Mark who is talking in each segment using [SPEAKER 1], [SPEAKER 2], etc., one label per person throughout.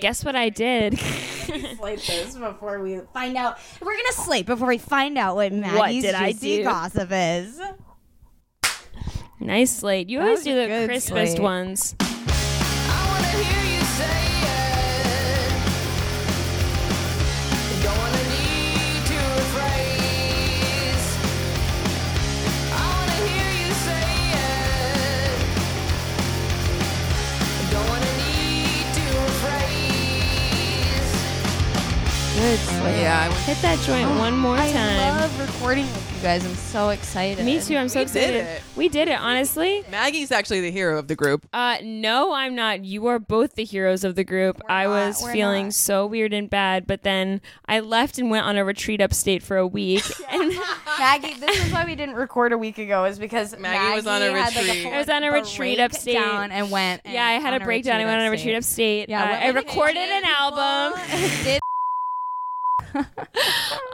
[SPEAKER 1] guess what I did?
[SPEAKER 2] slate this before we find out. We're gonna slate before we find out what Maggie's
[SPEAKER 1] did I
[SPEAKER 2] juicy
[SPEAKER 1] do?
[SPEAKER 2] gossip is.
[SPEAKER 1] nice slate. You
[SPEAKER 2] was
[SPEAKER 1] always
[SPEAKER 2] a
[SPEAKER 1] do the
[SPEAKER 2] good
[SPEAKER 1] Christmas
[SPEAKER 2] slate.
[SPEAKER 1] ones.
[SPEAKER 3] I wanna hear you say it. You're gonna need to rephrase. I wanna hear you say it. You're gonna need to rephrase.
[SPEAKER 4] Good slate.
[SPEAKER 5] Yeah, I went-
[SPEAKER 1] Hit that joint one more
[SPEAKER 4] I
[SPEAKER 1] time.
[SPEAKER 4] love recording with you guys. I'm so excited.
[SPEAKER 1] Me too. I'm so
[SPEAKER 5] We did
[SPEAKER 1] excited.
[SPEAKER 5] it.
[SPEAKER 1] We did it. Honestly.
[SPEAKER 5] Maggie's actually the hero of the group.
[SPEAKER 1] Uh, no, I'm not. You are both the heroes of the group. I
[SPEAKER 2] not.
[SPEAKER 1] was
[SPEAKER 2] We're
[SPEAKER 1] feeling
[SPEAKER 2] not.
[SPEAKER 1] so weird and bad, but then I left and went on a retreat upstate for a week. and
[SPEAKER 4] Maggie, this is why we didn't record a week ago, is because
[SPEAKER 5] Maggie was on a
[SPEAKER 4] had, like,
[SPEAKER 5] retreat.
[SPEAKER 4] full
[SPEAKER 1] I was on a retreat upstate.
[SPEAKER 4] breakdown and went. and-
[SPEAKER 1] yeah, I had
[SPEAKER 4] on
[SPEAKER 1] a breakdown. I went on a retreat upstate.
[SPEAKER 4] Yeah,
[SPEAKER 1] Uh,
[SPEAKER 4] what
[SPEAKER 1] I
[SPEAKER 4] would you
[SPEAKER 1] recorded
[SPEAKER 4] do,
[SPEAKER 1] an
[SPEAKER 4] people?
[SPEAKER 1] album.
[SPEAKER 4] Did-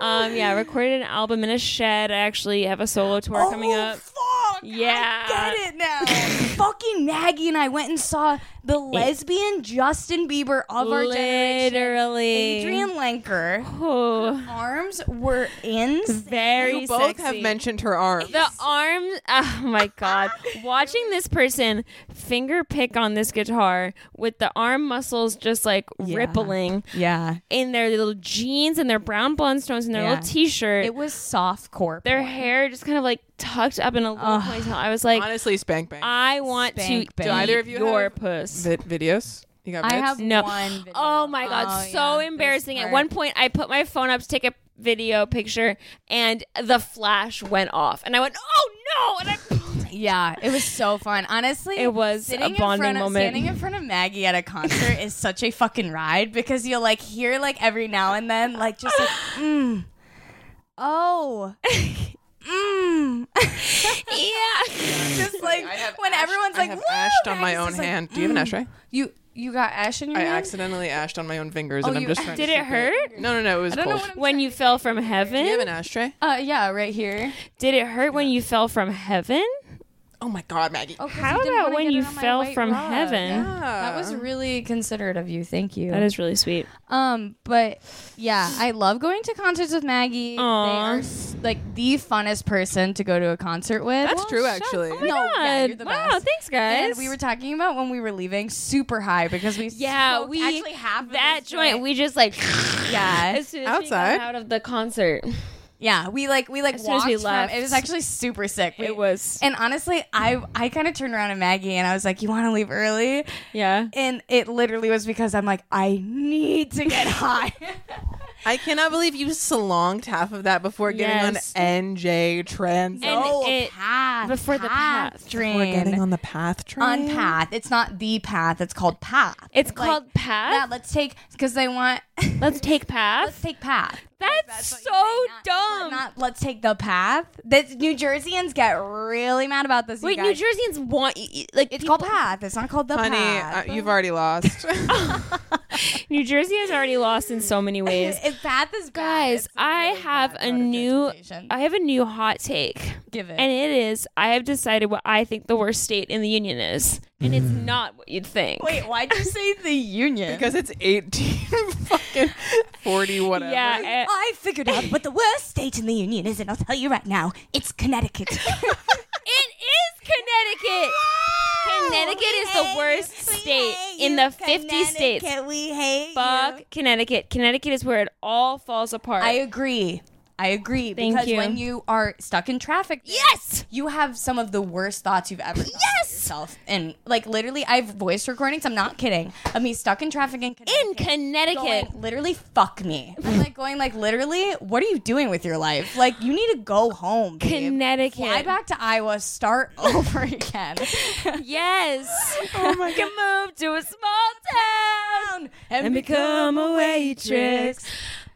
[SPEAKER 1] Um, yeah, I recorded an album in a shed. I actually have a solo tour coming
[SPEAKER 2] oh,
[SPEAKER 1] up.
[SPEAKER 2] Fuck,
[SPEAKER 1] Yeah.
[SPEAKER 2] I get it now. Fucking Maggie and I went and saw the lesbian Justin Bieber of our generation,
[SPEAKER 1] Literally.
[SPEAKER 2] Adrian Lenker.
[SPEAKER 1] Oh,
[SPEAKER 2] Arms were in.
[SPEAKER 1] very
[SPEAKER 5] You both
[SPEAKER 1] sexy.
[SPEAKER 5] have mentioned her arms.
[SPEAKER 1] The arms. Oh my god! Watching this person finger pick on this guitar with the arm muscles just like rippling
[SPEAKER 4] yeah.
[SPEAKER 1] in their little jeans and their brown blundstones and their
[SPEAKER 4] Yeah.
[SPEAKER 1] little t-shirt.
[SPEAKER 4] It was soft core.
[SPEAKER 1] their hair just kind of like tucked up in a little ponytail. I was like,
[SPEAKER 5] Honestly, spank
[SPEAKER 4] Um,
[SPEAKER 5] bang.
[SPEAKER 1] I want to
[SPEAKER 4] Spank bang.
[SPEAKER 1] eat
[SPEAKER 4] Do
[SPEAKER 5] either of you
[SPEAKER 1] your
[SPEAKER 5] have-
[SPEAKER 1] puss.
[SPEAKER 5] Vi- videos? You got vids?
[SPEAKER 4] I have
[SPEAKER 1] No.
[SPEAKER 4] one. Video.
[SPEAKER 1] Oh my god,
[SPEAKER 4] Oh, yeah,
[SPEAKER 1] so
[SPEAKER 4] this
[SPEAKER 1] embarrassing. At
[SPEAKER 4] part.
[SPEAKER 1] one point I put my phone up to take a video picture and the flash went off and I went, "Oh no." And I
[SPEAKER 4] Yeah, it was so fun. Honestly,
[SPEAKER 1] It was
[SPEAKER 4] sitting
[SPEAKER 1] a
[SPEAKER 4] in
[SPEAKER 1] bonding
[SPEAKER 4] front of,
[SPEAKER 1] moment.
[SPEAKER 4] Standing in front of Maggie at a concert is such a fucking ride because you'll like hear like every now and then like just like mm.
[SPEAKER 2] Oh. mm.
[SPEAKER 1] yeah.
[SPEAKER 4] just like when
[SPEAKER 5] ash-
[SPEAKER 4] everyone's
[SPEAKER 5] I
[SPEAKER 4] like
[SPEAKER 5] have
[SPEAKER 4] "Woo!"
[SPEAKER 5] ashed on my
[SPEAKER 4] Maggie's
[SPEAKER 5] own
[SPEAKER 4] just like, mm.
[SPEAKER 5] hand. Do you have an ashtray?
[SPEAKER 4] You you got ash in your
[SPEAKER 5] I
[SPEAKER 4] hand.
[SPEAKER 5] accidentally ashed on my own fingers, and I'm
[SPEAKER 4] Oh, you-
[SPEAKER 5] just trying
[SPEAKER 1] Did
[SPEAKER 5] to
[SPEAKER 1] it
[SPEAKER 5] keep
[SPEAKER 1] hurt?
[SPEAKER 5] No, no, no. It was
[SPEAKER 4] I don't know
[SPEAKER 5] cold.
[SPEAKER 4] what I'm
[SPEAKER 1] When you fell from heaven?
[SPEAKER 5] Do you have an ashtray?
[SPEAKER 4] Uh, yeah, right here.
[SPEAKER 1] Did it hurt when you fell from heaven?
[SPEAKER 5] Oh my God, Maggie.
[SPEAKER 4] Oh, 'cause you
[SPEAKER 1] How
[SPEAKER 4] didn't
[SPEAKER 1] about
[SPEAKER 4] wanna
[SPEAKER 1] when
[SPEAKER 4] get
[SPEAKER 1] you
[SPEAKER 4] it on my
[SPEAKER 1] fell
[SPEAKER 4] white
[SPEAKER 1] from
[SPEAKER 4] rug.
[SPEAKER 1] heaven?
[SPEAKER 4] Yeah. That was really considerate of you. Thank you.
[SPEAKER 1] That is really sweet.
[SPEAKER 4] Um, but yeah, I love going to concerts with Maggie. They
[SPEAKER 1] Aw.
[SPEAKER 4] are s- like the funnest person to go to a concert with.
[SPEAKER 5] That's true, actually.
[SPEAKER 1] Oh my
[SPEAKER 4] No, yeah, you're
[SPEAKER 1] God.
[SPEAKER 4] the
[SPEAKER 1] wow,
[SPEAKER 4] best.
[SPEAKER 1] thanks guys.
[SPEAKER 4] And we were talking about when we were leaving super high because we
[SPEAKER 1] yeah,
[SPEAKER 4] smoked
[SPEAKER 1] we
[SPEAKER 4] actually have
[SPEAKER 1] that joint. We just like
[SPEAKER 4] yeah
[SPEAKER 1] as soon as we
[SPEAKER 5] Outside?
[SPEAKER 1] got out of the concert.
[SPEAKER 4] yeah we like we like
[SPEAKER 1] As soon as
[SPEAKER 4] walked
[SPEAKER 1] we
[SPEAKER 4] from
[SPEAKER 1] left.
[SPEAKER 4] it was actually super sick. We,
[SPEAKER 1] It was
[SPEAKER 4] and honestly I I kind of turned around to Maggie and I was like you want to leave early
[SPEAKER 1] yeah.
[SPEAKER 4] and it literally was because I'm like I need to get high.
[SPEAKER 5] I cannot believe you salonged half of that before getting
[SPEAKER 1] Yes.
[SPEAKER 5] on NJ Trans.
[SPEAKER 1] And it-
[SPEAKER 4] path
[SPEAKER 1] before the path.
[SPEAKER 4] train.
[SPEAKER 5] We're getting on the path train.
[SPEAKER 4] on path. It's not the path. It's called path.
[SPEAKER 1] It's
[SPEAKER 4] Like,
[SPEAKER 1] called Path.
[SPEAKER 4] Yeah, let's take because they want
[SPEAKER 1] Let's take
[SPEAKER 4] let's
[SPEAKER 1] Path.
[SPEAKER 4] take path.
[SPEAKER 1] That's, so dumb.
[SPEAKER 4] Not let's take the path. This New Jerseyans get really mad about this. you
[SPEAKER 1] Wait, New
[SPEAKER 4] guys.
[SPEAKER 1] Jerseyans want y- y- like
[SPEAKER 4] It's
[SPEAKER 1] people-
[SPEAKER 4] called path. It's not called the
[SPEAKER 5] Honey, uh,
[SPEAKER 4] path.
[SPEAKER 5] you've already lost.
[SPEAKER 1] New Jersey is already lost in so many ways.
[SPEAKER 4] It- path is bad.
[SPEAKER 1] Guys,
[SPEAKER 4] It's a
[SPEAKER 1] I
[SPEAKER 4] really
[SPEAKER 1] have
[SPEAKER 4] bad
[SPEAKER 1] a
[SPEAKER 4] mode of
[SPEAKER 1] new
[SPEAKER 4] transportation.
[SPEAKER 1] I have a new hot take.
[SPEAKER 4] Give it.
[SPEAKER 1] And it is I have decided what I think the worst state in the union is. And it's not what you'd think.
[SPEAKER 4] Mm. Wait, why'd you say the union?
[SPEAKER 5] because it's 18 fucking 40 whatever.
[SPEAKER 1] yeah. eh,
[SPEAKER 2] I figured out what the worst state in the union is, and I'll tell you right now, it's Connecticut.
[SPEAKER 1] It is Connecticut. Connecticut is the worst state in the 50 states.
[SPEAKER 2] We hate
[SPEAKER 1] Fuck Connecticut. Connecticut is where it all falls apart.
[SPEAKER 4] I agree. I agree.
[SPEAKER 1] Thank
[SPEAKER 4] because
[SPEAKER 1] you.
[SPEAKER 4] when you are stuck in traffic,
[SPEAKER 1] Yes!
[SPEAKER 4] you have some of the worst thoughts you've ever. Yes, yourself and like literally, I have voice recordings. I'm not kidding. Of me stuck in traffic in
[SPEAKER 1] in
[SPEAKER 4] Connecticut.
[SPEAKER 1] Connecticut.
[SPEAKER 4] Going, literally, fuck me. I'm like going like literally. What are you doing with your life? Like you need to go home. Babe.
[SPEAKER 1] Connecticut.
[SPEAKER 4] Fly back to Iowa. Start over again.
[SPEAKER 1] Yes. Oh my can move to a small town and become a waitress.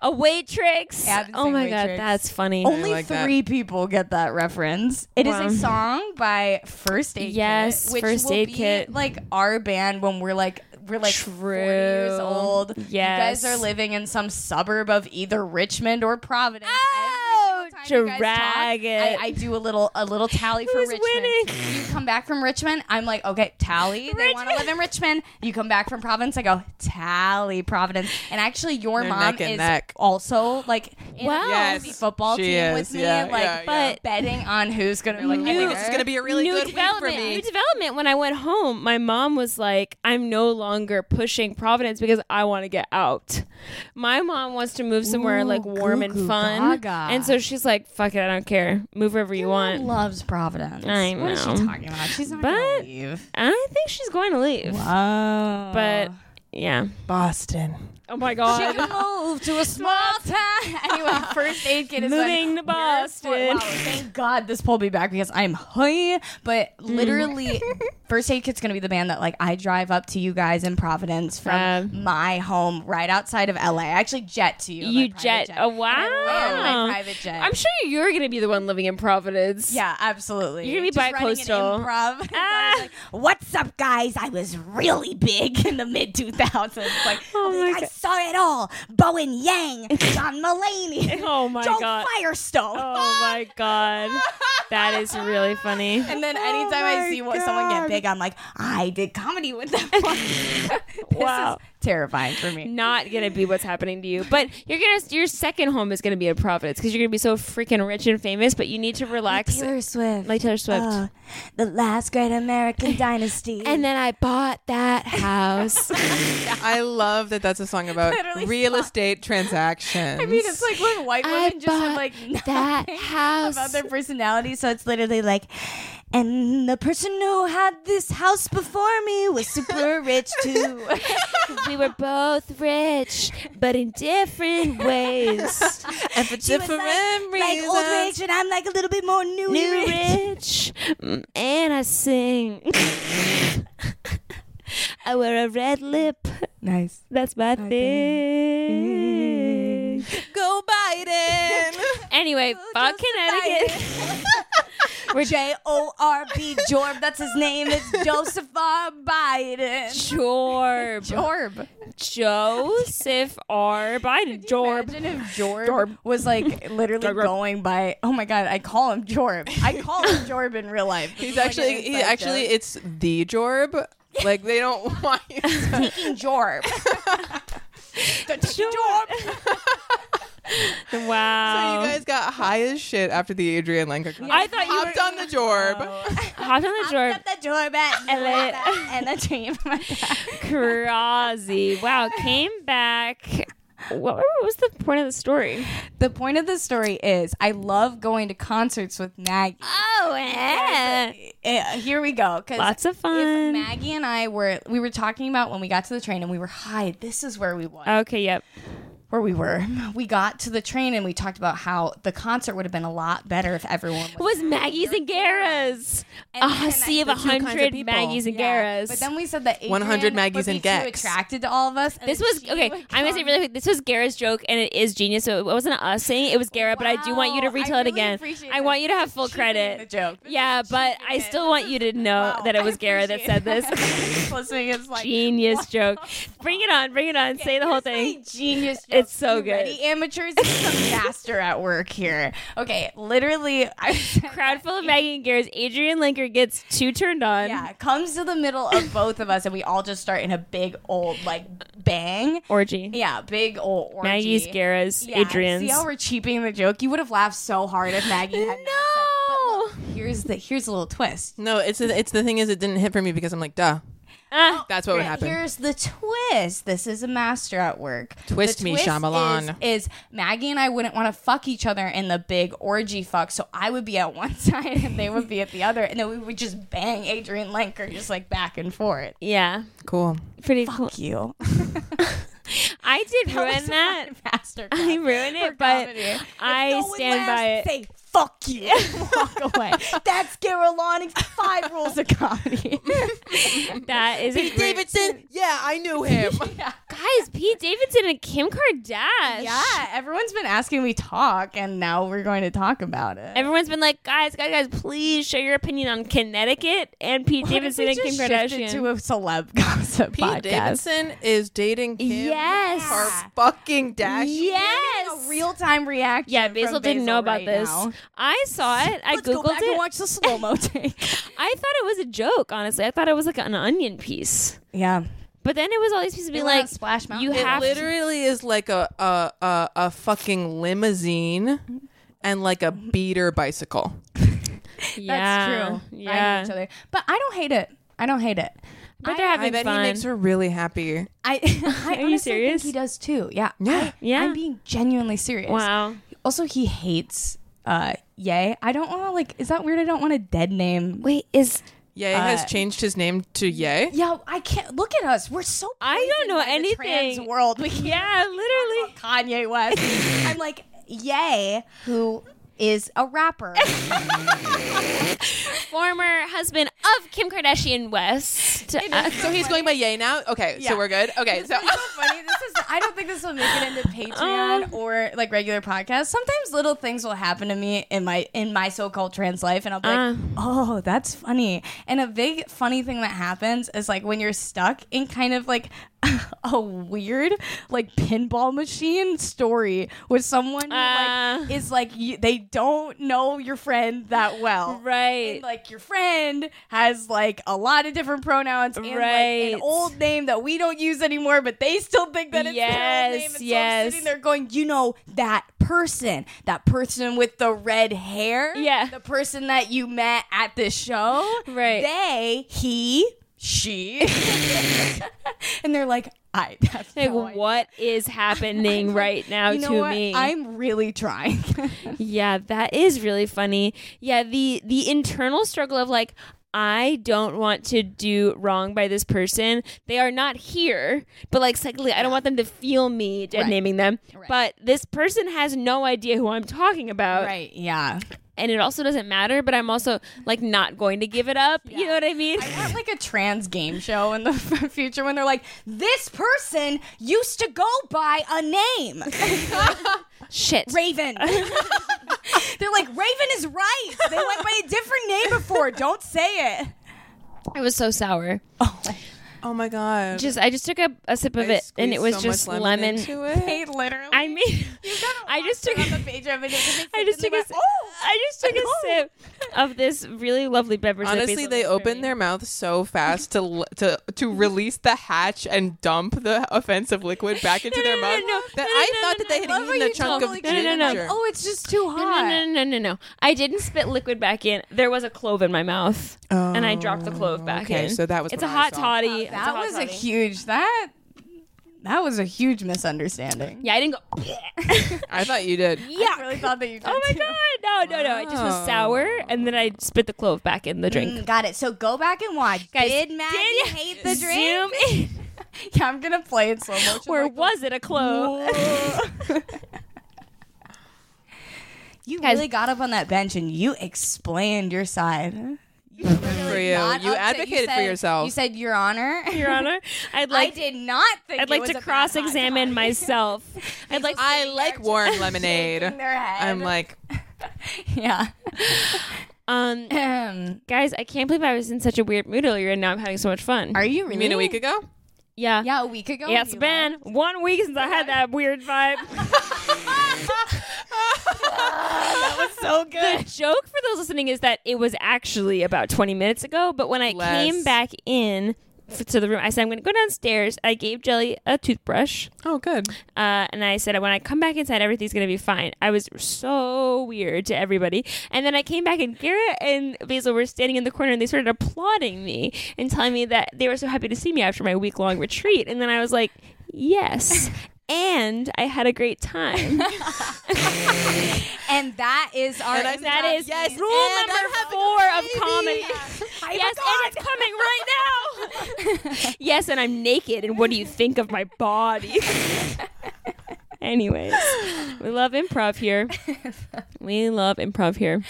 [SPEAKER 1] A waitress.
[SPEAKER 4] Yeah, I've been
[SPEAKER 1] oh
[SPEAKER 4] saying
[SPEAKER 1] my god,
[SPEAKER 4] waitress. Oh,
[SPEAKER 1] that's funny.
[SPEAKER 4] Only
[SPEAKER 5] like that.
[SPEAKER 4] three people get that reference. It is
[SPEAKER 1] Wow.
[SPEAKER 4] a song by First Aid
[SPEAKER 1] Yes,
[SPEAKER 4] Kit, which
[SPEAKER 1] First
[SPEAKER 4] will
[SPEAKER 1] Aid
[SPEAKER 4] be
[SPEAKER 1] Kit.
[SPEAKER 4] like our band when we're like we're like 40 years
[SPEAKER 1] True.
[SPEAKER 4] old. You guys
[SPEAKER 1] Yes.
[SPEAKER 4] are living in some suburb of either Richmond or Providence. Every
[SPEAKER 1] Oh,
[SPEAKER 4] single time time you guys
[SPEAKER 1] Drag
[SPEAKER 4] talk,
[SPEAKER 1] it.
[SPEAKER 4] I, I do a little a little tally for
[SPEAKER 1] Who's
[SPEAKER 4] Richmond.
[SPEAKER 1] winning?
[SPEAKER 4] You come back from Richmond, I'm like, okay, tally. They want to
[SPEAKER 1] Richmond.
[SPEAKER 4] live in Richmond. You come back from Providence, I go tally Providence. And actually, your
[SPEAKER 5] They're
[SPEAKER 4] mom
[SPEAKER 5] neck and
[SPEAKER 4] is
[SPEAKER 5] neck.
[SPEAKER 4] also like in
[SPEAKER 1] Wow.
[SPEAKER 4] the
[SPEAKER 1] Yes,
[SPEAKER 4] fantasy football
[SPEAKER 5] she
[SPEAKER 4] team
[SPEAKER 5] is.
[SPEAKER 4] with me,
[SPEAKER 5] Yeah,
[SPEAKER 4] like
[SPEAKER 5] yeah,
[SPEAKER 1] yeah.
[SPEAKER 4] but betting on who's gonna like. I
[SPEAKER 1] New-
[SPEAKER 4] think
[SPEAKER 5] This is gonna be a really
[SPEAKER 1] new
[SPEAKER 5] good week for
[SPEAKER 1] development.
[SPEAKER 5] me.
[SPEAKER 1] New development. When I went home, my mom was like, "I'm no longer pushing Providence because I want to get out." My mom wants to move somewhere like warm and fun,
[SPEAKER 4] gaga.
[SPEAKER 1] and so she's like, "Fuck it, I don't care. Move wherever you want."
[SPEAKER 4] loves Providence.
[SPEAKER 1] I
[SPEAKER 4] What is she
[SPEAKER 1] know.
[SPEAKER 4] talking about? She's not gonna
[SPEAKER 1] But-
[SPEAKER 4] leave.
[SPEAKER 1] I think she's going to leave,
[SPEAKER 4] Oh,
[SPEAKER 1] but yeah.
[SPEAKER 5] Boston.
[SPEAKER 1] Oh my god.
[SPEAKER 4] move to a small town. Anyway, first aid kit is
[SPEAKER 1] Moving
[SPEAKER 4] when
[SPEAKER 1] to
[SPEAKER 4] we're at Fort-
[SPEAKER 1] Boston.
[SPEAKER 4] Wow, thank God this pulled me back because I'm high. But
[SPEAKER 1] Mm.
[SPEAKER 4] literally, first aid kit's gonna be the band that like I drive up to you guys in Providence from
[SPEAKER 1] Fab.
[SPEAKER 4] my home right outside of LA. I actually jet to you. in my
[SPEAKER 1] You
[SPEAKER 4] private
[SPEAKER 1] jet. Oh
[SPEAKER 4] And I land
[SPEAKER 1] wow.
[SPEAKER 4] my private jet.
[SPEAKER 1] I'm sure you're going to be the one living in Providence.
[SPEAKER 4] yeah, absolutely.
[SPEAKER 1] You're gonna be
[SPEAKER 4] Just running an
[SPEAKER 1] bi-coastal.
[SPEAKER 4] improv.
[SPEAKER 1] Ah.
[SPEAKER 4] Like, What's up, guys? I was really big in the mid 2000s. Like, "Oh,
[SPEAKER 1] my
[SPEAKER 4] I
[SPEAKER 1] God.
[SPEAKER 4] saw it all. Bowen Yang, John Mulaney.
[SPEAKER 1] Oh my
[SPEAKER 4] Joe
[SPEAKER 1] god.
[SPEAKER 4] Firestone.
[SPEAKER 1] Oh my god. That is really funny.
[SPEAKER 4] And then anytime I see what, someone get big, I'm like, I did comedy with them. this
[SPEAKER 1] Wow.
[SPEAKER 4] is terrifying for me.
[SPEAKER 1] Not gonna be what's happening to you, but you're gonna your second home is gonna be in Providence because you're gonna be so freaking rich and famous. But you need to relax, like Taylor,
[SPEAKER 4] Swift.
[SPEAKER 1] Swift.
[SPEAKER 4] Oh, the last great American dynasty.
[SPEAKER 1] And then I bought that house.
[SPEAKER 5] I love that that's a song about
[SPEAKER 4] Literally
[SPEAKER 5] real
[SPEAKER 4] song.
[SPEAKER 5] estate transactions. I
[SPEAKER 4] mean, it's like when white
[SPEAKER 1] I
[SPEAKER 4] women just have
[SPEAKER 1] bought
[SPEAKER 4] like
[SPEAKER 1] that
[SPEAKER 4] nothing
[SPEAKER 1] house.
[SPEAKER 4] about their personality. So it's literally like, and the person who had this house before me was super rich too.
[SPEAKER 1] we were both rich, but in different ways.
[SPEAKER 5] and for
[SPEAKER 4] She was
[SPEAKER 5] different
[SPEAKER 4] like, like
[SPEAKER 5] reasons.
[SPEAKER 4] old rich, and I'm like a little bit more new,
[SPEAKER 1] New
[SPEAKER 4] rich.
[SPEAKER 1] rich, mm, and I sing. I wear a red lip.
[SPEAKER 4] Nice.
[SPEAKER 1] That's my thing.
[SPEAKER 5] Go Biden.
[SPEAKER 1] Anyway, fuck Connecticut.
[SPEAKER 4] We're J O R B Jorb. That's his name. It's Joseph R. Biden.
[SPEAKER 1] Jorb.
[SPEAKER 4] Jorb.
[SPEAKER 1] Joseph R. Biden. Jorb.
[SPEAKER 4] Imagine if Jorb, was like literally
[SPEAKER 1] Jorb.
[SPEAKER 4] going by. Oh my god, I call him Jorb. I call him Jorb in real life.
[SPEAKER 5] He's actually he actually it's the Jorb. Like they don't want you.
[SPEAKER 4] taking Jorb.
[SPEAKER 1] Jorb.
[SPEAKER 5] So
[SPEAKER 1] wow.
[SPEAKER 5] you guys got high as shit after the Adrian Lenker. concert.
[SPEAKER 1] I thought you
[SPEAKER 5] hopped
[SPEAKER 1] were-
[SPEAKER 5] on the Jorb.
[SPEAKER 1] Hot on the Jorb.
[SPEAKER 4] Got the Jorb at
[SPEAKER 1] LA.
[SPEAKER 4] and the dream.
[SPEAKER 1] Crazy. Wow. Came back. What, what was the point of the story?
[SPEAKER 4] the point of the story is, I love going to concerts with Maggie.
[SPEAKER 1] Oh, eh.
[SPEAKER 4] Uh, here we go. 'cause
[SPEAKER 1] Lots of
[SPEAKER 4] If
[SPEAKER 1] fun.
[SPEAKER 4] Maggie and I were we were talking about when we got to the train and we were high. This is where we was.
[SPEAKER 1] Okay, yep.
[SPEAKER 4] where we were. We got to the train and we talked about how the concert would have been a lot better if everyone
[SPEAKER 1] It was Maggie's and Gara's.
[SPEAKER 4] And-
[SPEAKER 1] a
[SPEAKER 4] and
[SPEAKER 1] sea
[SPEAKER 4] I-
[SPEAKER 1] of a
[SPEAKER 5] the two kinds of
[SPEAKER 1] hundred
[SPEAKER 5] people.
[SPEAKER 1] Maggie's and
[SPEAKER 4] Yeah.
[SPEAKER 1] Gara's.
[SPEAKER 4] But then we said that
[SPEAKER 5] 100
[SPEAKER 4] Adrian
[SPEAKER 5] Maggies
[SPEAKER 4] would be
[SPEAKER 5] and
[SPEAKER 4] too
[SPEAKER 5] Gecks.
[SPEAKER 4] attracted to all of us. and
[SPEAKER 1] This
[SPEAKER 4] that
[SPEAKER 1] was
[SPEAKER 4] she
[SPEAKER 1] okay.
[SPEAKER 4] would
[SPEAKER 1] I'm gonna say
[SPEAKER 4] come.
[SPEAKER 1] really quick. This was Gara's joke, and it is genius. So it wasn't us saying it, it was Gara, but I do want you to
[SPEAKER 4] Wow,
[SPEAKER 1] retell
[SPEAKER 4] I
[SPEAKER 1] it
[SPEAKER 4] really
[SPEAKER 1] again.
[SPEAKER 4] appreciate
[SPEAKER 1] I
[SPEAKER 4] that.
[SPEAKER 1] want you to have full
[SPEAKER 4] She made
[SPEAKER 1] credit.
[SPEAKER 4] the joke. This
[SPEAKER 1] Yeah,
[SPEAKER 4] is- she
[SPEAKER 1] but
[SPEAKER 4] made
[SPEAKER 1] I
[SPEAKER 4] it.
[SPEAKER 1] still want you to know
[SPEAKER 4] Wow,
[SPEAKER 1] that it
[SPEAKER 4] I
[SPEAKER 1] was Gara that said this.
[SPEAKER 4] appreciate that. Listening is like
[SPEAKER 1] genius joke. Bring it on. Bring it on. say the whole
[SPEAKER 4] Here's my
[SPEAKER 1] thing.
[SPEAKER 4] Genius. Joke.
[SPEAKER 1] It's so
[SPEAKER 4] You
[SPEAKER 1] good.
[SPEAKER 4] Ready, amateurs? He's a master at work here. Okay, literally, I
[SPEAKER 1] Crowd full of Maggie and Gara's. Adrian Linker gets too turned on.
[SPEAKER 4] Yeah, comes to the middle of both of us, and we all just start in a big old like bang.
[SPEAKER 1] Orgy.
[SPEAKER 4] Yeah, big old orgy.
[SPEAKER 1] Maggie's, Gara's,
[SPEAKER 4] Yeah,
[SPEAKER 1] Adrian's.
[SPEAKER 4] See how we're cheaping the joke? You would have laughed so hard if Maggie had. not said- but
[SPEAKER 1] no.
[SPEAKER 4] look, here's the here's a little twist.
[SPEAKER 5] No, it's it's the thing is it didn't hit for me because I'm like, duh.
[SPEAKER 1] Ah,
[SPEAKER 5] That's what would happen.
[SPEAKER 4] Here's the twist. This is a master at work.
[SPEAKER 5] Twist
[SPEAKER 4] The
[SPEAKER 5] me,
[SPEAKER 4] twist
[SPEAKER 5] Shyamalan.
[SPEAKER 4] Is, is Maggie and I wouldn't want to fuck each other in the big orgy fuck, so I would be at one side and they would be at the other, and then we would just bang Adrian Lenker just like back and forth.
[SPEAKER 1] yeah.
[SPEAKER 5] Cool.
[SPEAKER 1] Pretty cool.
[SPEAKER 4] You
[SPEAKER 1] I did ruin that.
[SPEAKER 4] master.
[SPEAKER 1] I ruined it, but I stand by it.
[SPEAKER 4] Say fuck you. Walk away. That's Carolina's five rules of comedy.
[SPEAKER 1] That is a great-
[SPEAKER 5] Davidson, yeah, I knew him.
[SPEAKER 1] Guys, Pete Davidson and Kim Kardashian.
[SPEAKER 4] yeah, everyone's been asking we talk, and now we're going to talk about it.
[SPEAKER 1] Everyone's been like, guys, guys, guys, please share your opinion on Connecticut and Pete
[SPEAKER 4] What if
[SPEAKER 1] Davidson
[SPEAKER 4] we
[SPEAKER 1] and Kim
[SPEAKER 4] just shifted
[SPEAKER 1] Kardashian.
[SPEAKER 4] to a celeb gossip
[SPEAKER 5] Pete
[SPEAKER 4] podcast.
[SPEAKER 5] Davidson is dating Kim
[SPEAKER 1] Yes.
[SPEAKER 5] Kar- fucking Dash.
[SPEAKER 1] yes. Yes.
[SPEAKER 4] a real time reaction.
[SPEAKER 1] Yeah,
[SPEAKER 4] from
[SPEAKER 1] Basil didn't know about
[SPEAKER 4] right
[SPEAKER 1] this.
[SPEAKER 4] now.
[SPEAKER 1] I saw it. I
[SPEAKER 4] Let's
[SPEAKER 1] googled
[SPEAKER 4] go back
[SPEAKER 1] it.
[SPEAKER 4] and watch the slow mo take.
[SPEAKER 1] I thought it was a joke. Honestly, I thought it was like an onion piece.
[SPEAKER 4] Yeah,
[SPEAKER 1] But then it was all these pieces being
[SPEAKER 4] went on
[SPEAKER 1] like,
[SPEAKER 4] Splash Mountain.
[SPEAKER 1] You
[SPEAKER 4] It
[SPEAKER 1] have to
[SPEAKER 5] Literally is like a a, a a fucking limousine and like a beater bicycle.
[SPEAKER 1] Yeah.
[SPEAKER 4] that's true. Riding
[SPEAKER 1] Yeah.
[SPEAKER 4] each other. But I don't hate it. I don't hate it.
[SPEAKER 1] But they're
[SPEAKER 5] I
[SPEAKER 1] having
[SPEAKER 5] bet
[SPEAKER 1] fun.
[SPEAKER 5] he makes her really happy.
[SPEAKER 4] I, I
[SPEAKER 1] you
[SPEAKER 4] honestly
[SPEAKER 1] serious?
[SPEAKER 4] Think he does too. Yeah.
[SPEAKER 5] Yeah.
[SPEAKER 4] I,
[SPEAKER 1] Yeah.
[SPEAKER 4] I'm being genuinely serious.
[SPEAKER 1] wow.
[SPEAKER 4] Also, he hates. Uh, yay. I don't want to like. Is that weird? I don't want a dead name.
[SPEAKER 1] Wait, is
[SPEAKER 5] Ye has
[SPEAKER 4] Uh,
[SPEAKER 5] changed his name to Ye.
[SPEAKER 4] Yeah, I can't. Look at us. We're so.
[SPEAKER 1] I don't
[SPEAKER 4] poisoned
[SPEAKER 1] know
[SPEAKER 4] by the
[SPEAKER 1] anything.
[SPEAKER 4] trans world. We can't
[SPEAKER 1] yeah, literally.
[SPEAKER 4] Kanye West. I'm like, yay, who is a rapper.
[SPEAKER 1] Former husband of Kim Kardashian West. Uh,
[SPEAKER 5] So he's going by Ye now. Okay,
[SPEAKER 4] Yeah.
[SPEAKER 5] so we're good. Okay, so
[SPEAKER 4] funny. This is I don't think this will make it into
[SPEAKER 5] Um,
[SPEAKER 4] Patreon or like regular podcasts. Sometimes little things will happen to me in my in my so-called trans life and I'll be
[SPEAKER 1] Uh.
[SPEAKER 4] like, "Oh, that's funny." And a big funny thing that happens is like when you're stuck in kind of like a weird like pinball machine story with someone who
[SPEAKER 1] Uh.
[SPEAKER 4] like is like you, they don't know your friend that well.
[SPEAKER 1] right.
[SPEAKER 4] And, like your friend has like a lot of different pronouns and like
[SPEAKER 1] Right.
[SPEAKER 4] an old name that we don't use anymore, but they still think that it's their old name.
[SPEAKER 1] Yes,
[SPEAKER 4] And so I'm
[SPEAKER 1] yes.
[SPEAKER 4] sitting there going, you know that person, that person with the red hair,
[SPEAKER 1] Yeah.
[SPEAKER 4] the person that you met at the show,
[SPEAKER 1] Right.
[SPEAKER 4] They, he, she, and they're like, I. That's
[SPEAKER 1] like,
[SPEAKER 4] no idea."
[SPEAKER 1] what is happening right now
[SPEAKER 4] You know
[SPEAKER 1] to
[SPEAKER 4] what?
[SPEAKER 1] me?
[SPEAKER 4] I'm really trying.
[SPEAKER 1] yeah, that is really funny. Yeah, the the internal struggle of like I don't want to do wrong by this person. They are not here, but like psychically, I don't want them to feel me dead naming them. But this person has no idea who I'm talking about,
[SPEAKER 4] right. Yeah.
[SPEAKER 1] and it also doesn't matter. But I'm also like not going to give it up. You know what I mean?
[SPEAKER 4] I want like a trans game show in the f- future when they're like, this person used to go by a name,
[SPEAKER 1] Shit.
[SPEAKER 4] Raven. they're like, Raven is right. They went by a different name before. Don't say it.
[SPEAKER 1] It was so sour.
[SPEAKER 5] oh my god,
[SPEAKER 1] Just I just took a, a sip of
[SPEAKER 5] I
[SPEAKER 1] it, and
[SPEAKER 5] squeezed
[SPEAKER 1] it was
[SPEAKER 5] so much
[SPEAKER 1] just lemon.
[SPEAKER 5] into it.
[SPEAKER 4] Hey, literally.
[SPEAKER 1] I mean, I just took.
[SPEAKER 4] the page of it.
[SPEAKER 1] I just took a. si- I just took a sip of this really lovely beverage. that
[SPEAKER 5] Oh. Honestly,
[SPEAKER 1] Basil
[SPEAKER 5] they
[SPEAKER 1] made for
[SPEAKER 5] open
[SPEAKER 1] me.
[SPEAKER 5] their mouth so fast to l- to to release the hatch and dump the offensive liquid back into
[SPEAKER 1] No,
[SPEAKER 5] their
[SPEAKER 1] no,
[SPEAKER 5] mouth.
[SPEAKER 1] no, no.
[SPEAKER 5] That
[SPEAKER 1] No, no,
[SPEAKER 5] I
[SPEAKER 1] no,
[SPEAKER 5] thought
[SPEAKER 1] no,
[SPEAKER 5] that they
[SPEAKER 1] no.
[SPEAKER 5] had eaten a chunk of
[SPEAKER 1] No, no,
[SPEAKER 5] ginger.
[SPEAKER 1] no, no.
[SPEAKER 4] Oh, it's just too
[SPEAKER 1] No,
[SPEAKER 4] hot.
[SPEAKER 1] no, no, no, no, no. I didn't spit liquid back in. There was a clove in my mouth, and I dropped the clove back
[SPEAKER 5] Oh, okay,
[SPEAKER 1] in.
[SPEAKER 5] so that was
[SPEAKER 1] It's a
[SPEAKER 5] what I
[SPEAKER 1] hot
[SPEAKER 5] saw.
[SPEAKER 1] toddy. It's a
[SPEAKER 4] Oh, That
[SPEAKER 1] hot
[SPEAKER 4] was a
[SPEAKER 1] toddy.
[SPEAKER 4] huge that. That was a huge misunderstanding.
[SPEAKER 1] Yeah, I didn't go.
[SPEAKER 5] I thought you did.
[SPEAKER 4] Yeah, I really thought that you. Did
[SPEAKER 1] oh my
[SPEAKER 4] too.
[SPEAKER 1] god! No, no, no. It just was
[SPEAKER 5] Wow.
[SPEAKER 1] sour, and then I spit the clove back in the drink.
[SPEAKER 4] Mm, got it. So go back and watch.
[SPEAKER 1] Guys,
[SPEAKER 4] did Maggie
[SPEAKER 1] did-
[SPEAKER 4] hate the drink?
[SPEAKER 1] Zoom in.
[SPEAKER 4] Yeah, I'm gonna play it slow motion.
[SPEAKER 1] Or
[SPEAKER 4] like,
[SPEAKER 1] was it a clove?
[SPEAKER 4] you
[SPEAKER 1] Guys-
[SPEAKER 4] really got up on that bench and you explained your side. You
[SPEAKER 5] for you.
[SPEAKER 4] got
[SPEAKER 5] You
[SPEAKER 4] up to-
[SPEAKER 5] advocated for
[SPEAKER 4] said-
[SPEAKER 5] yourself.
[SPEAKER 4] You said, "Your Honor,
[SPEAKER 1] Your Honor, I'd like
[SPEAKER 4] I did not think
[SPEAKER 1] I'd like to cross-examine myself. I'd like
[SPEAKER 5] I like warm lemonade.
[SPEAKER 4] Their head.
[SPEAKER 5] I'm like,
[SPEAKER 4] yeah.
[SPEAKER 1] um
[SPEAKER 4] Um,
[SPEAKER 1] guys, I can't believe I was in such a weird mood earlier and now I'm having so much fun.
[SPEAKER 4] are you really?
[SPEAKER 5] you mean a week ago?
[SPEAKER 1] yeah.
[SPEAKER 4] Yeah, a week ago.
[SPEAKER 1] Yeah, it's
[SPEAKER 4] you
[SPEAKER 1] been one week since I had that weird vibe.
[SPEAKER 4] left. so
[SPEAKER 1] the
[SPEAKER 4] good.
[SPEAKER 1] joke for those listening is that it was actually about 20 minutes ago, but when I
[SPEAKER 5] Less.
[SPEAKER 1] came back in f- to the room, I said, I'm going to go downstairs. I gave Jelly a toothbrush,
[SPEAKER 5] Oh, good.
[SPEAKER 1] uh, and I said, when I come back inside, everything's going to be fine. I was so weird to everybody. And then I came back, and Garrett and Basil were standing in the corner, and they started applauding me and telling me that they were so happy to see me after my week long retreat. And then I was like, yes. And I had a great time.
[SPEAKER 4] And that is our.
[SPEAKER 5] And I said,
[SPEAKER 1] That is
[SPEAKER 5] Yes,
[SPEAKER 1] rule
[SPEAKER 5] and I'm
[SPEAKER 1] number
[SPEAKER 5] having a
[SPEAKER 1] four of
[SPEAKER 5] baby.
[SPEAKER 1] comedy.
[SPEAKER 4] I
[SPEAKER 1] Yes, and it's coming
[SPEAKER 4] forgot.
[SPEAKER 1] right now. yes, and I'm naked. And what do you think of my body? Anyways, we love improv here. We love improv here.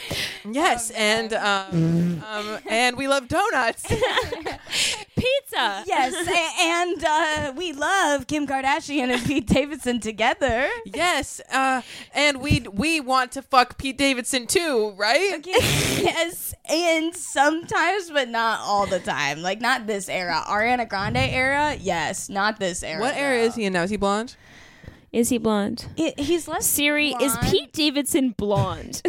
[SPEAKER 5] Yes,
[SPEAKER 4] Oh,
[SPEAKER 5] and um, um, and we love donuts.
[SPEAKER 1] Pizza.
[SPEAKER 4] Yes, a- and uh, we love Kim Kardashian and Pete Davidson together.
[SPEAKER 5] yes, uh, and we we want to fuck Pete Davidson too, right?
[SPEAKER 4] yes, and sometimes, but not all the time. Like not this era, Ariana Grande era. Yes, not this era.
[SPEAKER 5] What era
[SPEAKER 4] though.
[SPEAKER 5] is he in now? Is he blonde?
[SPEAKER 1] Is he blonde?
[SPEAKER 2] It, he's less.
[SPEAKER 1] Siri, is Pete Davidson blonde?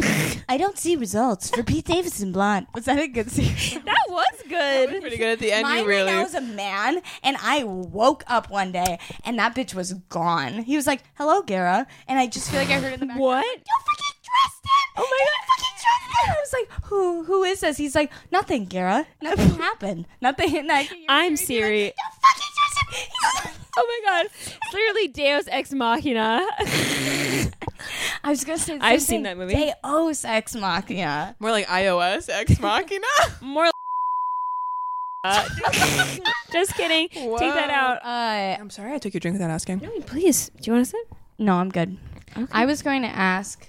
[SPEAKER 2] I don't see results for Pete Davidson blonde.
[SPEAKER 4] Was that a good series?
[SPEAKER 1] that was good.
[SPEAKER 5] Pretty good at the end.
[SPEAKER 2] Mine
[SPEAKER 5] you
[SPEAKER 2] right
[SPEAKER 5] really.
[SPEAKER 2] now is a man, and I woke up one day, and that bitch was gone. He was like, "Hello, Gara," and I just feel like I heard in the background,
[SPEAKER 1] What?
[SPEAKER 2] You fucking trust him! Oh my god, fucking trust him! I was like, "Who? Who is this?" He's like, "Nothing, Gara. Nothing happened. Nothing." And I,
[SPEAKER 1] I'm Siri.
[SPEAKER 2] you fucking trust him! He's-
[SPEAKER 1] Oh my god. It's Literally Deus Ex Machina.
[SPEAKER 4] I was gonna say.
[SPEAKER 1] I've seen that movie.
[SPEAKER 4] They owe sex machina.
[SPEAKER 5] More like iOS Ex Machina.
[SPEAKER 1] More uh, Just kidding. Take that out.
[SPEAKER 4] Uh,
[SPEAKER 5] I'm sorry I took your drink without asking.
[SPEAKER 1] No, please. Do you want to sit?
[SPEAKER 4] no, I'm good.
[SPEAKER 1] Okay.
[SPEAKER 4] I was going to ask.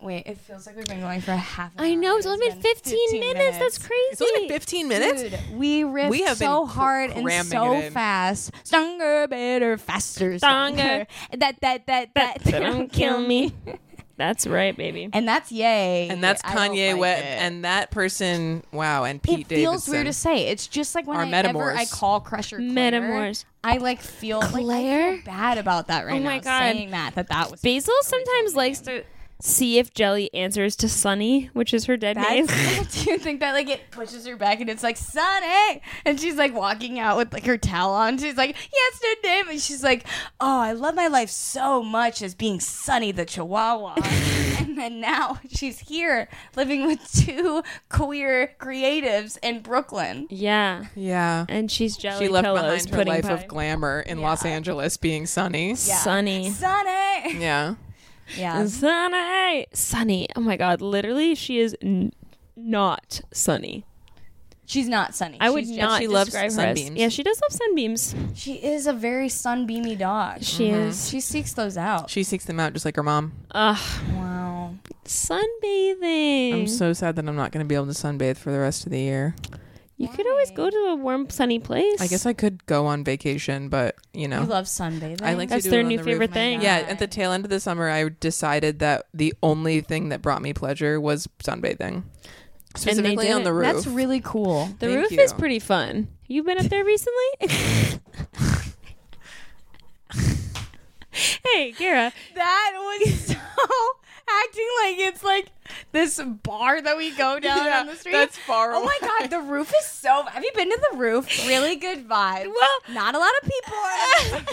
[SPEAKER 4] Wait, it feels like we've been going for half. An
[SPEAKER 1] I know.
[SPEAKER 4] hour.
[SPEAKER 1] It's only been 15, minutes. That's crazy.
[SPEAKER 5] It's only been 15 minutes.
[SPEAKER 4] Dude, we riffed
[SPEAKER 5] We have
[SPEAKER 4] so
[SPEAKER 5] been cr-
[SPEAKER 4] hard and
[SPEAKER 5] cramming
[SPEAKER 4] so
[SPEAKER 5] it in.
[SPEAKER 4] fast. Stronger, better, faster, stronger. That that that that.
[SPEAKER 1] Don't kill me. That's right, baby.
[SPEAKER 4] And that's yay.
[SPEAKER 5] and that's
[SPEAKER 4] I don't
[SPEAKER 5] Kanye
[SPEAKER 4] like
[SPEAKER 5] West.
[SPEAKER 4] it.
[SPEAKER 5] And that person, wow. And Pete
[SPEAKER 4] it feels
[SPEAKER 5] Davidson.
[SPEAKER 4] weird to say. It's just like when
[SPEAKER 5] Our
[SPEAKER 4] I
[SPEAKER 5] metamors.
[SPEAKER 4] ever I call Crusher Claire,
[SPEAKER 1] Metamors.
[SPEAKER 4] I like feel like I
[SPEAKER 1] Claire?
[SPEAKER 4] feel bad about that right
[SPEAKER 1] Oh my
[SPEAKER 4] now.
[SPEAKER 1] God.
[SPEAKER 4] Saying that that that was
[SPEAKER 1] Basil sometimes likes to see if Jelly answers to Sunny, which is her dead name.
[SPEAKER 4] That's- do you think that like it pushes her back and it's like Sonny, and she's like walking out with like her towel on. She's like yesterday, and she's like,
[SPEAKER 2] oh, I love my life so much as being Sunny the Chihuahua.
[SPEAKER 4] and then now she's here living with two queer creatives in Brooklyn.
[SPEAKER 1] yeah.
[SPEAKER 5] Yeah.
[SPEAKER 1] And she's jelly
[SPEAKER 5] She left
[SPEAKER 1] pillows
[SPEAKER 5] behind her
[SPEAKER 1] pudding
[SPEAKER 5] life
[SPEAKER 1] pie.
[SPEAKER 5] of glamour in Los Angeles being sunny.
[SPEAKER 1] Sunny.
[SPEAKER 4] Sonny,
[SPEAKER 5] Yeah.
[SPEAKER 4] yeah,
[SPEAKER 1] Sunny. Sunny. Oh my god, literally she is n- not sunny.
[SPEAKER 4] she's not Sunny.
[SPEAKER 1] I would
[SPEAKER 4] She's
[SPEAKER 1] not
[SPEAKER 5] she loves
[SPEAKER 1] describe her
[SPEAKER 5] sunbeams.
[SPEAKER 1] As, yeah, she does love sunbeams.
[SPEAKER 4] just- she is a very sunbeamy dog. Mm-hmm.
[SPEAKER 1] She is.
[SPEAKER 4] She seeks those out.
[SPEAKER 5] She seeks them out just like her mom.
[SPEAKER 1] Ugh,
[SPEAKER 4] Wow.
[SPEAKER 1] sunbathing.
[SPEAKER 5] I'm so sad that I'm not going to be able to sunbathe for the rest of the year.
[SPEAKER 1] you could always go to a warm, sunny place.
[SPEAKER 5] I guess I could go on vacation, but you know.
[SPEAKER 4] You love sunbathing.
[SPEAKER 5] I like
[SPEAKER 1] that's
[SPEAKER 5] to do
[SPEAKER 1] their
[SPEAKER 5] it on
[SPEAKER 1] new
[SPEAKER 5] the roof.
[SPEAKER 1] favorite thing.
[SPEAKER 5] Yeah, at the tail end of the summer, I decided that the only thing that brought me pleasure was sunbathing, specifically
[SPEAKER 1] did
[SPEAKER 5] on the
[SPEAKER 1] it.
[SPEAKER 5] roof.
[SPEAKER 4] That's really cool.
[SPEAKER 1] The
[SPEAKER 5] Thank
[SPEAKER 1] roof is
[SPEAKER 5] you.
[SPEAKER 1] pretty fun. You've been up there recently? hey, Kira.
[SPEAKER 4] That was so acting like it's like this bar that we go down
[SPEAKER 5] Yeah,
[SPEAKER 4] on the street.
[SPEAKER 5] that's far
[SPEAKER 4] Oh my
[SPEAKER 5] away.
[SPEAKER 4] god, the roof is so. Have you been to the roof? Really good vibe.
[SPEAKER 1] Well,
[SPEAKER 4] Not a lot of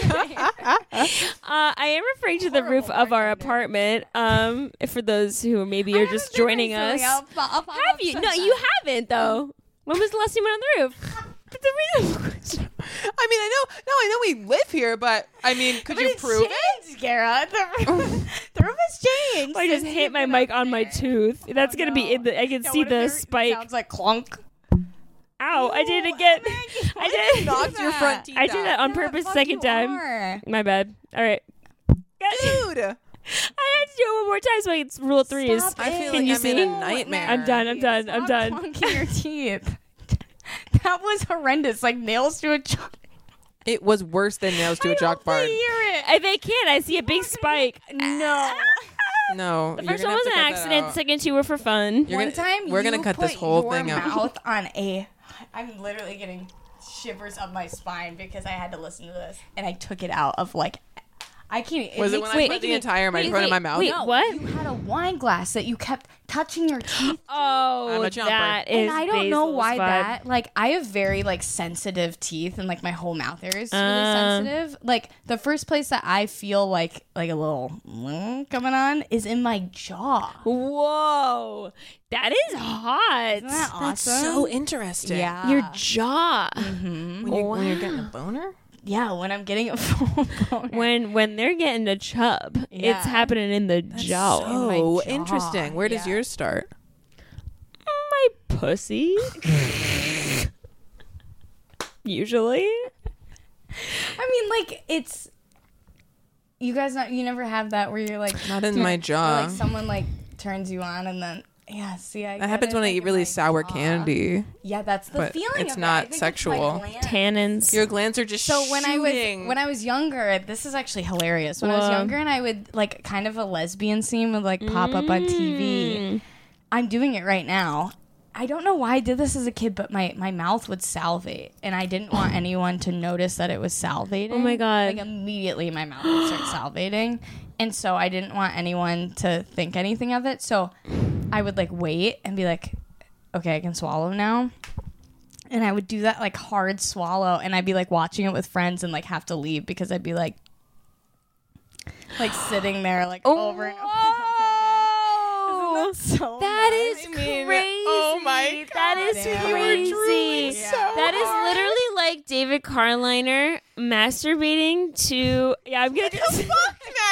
[SPEAKER 4] people. are there.
[SPEAKER 1] uh, I am referring to the roof of our apartment. Um, for those who maybe are just joining us,
[SPEAKER 4] I'll,
[SPEAKER 1] have
[SPEAKER 4] fo- I'll pop up
[SPEAKER 1] you? No,
[SPEAKER 4] sometime.
[SPEAKER 1] you haven't though. When was the last time you went on the roof? But the reason.
[SPEAKER 5] I mean, I know, no, I know we live here, but I mean, could you
[SPEAKER 4] It's
[SPEAKER 5] prove it?
[SPEAKER 4] changed, Gara. The roof, the roof has changed.
[SPEAKER 1] I just hit my mic on my tooth.
[SPEAKER 4] Oh,
[SPEAKER 1] That's gonna be in the. I can see the spike.
[SPEAKER 4] Sounds Oh, like clunk.
[SPEAKER 1] Ow! I did it again. I did.
[SPEAKER 5] Knocked your front teeth
[SPEAKER 1] I did that on purpose. Second time. My bad. All right. I
[SPEAKER 5] Dude,
[SPEAKER 1] had to do it one more time so I can rule threes.
[SPEAKER 4] Stop
[SPEAKER 5] I feel
[SPEAKER 1] Can
[SPEAKER 5] like
[SPEAKER 1] you
[SPEAKER 5] I'm
[SPEAKER 1] see?
[SPEAKER 5] in a nightmare.
[SPEAKER 1] I'm done. I'm done. I'm
[SPEAKER 4] Stop
[SPEAKER 1] done.
[SPEAKER 4] Clunking your teeth. that was horrendous. Like nails to a chalk.
[SPEAKER 5] It was worse than nails to a
[SPEAKER 4] I hope
[SPEAKER 5] jock
[SPEAKER 4] they
[SPEAKER 5] bard.
[SPEAKER 4] Hear it.
[SPEAKER 1] I, they can't. I see a big spike.
[SPEAKER 4] No.
[SPEAKER 5] No, the
[SPEAKER 1] First one was an accident. Second two were for fun.
[SPEAKER 5] You're
[SPEAKER 4] One
[SPEAKER 5] gonna-
[SPEAKER 4] time
[SPEAKER 5] we're gonna
[SPEAKER 4] you
[SPEAKER 5] cut this
[SPEAKER 4] put
[SPEAKER 5] whole
[SPEAKER 4] your
[SPEAKER 5] thing out.
[SPEAKER 4] Mouth on a. I'm literally getting shivers up my spine because I had to listen to this, and I took it out of like. I can't.
[SPEAKER 5] was it when I put the entire microphone in my mouth?
[SPEAKER 1] Wait, what?
[SPEAKER 4] You had a wine glass that you kept touching your teeth
[SPEAKER 1] Oh,
[SPEAKER 5] I'm a jumper.
[SPEAKER 1] that is.
[SPEAKER 4] and I don't know
[SPEAKER 1] Basil's
[SPEAKER 4] why
[SPEAKER 1] vibe.
[SPEAKER 4] that. Like, I have very like sensitive teeth, and like my whole mouth area is really
[SPEAKER 5] Uh.
[SPEAKER 4] sensitive. Like, the first place that I feel like like a little mm, coming on is in my jaw.
[SPEAKER 1] Whoa, that is hot.
[SPEAKER 4] Isn't that
[SPEAKER 5] That's
[SPEAKER 4] awesome?
[SPEAKER 5] so interesting.
[SPEAKER 4] yeah,
[SPEAKER 1] Your jaw.
[SPEAKER 4] Mm-hmm.
[SPEAKER 5] When, you, when you're getting a boner?
[SPEAKER 4] yeah. When I'm getting a phone call,
[SPEAKER 1] When when they're getting a chub,
[SPEAKER 4] Yeah.
[SPEAKER 1] it's happening in the jaw.
[SPEAKER 5] Oh, interesting. Where does yours start?
[SPEAKER 1] Oh, my pussy. Usually,
[SPEAKER 4] I mean, like it's. You guys not you never have that where you're like
[SPEAKER 5] Not in my
[SPEAKER 4] or,
[SPEAKER 5] jaw.
[SPEAKER 4] like someone like turns you on and then yeah see I
[SPEAKER 5] Uh-huh. that happens when I eat really sour candy.
[SPEAKER 4] yeah that's the
[SPEAKER 5] but
[SPEAKER 4] feeling
[SPEAKER 5] it's
[SPEAKER 4] of it.
[SPEAKER 5] not
[SPEAKER 4] I think my
[SPEAKER 5] sexual.
[SPEAKER 4] gland.
[SPEAKER 1] tannins.
[SPEAKER 5] Your glands are just
[SPEAKER 4] So when I was
[SPEAKER 5] shooting.
[SPEAKER 4] when I was younger, this is actually hilarious. When I was
[SPEAKER 1] Whoa.
[SPEAKER 4] younger, and I would like kind of a lesbian scene would like pop up on TV. I'm doing it right now. I don't know why I did this as a kid, but my, my mouth would salivate, and I didn't want anyone to notice that it was salivating. Oh
[SPEAKER 1] my God.
[SPEAKER 4] Like immediately, my mouth would start salivating, and so I didn't want anyone to think anything of it. So I would like wait and be like, okay, I can swallow now. And I would do that like hard swallow, and I'd be like watching it with friends and like have to leave because I'd be like, like sitting there like over and over.
[SPEAKER 1] Oh,
[SPEAKER 4] So
[SPEAKER 1] that is
[SPEAKER 5] mean,
[SPEAKER 1] crazy.
[SPEAKER 5] oh my
[SPEAKER 1] that is
[SPEAKER 4] God,
[SPEAKER 1] crazy.
[SPEAKER 5] so
[SPEAKER 1] that is literally like David Carliner masturbating to. Yeah, I'm gonna. David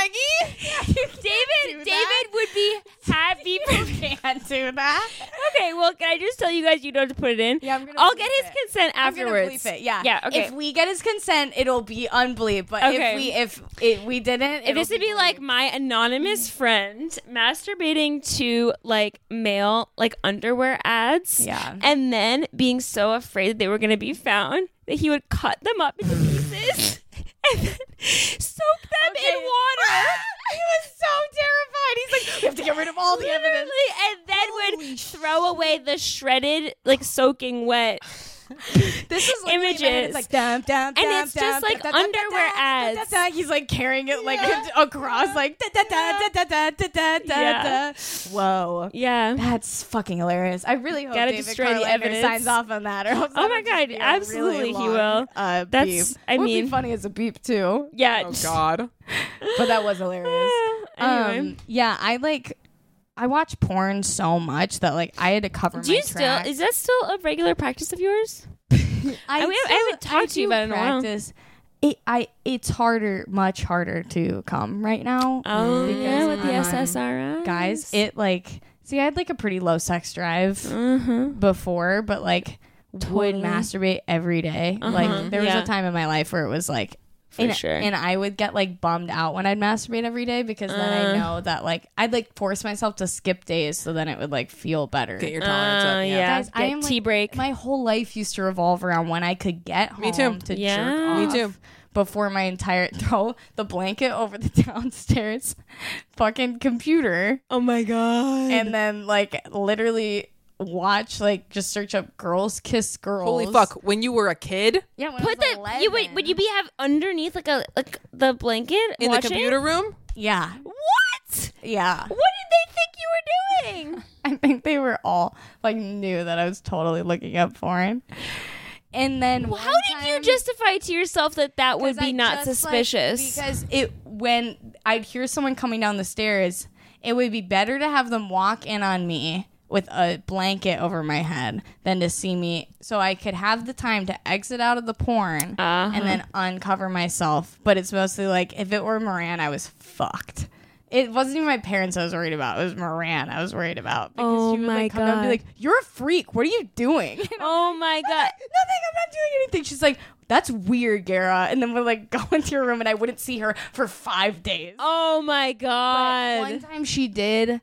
[SPEAKER 5] Maggie.
[SPEAKER 1] David would be happy. for-
[SPEAKER 4] can't do that.
[SPEAKER 1] okay, well, can I just tell you guys you don't have to put it in?
[SPEAKER 4] Yeah, I'm gonna
[SPEAKER 1] I'll
[SPEAKER 4] bleep
[SPEAKER 1] get his
[SPEAKER 4] it.
[SPEAKER 1] consent
[SPEAKER 4] I'm gonna
[SPEAKER 1] afterwards.
[SPEAKER 4] bleep it, Yeah.
[SPEAKER 1] Yeah. Okay.
[SPEAKER 4] If we get his consent, it'll be unbleep. But
[SPEAKER 1] Okay.
[SPEAKER 4] if we if it, we didn't,
[SPEAKER 1] if this would be like my anonymous friend masturbating to like male like underwear ads
[SPEAKER 4] Yeah.
[SPEAKER 1] and then being so afraid that they were going to be found that he would cut them up into pieces and then soak them in water
[SPEAKER 4] he was so terrified. He's like, we have to get rid of all the evidence.
[SPEAKER 1] Literally, and then would throw away the shredded like soaking wet
[SPEAKER 4] This is literally in my head.
[SPEAKER 1] Images.
[SPEAKER 4] It's like dum dum,
[SPEAKER 1] And
[SPEAKER 4] dum,
[SPEAKER 1] it's
[SPEAKER 4] dum,
[SPEAKER 1] just,
[SPEAKER 4] dum,
[SPEAKER 1] like,
[SPEAKER 4] dum, dum, dum,
[SPEAKER 1] underwear
[SPEAKER 4] dum, dum, dum,
[SPEAKER 1] ads.
[SPEAKER 4] dum. He's like carrying it like across like da da da da da da da da
[SPEAKER 1] Yeah.
[SPEAKER 4] da. Whoa.
[SPEAKER 1] yeah
[SPEAKER 4] That's fucking hilarious. I really hope
[SPEAKER 1] Gotta
[SPEAKER 4] David
[SPEAKER 1] destroy the
[SPEAKER 4] Carliner
[SPEAKER 1] evidence.
[SPEAKER 4] signs off on that. Or else
[SPEAKER 1] Oh
[SPEAKER 4] that'll
[SPEAKER 1] my
[SPEAKER 4] just
[SPEAKER 1] God,
[SPEAKER 4] be a
[SPEAKER 1] absolutely
[SPEAKER 4] really
[SPEAKER 1] he
[SPEAKER 4] long,
[SPEAKER 1] will.
[SPEAKER 4] Uh,
[SPEAKER 1] That's-
[SPEAKER 4] beep.
[SPEAKER 1] I
[SPEAKER 4] Would be
[SPEAKER 1] mean-
[SPEAKER 4] funny as a beep too.
[SPEAKER 1] yeah
[SPEAKER 5] Oh God.
[SPEAKER 4] But that was hilarious.
[SPEAKER 1] Uh, anyway
[SPEAKER 4] Um, yeah, I like. I watch porn so much that like I had to cover
[SPEAKER 1] do
[SPEAKER 4] my
[SPEAKER 1] you still
[SPEAKER 4] tracks.
[SPEAKER 1] is that still a regular practice of yours
[SPEAKER 4] I,
[SPEAKER 1] I mean, I haven't talked to you
[SPEAKER 4] do
[SPEAKER 1] about it in a while.
[SPEAKER 4] practice. It, I it's harder, much harder to come right now,
[SPEAKER 1] oh yeah with the
[SPEAKER 4] I'm-
[SPEAKER 1] ssri
[SPEAKER 4] guys. It like see, I had like a pretty low sex drive
[SPEAKER 1] uh-huh
[SPEAKER 4] Mm-hmm. before, but like would
[SPEAKER 1] Totally.
[SPEAKER 4] masturbate every day.
[SPEAKER 1] Uh-huh,
[SPEAKER 4] Like there was
[SPEAKER 1] yeah.
[SPEAKER 4] a time in my life where it was like
[SPEAKER 1] For
[SPEAKER 4] and,
[SPEAKER 1] sure.
[SPEAKER 4] and I would get like bummed out when I'd masturbate every day because then
[SPEAKER 1] Uh.
[SPEAKER 4] I know that like I'd like force myself to skip days so then it would like feel better.
[SPEAKER 5] Get your tolerance
[SPEAKER 1] Uh,
[SPEAKER 5] up. Yeah.
[SPEAKER 1] yeah.
[SPEAKER 4] Guys, I
[SPEAKER 1] Get
[SPEAKER 4] am,
[SPEAKER 1] tea
[SPEAKER 4] like,
[SPEAKER 1] break.
[SPEAKER 4] My whole life used to revolve around when I could get home
[SPEAKER 5] Me too.
[SPEAKER 4] to
[SPEAKER 1] Yeah.
[SPEAKER 4] jerk
[SPEAKER 5] Me
[SPEAKER 4] off.
[SPEAKER 5] too.
[SPEAKER 4] Before my entire throw the blanket over the downstairs fucking computer
[SPEAKER 5] Oh my God.
[SPEAKER 4] and then like literally watch like just search up girls kiss girls.
[SPEAKER 5] Holy fuck! When you were a kid
[SPEAKER 4] Yeah, when
[SPEAKER 1] put the you wait would you be have underneath like a like the blanket watching?
[SPEAKER 5] in the computer room,
[SPEAKER 4] Yeah,
[SPEAKER 1] what
[SPEAKER 4] yeah.
[SPEAKER 1] what did they think you were doing
[SPEAKER 4] I think they were all like knew that I was totally looking up porn. And then
[SPEAKER 1] Well, how
[SPEAKER 4] one
[SPEAKER 1] did you
[SPEAKER 4] time-
[SPEAKER 1] justify to yourself that that would
[SPEAKER 4] 'cause
[SPEAKER 1] be
[SPEAKER 4] I
[SPEAKER 1] not
[SPEAKER 4] just, like,
[SPEAKER 1] suspicious
[SPEAKER 4] because it when I'd hear someone coming down the stairs, it would be better to have them walk in on me with a blanket over my head than to see me so I could have the time to exit out of the porn
[SPEAKER 1] Uh-huh.
[SPEAKER 4] and then uncover myself. But it's mostly like if it were Moran, I was fucked. It wasn't even my parents I was worried about. It was Moran I was worried about. Because
[SPEAKER 1] Oh
[SPEAKER 4] she would
[SPEAKER 1] my
[SPEAKER 4] like come down and be
[SPEAKER 1] God.
[SPEAKER 4] like, You're a freak. What are you doing?
[SPEAKER 1] oh my god
[SPEAKER 4] nothing. I'm not doing anything. She's like, that's weird, Gara. And then we're like, go into your room, and I wouldn't see her for five days.
[SPEAKER 1] oh my
[SPEAKER 4] One
[SPEAKER 1] god
[SPEAKER 4] time she did.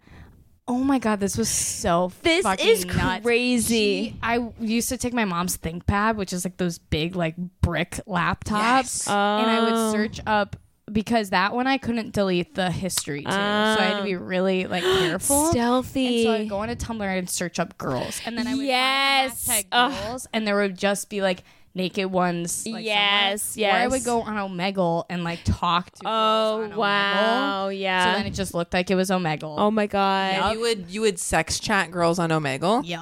[SPEAKER 4] Oh my god, this was so
[SPEAKER 1] this
[SPEAKER 4] fucking
[SPEAKER 1] is
[SPEAKER 4] nuts.
[SPEAKER 1] crazy
[SPEAKER 4] She- I used to take my mom's ThinkPad, which is like those big like brick laptops, and I
[SPEAKER 1] Oh.
[SPEAKER 4] would search up because that one I couldn't delete the history to, so I had to
[SPEAKER 1] Oh.
[SPEAKER 4] be really like careful. And
[SPEAKER 1] stealthy
[SPEAKER 4] so I'd go into Tumblr and search up girls, and then I would
[SPEAKER 1] Yes.
[SPEAKER 4] find the
[SPEAKER 1] Ugh.
[SPEAKER 4] hashtag girls, and there would just be like naked ones. Like,
[SPEAKER 1] Yes,
[SPEAKER 4] somewhere. Or I
[SPEAKER 1] yes.
[SPEAKER 4] would go on Omegle and like talk to.
[SPEAKER 1] oh
[SPEAKER 4] girls on
[SPEAKER 1] wow
[SPEAKER 4] Omegle.
[SPEAKER 1] yeah
[SPEAKER 4] So then it just looked like it was Omegle.
[SPEAKER 1] oh my god
[SPEAKER 5] you would you would sex chat girls on Omegle.
[SPEAKER 4] yeah.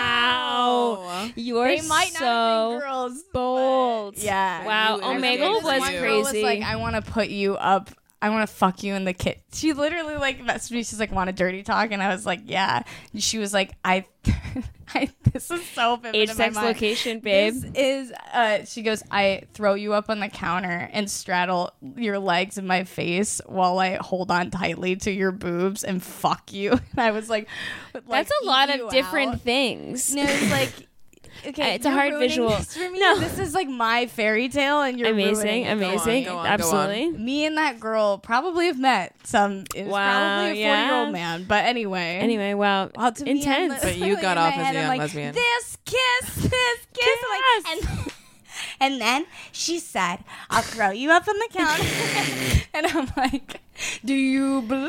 [SPEAKER 1] wow, you are
[SPEAKER 4] They might
[SPEAKER 1] so
[SPEAKER 4] not have been girls.
[SPEAKER 1] bold
[SPEAKER 4] Yeah.
[SPEAKER 1] wow
[SPEAKER 5] You-
[SPEAKER 1] omegle
[SPEAKER 5] I remember
[SPEAKER 1] was
[SPEAKER 5] this one
[SPEAKER 1] crazy
[SPEAKER 5] girl
[SPEAKER 4] Was like, I want to put you up. I want to fuck you in the kit. She literally like messaged me. She's like, want a dirty talk, and I was like, yeah. And she was like, I, I this is so vivid
[SPEAKER 1] age
[SPEAKER 4] in my
[SPEAKER 1] sex
[SPEAKER 4] mind.
[SPEAKER 1] location babe
[SPEAKER 4] This is uh she goes, I throw you up on the counter and straddle your legs in my face while I hold on tightly to your boobs and fuck you. And I was like, would, like,
[SPEAKER 1] That's a lot
[SPEAKER 4] eat
[SPEAKER 1] of
[SPEAKER 4] you
[SPEAKER 1] different
[SPEAKER 4] out.
[SPEAKER 1] things.
[SPEAKER 4] And it was like okay,
[SPEAKER 1] It's a
[SPEAKER 4] you're
[SPEAKER 1] hard
[SPEAKER 4] ruining
[SPEAKER 1] visual.
[SPEAKER 4] This for me.
[SPEAKER 1] No.
[SPEAKER 4] This is like my fairy tale and you're ruining
[SPEAKER 1] amazing,
[SPEAKER 4] it.
[SPEAKER 1] amazing,
[SPEAKER 5] go on, go
[SPEAKER 1] absolutely.
[SPEAKER 4] Me and that girl probably have met some it was
[SPEAKER 1] Wow,
[SPEAKER 4] probably a
[SPEAKER 1] yeah.
[SPEAKER 4] 40-year-old man, but anyway.
[SPEAKER 1] Anyway, wow,
[SPEAKER 4] Well, to me, I'm
[SPEAKER 1] intense.
[SPEAKER 4] li-
[SPEAKER 5] But you got
[SPEAKER 4] in my
[SPEAKER 5] off as a
[SPEAKER 4] head, I'm
[SPEAKER 5] young
[SPEAKER 4] like,
[SPEAKER 5] lesbian.
[SPEAKER 4] This kiss, this kiss, I'm like, and and then she said, "I'll throw you up on the counter," and I'm like, "Do you believe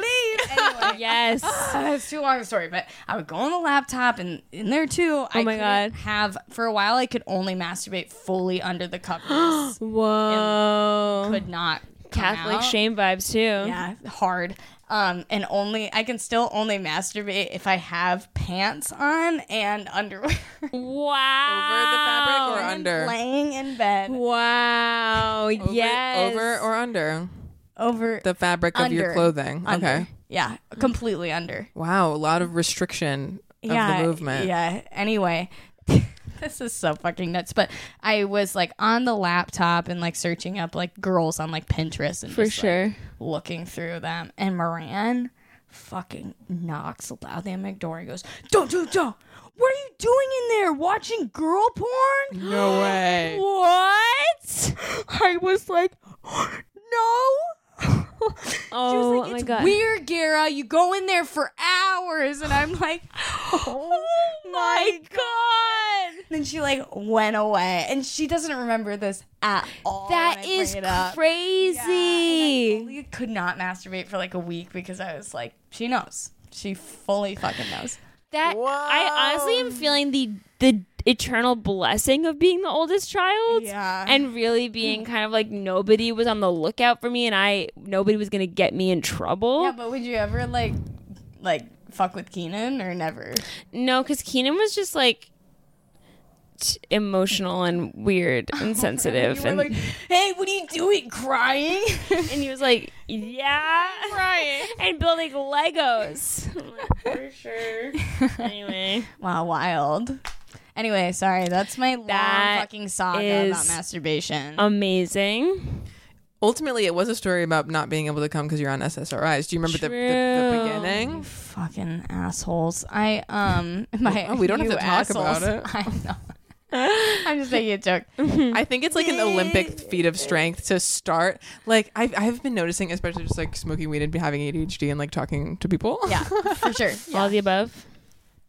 [SPEAKER 4] anyway,
[SPEAKER 1] Yes.
[SPEAKER 4] uh, it's too long a story, but I would go on the laptop and in there too. I
[SPEAKER 1] Oh my
[SPEAKER 4] couldn't
[SPEAKER 1] God.
[SPEAKER 4] Have for a while I could only masturbate fully under the covers.
[SPEAKER 1] Whoa.
[SPEAKER 4] could not come
[SPEAKER 1] Um, Catholic
[SPEAKER 4] out.
[SPEAKER 1] shame vibes too.
[SPEAKER 4] Yeah, hard. Um, and only I can still only masturbate if I have pants on and underwear.
[SPEAKER 1] Wow.
[SPEAKER 5] Over the fabric or under?
[SPEAKER 4] Laying in bed
[SPEAKER 1] Wow.
[SPEAKER 5] Over-
[SPEAKER 1] yes.
[SPEAKER 5] Over or under
[SPEAKER 4] over
[SPEAKER 5] the fabric of your
[SPEAKER 4] Under.
[SPEAKER 5] clothing.
[SPEAKER 4] under.
[SPEAKER 5] Okay.
[SPEAKER 4] Yeah, completely under.
[SPEAKER 5] Wow, a lot of restriction of
[SPEAKER 4] yeah,
[SPEAKER 5] the movement.
[SPEAKER 4] Yeah. Anyway, this is so fucking nuts. But I was like on the laptop and like searching up like girls on like Pinterest and
[SPEAKER 1] for
[SPEAKER 4] just, like,
[SPEAKER 1] sure.
[SPEAKER 4] looking through them. And Moran fucking knocks loudly on my door and goes, Don't, don't, don't. What are you doing in there? Watching girl porn?
[SPEAKER 5] No way.
[SPEAKER 4] What? I was like, No.
[SPEAKER 1] Oh
[SPEAKER 4] she was like,
[SPEAKER 1] my
[SPEAKER 4] it's
[SPEAKER 1] God.
[SPEAKER 4] weird, Gara. You go in there for hours. And I'm like, Oh my God. Then she like went away. And she doesn't remember this at all.
[SPEAKER 1] That
[SPEAKER 4] when I bring
[SPEAKER 1] is
[SPEAKER 4] it up.
[SPEAKER 1] crazy.
[SPEAKER 4] I could not masturbate for like a week because I was like, she knows. She fully fucking knows.
[SPEAKER 1] that I honestly am feeling the the eternal blessing of being the oldest child.
[SPEAKER 4] Yeah.
[SPEAKER 1] And really being kind of like nobody was on the lookout for me and I nobody was gonna get me in trouble.
[SPEAKER 4] Yeah, but would you ever like, like fuck with Keenan or never?
[SPEAKER 1] No, because Keenan was just like t- emotional and weird and sensitive, and
[SPEAKER 4] hey, what are you doing? Crying?
[SPEAKER 1] and he was like, yeah,
[SPEAKER 4] Crying.
[SPEAKER 1] and building Legos. I'm like, for sure. Anyway,
[SPEAKER 4] wow, wild. Anyway, sorry. That's my long
[SPEAKER 1] That
[SPEAKER 4] fucking saga
[SPEAKER 1] is
[SPEAKER 4] about masturbation.
[SPEAKER 1] amazing.
[SPEAKER 5] Ultimately, it was a story about not being able to come because you're on SSRIs. Do you remember the, the, the
[SPEAKER 1] True.
[SPEAKER 5] beginning?
[SPEAKER 4] fucking assholes. I um my
[SPEAKER 5] Oh, we don't have
[SPEAKER 4] you
[SPEAKER 5] to talk about
[SPEAKER 4] assholes.
[SPEAKER 5] it.
[SPEAKER 4] I know. I'm just making a joke.
[SPEAKER 5] I think it's like an Olympic feat of strength to start. Like I've I've been noticing, especially just like smoking weed and having ADHD and like talking to people.
[SPEAKER 4] Yeah, for sure.
[SPEAKER 1] All the above.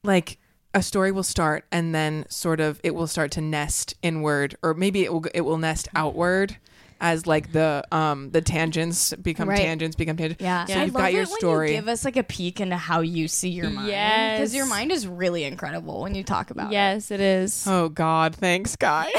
[SPEAKER 5] like a story will start and then sort of it will start to nest inward or maybe it will it will nest outward as like the um the tangents become
[SPEAKER 4] Right.
[SPEAKER 5] tangents become tangents
[SPEAKER 4] Yeah,
[SPEAKER 5] so
[SPEAKER 4] I
[SPEAKER 5] you've
[SPEAKER 4] love
[SPEAKER 5] got your
[SPEAKER 4] it
[SPEAKER 5] story
[SPEAKER 4] When you give us like a peek into how you see your mind. because
[SPEAKER 1] Yes.
[SPEAKER 4] your mind is really incredible when you talk about it.
[SPEAKER 1] Yes, it is.
[SPEAKER 5] oh god thanks guys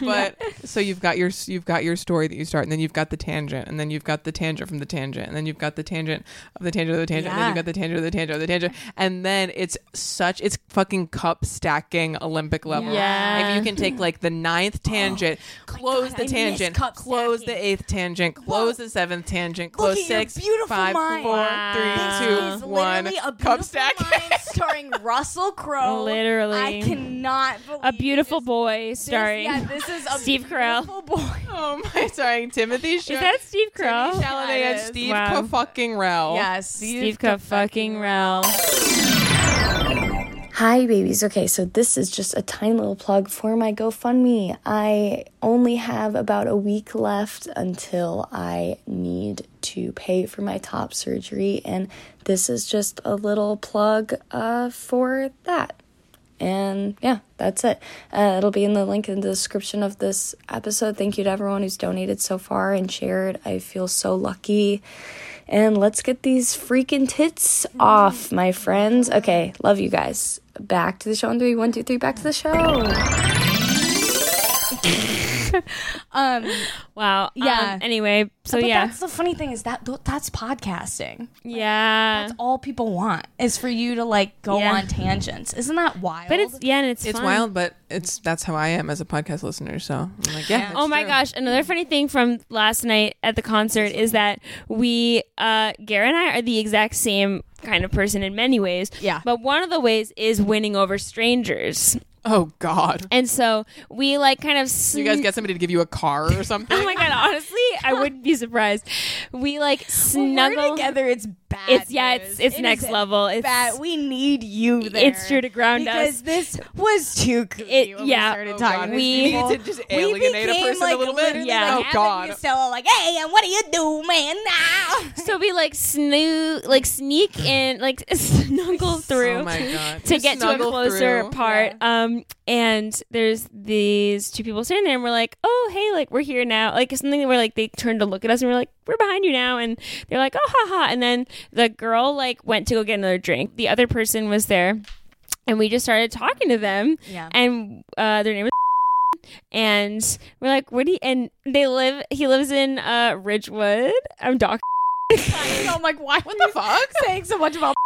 [SPEAKER 5] but so you've got your you've got your story that you start and then you've got the tangent and then you've got the tangent from the tangent and then you've got the tangent of the tangent of the tangent and then
[SPEAKER 4] Yeah.
[SPEAKER 5] you've got the tangent of the tangent of the tangent and then it's such it's fucking cup stacking olympic level
[SPEAKER 1] Yeah.
[SPEAKER 5] if you can take like the ninth tangent close
[SPEAKER 4] Oh God, I
[SPEAKER 5] the
[SPEAKER 4] miss
[SPEAKER 5] tangent
[SPEAKER 4] cup
[SPEAKER 5] close the
[SPEAKER 4] stacking.
[SPEAKER 5] eighth tangent close the seventh tangent close
[SPEAKER 4] at your
[SPEAKER 5] six
[SPEAKER 4] beautiful
[SPEAKER 5] five,
[SPEAKER 4] mind.
[SPEAKER 5] four,
[SPEAKER 1] Wow.
[SPEAKER 5] three, two,
[SPEAKER 4] It's
[SPEAKER 5] one,
[SPEAKER 4] literally a
[SPEAKER 5] cup
[SPEAKER 4] beautiful
[SPEAKER 5] stack
[SPEAKER 4] mind starring Russell Crowe.
[SPEAKER 1] Literally.
[SPEAKER 4] I cannot believe
[SPEAKER 1] A beautiful
[SPEAKER 4] this-
[SPEAKER 1] boy
[SPEAKER 4] this-
[SPEAKER 1] starring.
[SPEAKER 4] yeah, this is a
[SPEAKER 1] Steve Carell.
[SPEAKER 4] beautiful boy.
[SPEAKER 5] oh my sorry timothy Sh-
[SPEAKER 1] is that Steve Carell?
[SPEAKER 5] Chalamet and
[SPEAKER 4] is.
[SPEAKER 5] Steve
[SPEAKER 1] Wow.
[SPEAKER 5] fucking Rell.
[SPEAKER 4] Yes,
[SPEAKER 1] Steve Ca fucking Rel.
[SPEAKER 6] Hi, babies. Okay, so this is just a tiny little plug for my GoFundMe. I only have about a week left until I need to pay for my top surgery, and this is just a little plug uh, for that. And yeah, that's it. Uh, it'll be in the link in the description of this episode. Thank you to everyone who's donated so far and shared. I feel so lucky. And let's get these freaking tits off, my friends. Okay, love you guys. Back to the show on three. One, two, three, back to the show.
[SPEAKER 4] Um,
[SPEAKER 1] Wow.
[SPEAKER 4] Yeah.
[SPEAKER 1] Um, anyway, so
[SPEAKER 4] but
[SPEAKER 1] yeah,
[SPEAKER 4] that's the funny thing is that that's podcasting.
[SPEAKER 1] yeah.
[SPEAKER 4] That's all people want is for you to like go
[SPEAKER 1] Yeah.
[SPEAKER 4] on tangents. Isn't that wild?
[SPEAKER 1] but it's yeah, and it's
[SPEAKER 5] It's
[SPEAKER 1] fun.
[SPEAKER 5] wild, but it's that's how I am as a podcast listener. So I'm like, yeah. that's
[SPEAKER 1] Oh my
[SPEAKER 5] true.
[SPEAKER 1] gosh! Another funny thing from last night at the concert is that we, uh, Gare and I, are the exact same kind of person in many ways.
[SPEAKER 4] Yeah.
[SPEAKER 1] But one of the ways is winning over strangers,
[SPEAKER 5] Oh god.
[SPEAKER 1] and so we like kind of. Sn-
[SPEAKER 5] You guys get somebody to give you a car or something?
[SPEAKER 1] Oh my god! Honestly, I wouldn't be surprised. We like
[SPEAKER 4] We're
[SPEAKER 1] snuggle
[SPEAKER 4] together. It's bad.
[SPEAKER 1] It's yeah, it's
[SPEAKER 4] news.
[SPEAKER 1] it's
[SPEAKER 4] It
[SPEAKER 1] next
[SPEAKER 4] is
[SPEAKER 1] level. It's
[SPEAKER 4] Bad. We need you there.
[SPEAKER 1] it's true to ground
[SPEAKER 4] because
[SPEAKER 1] us.
[SPEAKER 4] this was too kooky
[SPEAKER 1] It-
[SPEAKER 4] when
[SPEAKER 1] yeah.
[SPEAKER 4] we started
[SPEAKER 1] Oh,
[SPEAKER 4] talking.
[SPEAKER 5] God,
[SPEAKER 4] to
[SPEAKER 1] we-
[SPEAKER 5] you
[SPEAKER 4] people.
[SPEAKER 5] need to just
[SPEAKER 4] We
[SPEAKER 5] alienate a
[SPEAKER 4] became,
[SPEAKER 5] person
[SPEAKER 4] like,
[SPEAKER 5] a little bit.
[SPEAKER 4] literally,
[SPEAKER 1] Yeah.
[SPEAKER 4] Like,
[SPEAKER 5] oh
[SPEAKER 4] Abbott
[SPEAKER 5] god.
[SPEAKER 4] and Estelle are like, hey, and what do you do, man? Now.
[SPEAKER 1] So we like snoo like sneak in, like snuggle through.
[SPEAKER 5] Oh my god.
[SPEAKER 1] to
[SPEAKER 5] You
[SPEAKER 1] get to a
[SPEAKER 5] snuggle
[SPEAKER 1] closer
[SPEAKER 5] through.
[SPEAKER 1] part. Um, and there's these two people sitting there, and we're like, "Oh, hey, like we're here now." Like it's something where like they turn to look at us, and we're like, "We're behind you now," and they're like, "Oh, ha ha!" And then the girl like went to go get another drink. The other person was there, and we just started talking to them.
[SPEAKER 4] Yeah.
[SPEAKER 1] And uh, their name was. And we're like, what do you? And they live. He lives in uh, Ridgewood. I'm doc.
[SPEAKER 4] I'm like, why? What the fuck? Saying so much about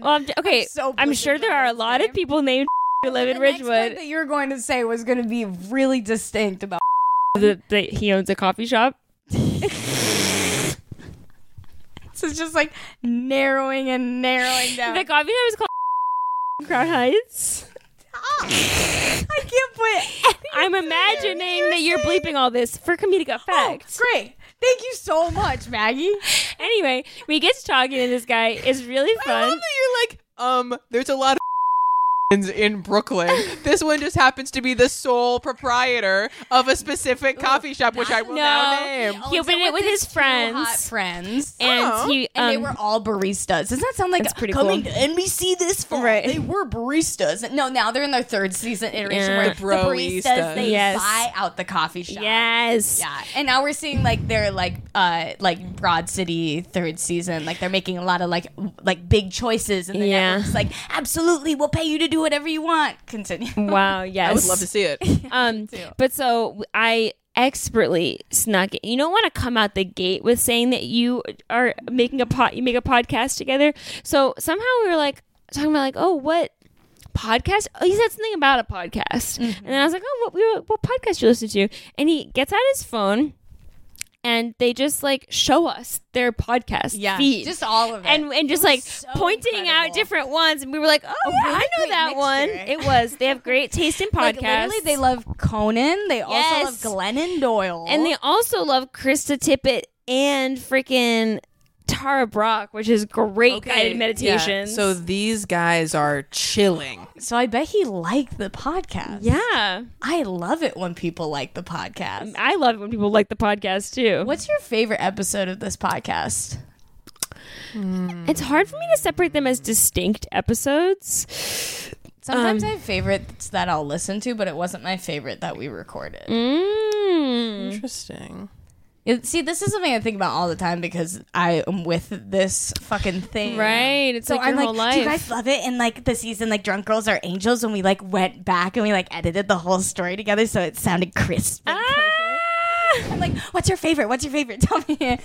[SPEAKER 1] Well, I'm, okay. I'm,
[SPEAKER 4] so
[SPEAKER 1] sure
[SPEAKER 4] blinking
[SPEAKER 1] there are a
[SPEAKER 4] blank
[SPEAKER 1] lot
[SPEAKER 4] name.
[SPEAKER 1] of people named who live in
[SPEAKER 4] The next part
[SPEAKER 1] Ridgewood.
[SPEAKER 4] that you were going to say was going to be really distinct about.
[SPEAKER 1] The, the, he owns a coffee shop.
[SPEAKER 4] So it's just like narrowing and narrowing down.
[SPEAKER 1] The coffee shop is called Crown Heights.
[SPEAKER 4] I can't put. any-
[SPEAKER 1] I'm imagining that you're bleeping all this for comedic
[SPEAKER 4] Oh,
[SPEAKER 1] effect.
[SPEAKER 4] great. Thank you so much, Maggie.
[SPEAKER 1] anyway, we get to talking to this guy. It's really
[SPEAKER 5] I love
[SPEAKER 1] fun.
[SPEAKER 5] that you're like, um, there's a lot of in Brooklyn. This one just happens to be the sole proprietor of a specific coffee shop, which I will now
[SPEAKER 1] No. Oh,
[SPEAKER 5] name.
[SPEAKER 1] He opened it with his friends.
[SPEAKER 4] hot friends.
[SPEAKER 1] And
[SPEAKER 5] Oh.
[SPEAKER 1] he
[SPEAKER 4] And they
[SPEAKER 1] um,
[SPEAKER 4] were all baristas. Doesn't that sound like
[SPEAKER 1] That's pretty
[SPEAKER 4] coming
[SPEAKER 1] cool.
[SPEAKER 4] to NBC this fall?
[SPEAKER 1] Right.
[SPEAKER 4] They were baristas. No, now they're in their third season iteration
[SPEAKER 1] Yeah.
[SPEAKER 4] where
[SPEAKER 1] The
[SPEAKER 4] the baristas,
[SPEAKER 5] broistas.
[SPEAKER 4] they
[SPEAKER 1] Yes.
[SPEAKER 4] buy out the coffee shop.
[SPEAKER 1] Yes.
[SPEAKER 4] Yeah. And now we're seeing like they're like uh like Broad City third season. Like they're making a lot of like w- like big choices and the
[SPEAKER 1] Yeah.
[SPEAKER 4] network's like, absolutely, we'll pay you to do whatever you want. Continue.
[SPEAKER 1] Wow, yes.
[SPEAKER 5] I would love to see it.
[SPEAKER 1] um but so I expertly snuck it. You don't want to come out the gate with saying that you are making a pot you make a podcast together. So somehow we were like talking about like, "Oh, what podcast?" Oh, he said something about a podcast.
[SPEAKER 4] Mm-hmm.
[SPEAKER 1] And then I was like, "Oh, what we were, what podcast you listen to?" And he gets out his phone and they just like show us their podcast feed.
[SPEAKER 4] Just all of it.
[SPEAKER 1] and and just like pointing out
[SPEAKER 4] incredible.
[SPEAKER 1] different ones, and we were like, "Oh, yeah,
[SPEAKER 4] really
[SPEAKER 1] I know
[SPEAKER 4] great
[SPEAKER 1] that one."
[SPEAKER 4] mixture.
[SPEAKER 1] It was they have great taste in podcasts.
[SPEAKER 4] Like, literally, they love Conan. They also love
[SPEAKER 1] Yes.
[SPEAKER 4] Glennon Doyle.
[SPEAKER 1] And they also love Krista Tippett and freaking Tara Brock, which is great guided meditations.
[SPEAKER 5] So these guys are chilling.
[SPEAKER 4] so I bet he liked the podcast.
[SPEAKER 1] yeah,
[SPEAKER 4] I love it when people like the podcast.
[SPEAKER 1] Mm, I love it when people like the podcast too.
[SPEAKER 4] What's your favorite episode of this podcast?
[SPEAKER 1] It's hard for me to separate them as distinct episodes.
[SPEAKER 4] Sometimes
[SPEAKER 1] Um,
[SPEAKER 4] I have favorites that I'll listen to, but it wasn't my favorite that we recorded.
[SPEAKER 1] Mm.
[SPEAKER 5] Interesting.
[SPEAKER 4] Yeah, See, this is something I think about all the time because I am with this fucking thing.
[SPEAKER 1] Right, it's
[SPEAKER 4] So
[SPEAKER 1] like
[SPEAKER 4] I'm
[SPEAKER 1] your
[SPEAKER 4] like,
[SPEAKER 1] whole
[SPEAKER 4] do
[SPEAKER 1] life.
[SPEAKER 4] you guys love it? And like the season, like Drunk Girls Are Angels, when we like went back and we like edited the whole story together, so it sounded crisp. and perfect. I'm like, what's your favorite? What's your favorite? Tell me.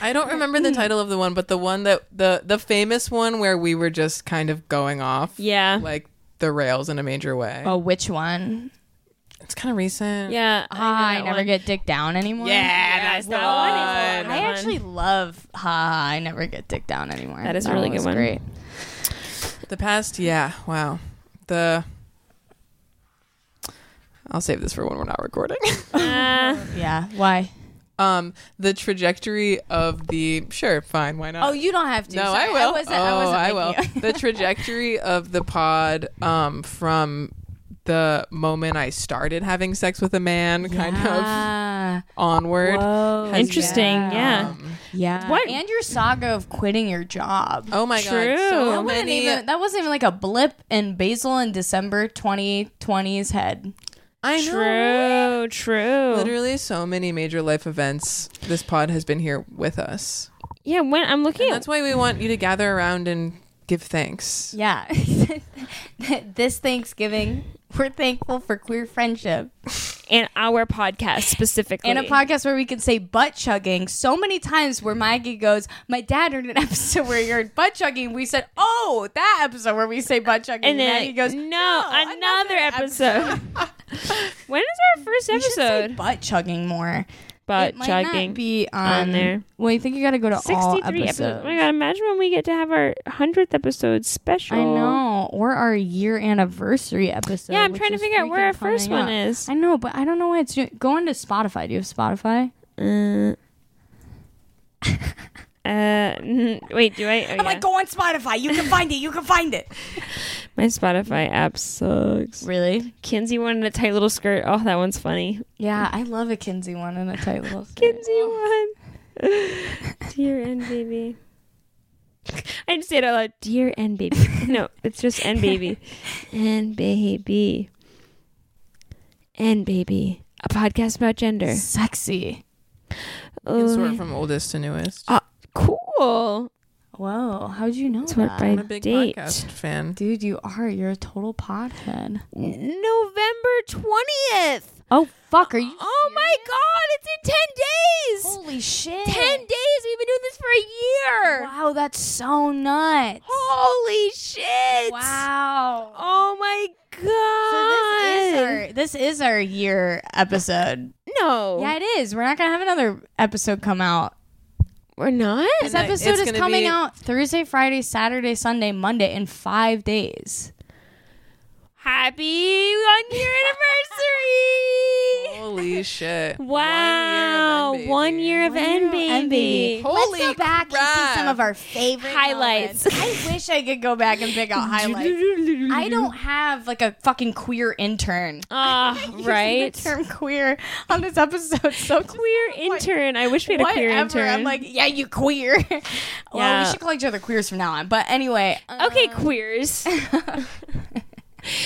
[SPEAKER 5] I don't remember
[SPEAKER 1] Hmm.
[SPEAKER 5] the title of the one, but the one that the the famous one where we were just kind of going off,
[SPEAKER 1] Yeah,
[SPEAKER 5] like the rails in a major way.
[SPEAKER 4] oh, which one?
[SPEAKER 5] It's kind of recent.
[SPEAKER 1] yeah.
[SPEAKER 4] Ah, I
[SPEAKER 1] know that
[SPEAKER 4] never
[SPEAKER 1] one.
[SPEAKER 4] get dick down anymore.
[SPEAKER 5] Yeah,
[SPEAKER 1] Yes,
[SPEAKER 5] that's
[SPEAKER 1] that
[SPEAKER 5] the
[SPEAKER 1] one.
[SPEAKER 5] one.
[SPEAKER 4] I
[SPEAKER 1] That one.
[SPEAKER 4] actually love Ha Ha. I never get dick down anymore.
[SPEAKER 1] That is a really
[SPEAKER 4] was
[SPEAKER 1] good one.
[SPEAKER 4] Great.
[SPEAKER 5] The past, yeah. Wow. The I'll save this for when we're not recording.
[SPEAKER 1] Ah,
[SPEAKER 4] Yeah. Why?
[SPEAKER 5] um, the trajectory of the sure, fine, why not?
[SPEAKER 4] Oh, you don't have to.
[SPEAKER 5] no,
[SPEAKER 4] Sorry,
[SPEAKER 5] I will.
[SPEAKER 4] I wasn't.
[SPEAKER 5] oh,
[SPEAKER 4] I, wasn't
[SPEAKER 5] I
[SPEAKER 4] making
[SPEAKER 5] will.
[SPEAKER 4] you-
[SPEAKER 5] the trajectory of the pod, um, from the moment I started having sex with a man, kind of
[SPEAKER 4] Ah.
[SPEAKER 5] onward.
[SPEAKER 4] Whoa,
[SPEAKER 1] interesting. Yeah.
[SPEAKER 5] Um,
[SPEAKER 4] Yeah.
[SPEAKER 1] What-
[SPEAKER 4] And your saga of quitting your job.
[SPEAKER 5] Oh my
[SPEAKER 1] True.
[SPEAKER 5] god! So
[SPEAKER 1] That
[SPEAKER 4] That wasn't,
[SPEAKER 5] many.
[SPEAKER 4] even, that wasn't even like a blip in Basil in December 2020's head.
[SPEAKER 5] I
[SPEAKER 1] True.
[SPEAKER 5] know.
[SPEAKER 1] True.
[SPEAKER 5] Literally, so many major life events. This pod has been here with us.
[SPEAKER 1] Yeah. When I'm looking
[SPEAKER 5] And
[SPEAKER 1] at
[SPEAKER 5] that's why we want you to gather around and give thanks.
[SPEAKER 4] Yeah. this Thanksgiving, we're thankful for queer friendship
[SPEAKER 1] and our podcast specifically
[SPEAKER 4] and a podcast where we can say butt chugging so many times where Maggie goes, My dad heard an episode where you're butt chugging. We said, Oh, that episode where we say butt chugging.
[SPEAKER 1] And then
[SPEAKER 4] Maggie goes,
[SPEAKER 1] no,
[SPEAKER 4] another
[SPEAKER 1] another episode. when is our first
[SPEAKER 4] You should say
[SPEAKER 1] episode?
[SPEAKER 4] butt chugging more.
[SPEAKER 1] But
[SPEAKER 4] it might
[SPEAKER 1] chugging
[SPEAKER 4] not be on,
[SPEAKER 1] on there.
[SPEAKER 4] Well, you think you got to go to all
[SPEAKER 1] sixty-three
[SPEAKER 4] episodes.
[SPEAKER 1] episodes. Oh my god! Imagine when we get to have our hundredth episode special.
[SPEAKER 4] I know, or our year anniversary episode.
[SPEAKER 1] Yeah, I'm
[SPEAKER 4] which
[SPEAKER 1] trying to
[SPEAKER 4] is
[SPEAKER 1] figure out where our
[SPEAKER 4] freaking
[SPEAKER 1] first
[SPEAKER 4] coming
[SPEAKER 1] one
[SPEAKER 4] up.
[SPEAKER 1] is.
[SPEAKER 4] I know, but I don't know why it's doing. Go into Spotify. Do you have Spotify?
[SPEAKER 1] Uh, uh, mm, wait, do I? Oh, yeah.
[SPEAKER 2] Go on Spotify. You can find it. You can find it.
[SPEAKER 1] My Spotify app sucks.
[SPEAKER 4] Really?
[SPEAKER 1] Kinsey wanted a tight little skirt. Oh, that one's funny.
[SPEAKER 4] Yeah, I love a Kinsey one and a tight little.
[SPEAKER 1] Kinsey one. Dear N baby. I just say it out loud. Dear N baby. No, it's just N baby. N baby. N baby. A podcast about gender.
[SPEAKER 4] Sexy.
[SPEAKER 5] You can
[SPEAKER 1] Oh,
[SPEAKER 5] sort from oldest to newest.
[SPEAKER 1] ah, Oh, cool.
[SPEAKER 4] Whoa, how'd you know
[SPEAKER 1] Sort
[SPEAKER 4] that?
[SPEAKER 1] by
[SPEAKER 5] I'm a big
[SPEAKER 1] date.
[SPEAKER 5] podcast fan.
[SPEAKER 4] Dude, you are. You're a total pothead.
[SPEAKER 1] November 20th.
[SPEAKER 4] Oh fuck, are you?
[SPEAKER 1] Oh my god, it's in 10 days.
[SPEAKER 4] Holy shit!
[SPEAKER 1] 10 days. We've been doing this for a year.
[SPEAKER 4] Wow, that's so nuts.
[SPEAKER 1] Holy shit.
[SPEAKER 4] Wow.
[SPEAKER 1] Oh my god.
[SPEAKER 4] So this is our this is our year episode.
[SPEAKER 1] no.
[SPEAKER 4] Yeah, it is. We're not gonna have another episode come out.
[SPEAKER 1] We're not.
[SPEAKER 4] This
[SPEAKER 5] that-
[SPEAKER 4] episode
[SPEAKER 5] it's
[SPEAKER 4] is
[SPEAKER 5] gonna
[SPEAKER 4] coming
[SPEAKER 5] be-
[SPEAKER 4] out Thursday, Friday, Saturday, Sunday, Monday in five days.
[SPEAKER 1] Happy one year anniversary.
[SPEAKER 5] Holy shit.
[SPEAKER 1] wow. One year of N baby.
[SPEAKER 5] Holy
[SPEAKER 4] Let's go back and
[SPEAKER 5] crap.
[SPEAKER 4] see some of our favorite
[SPEAKER 1] Highlights.
[SPEAKER 4] moments. I wish I could go back and pick out highlights. I don't have like a fucking queer intern.
[SPEAKER 1] Ah,
[SPEAKER 4] Right.
[SPEAKER 1] right.
[SPEAKER 4] term queer on this episode. So
[SPEAKER 1] Queer intern. I wish we had a queer intern.
[SPEAKER 4] I'm like, yeah, you queer. well, we
[SPEAKER 1] Yeah.
[SPEAKER 4] should call each other queers from now on. But anyway, uh,
[SPEAKER 1] okay, queers.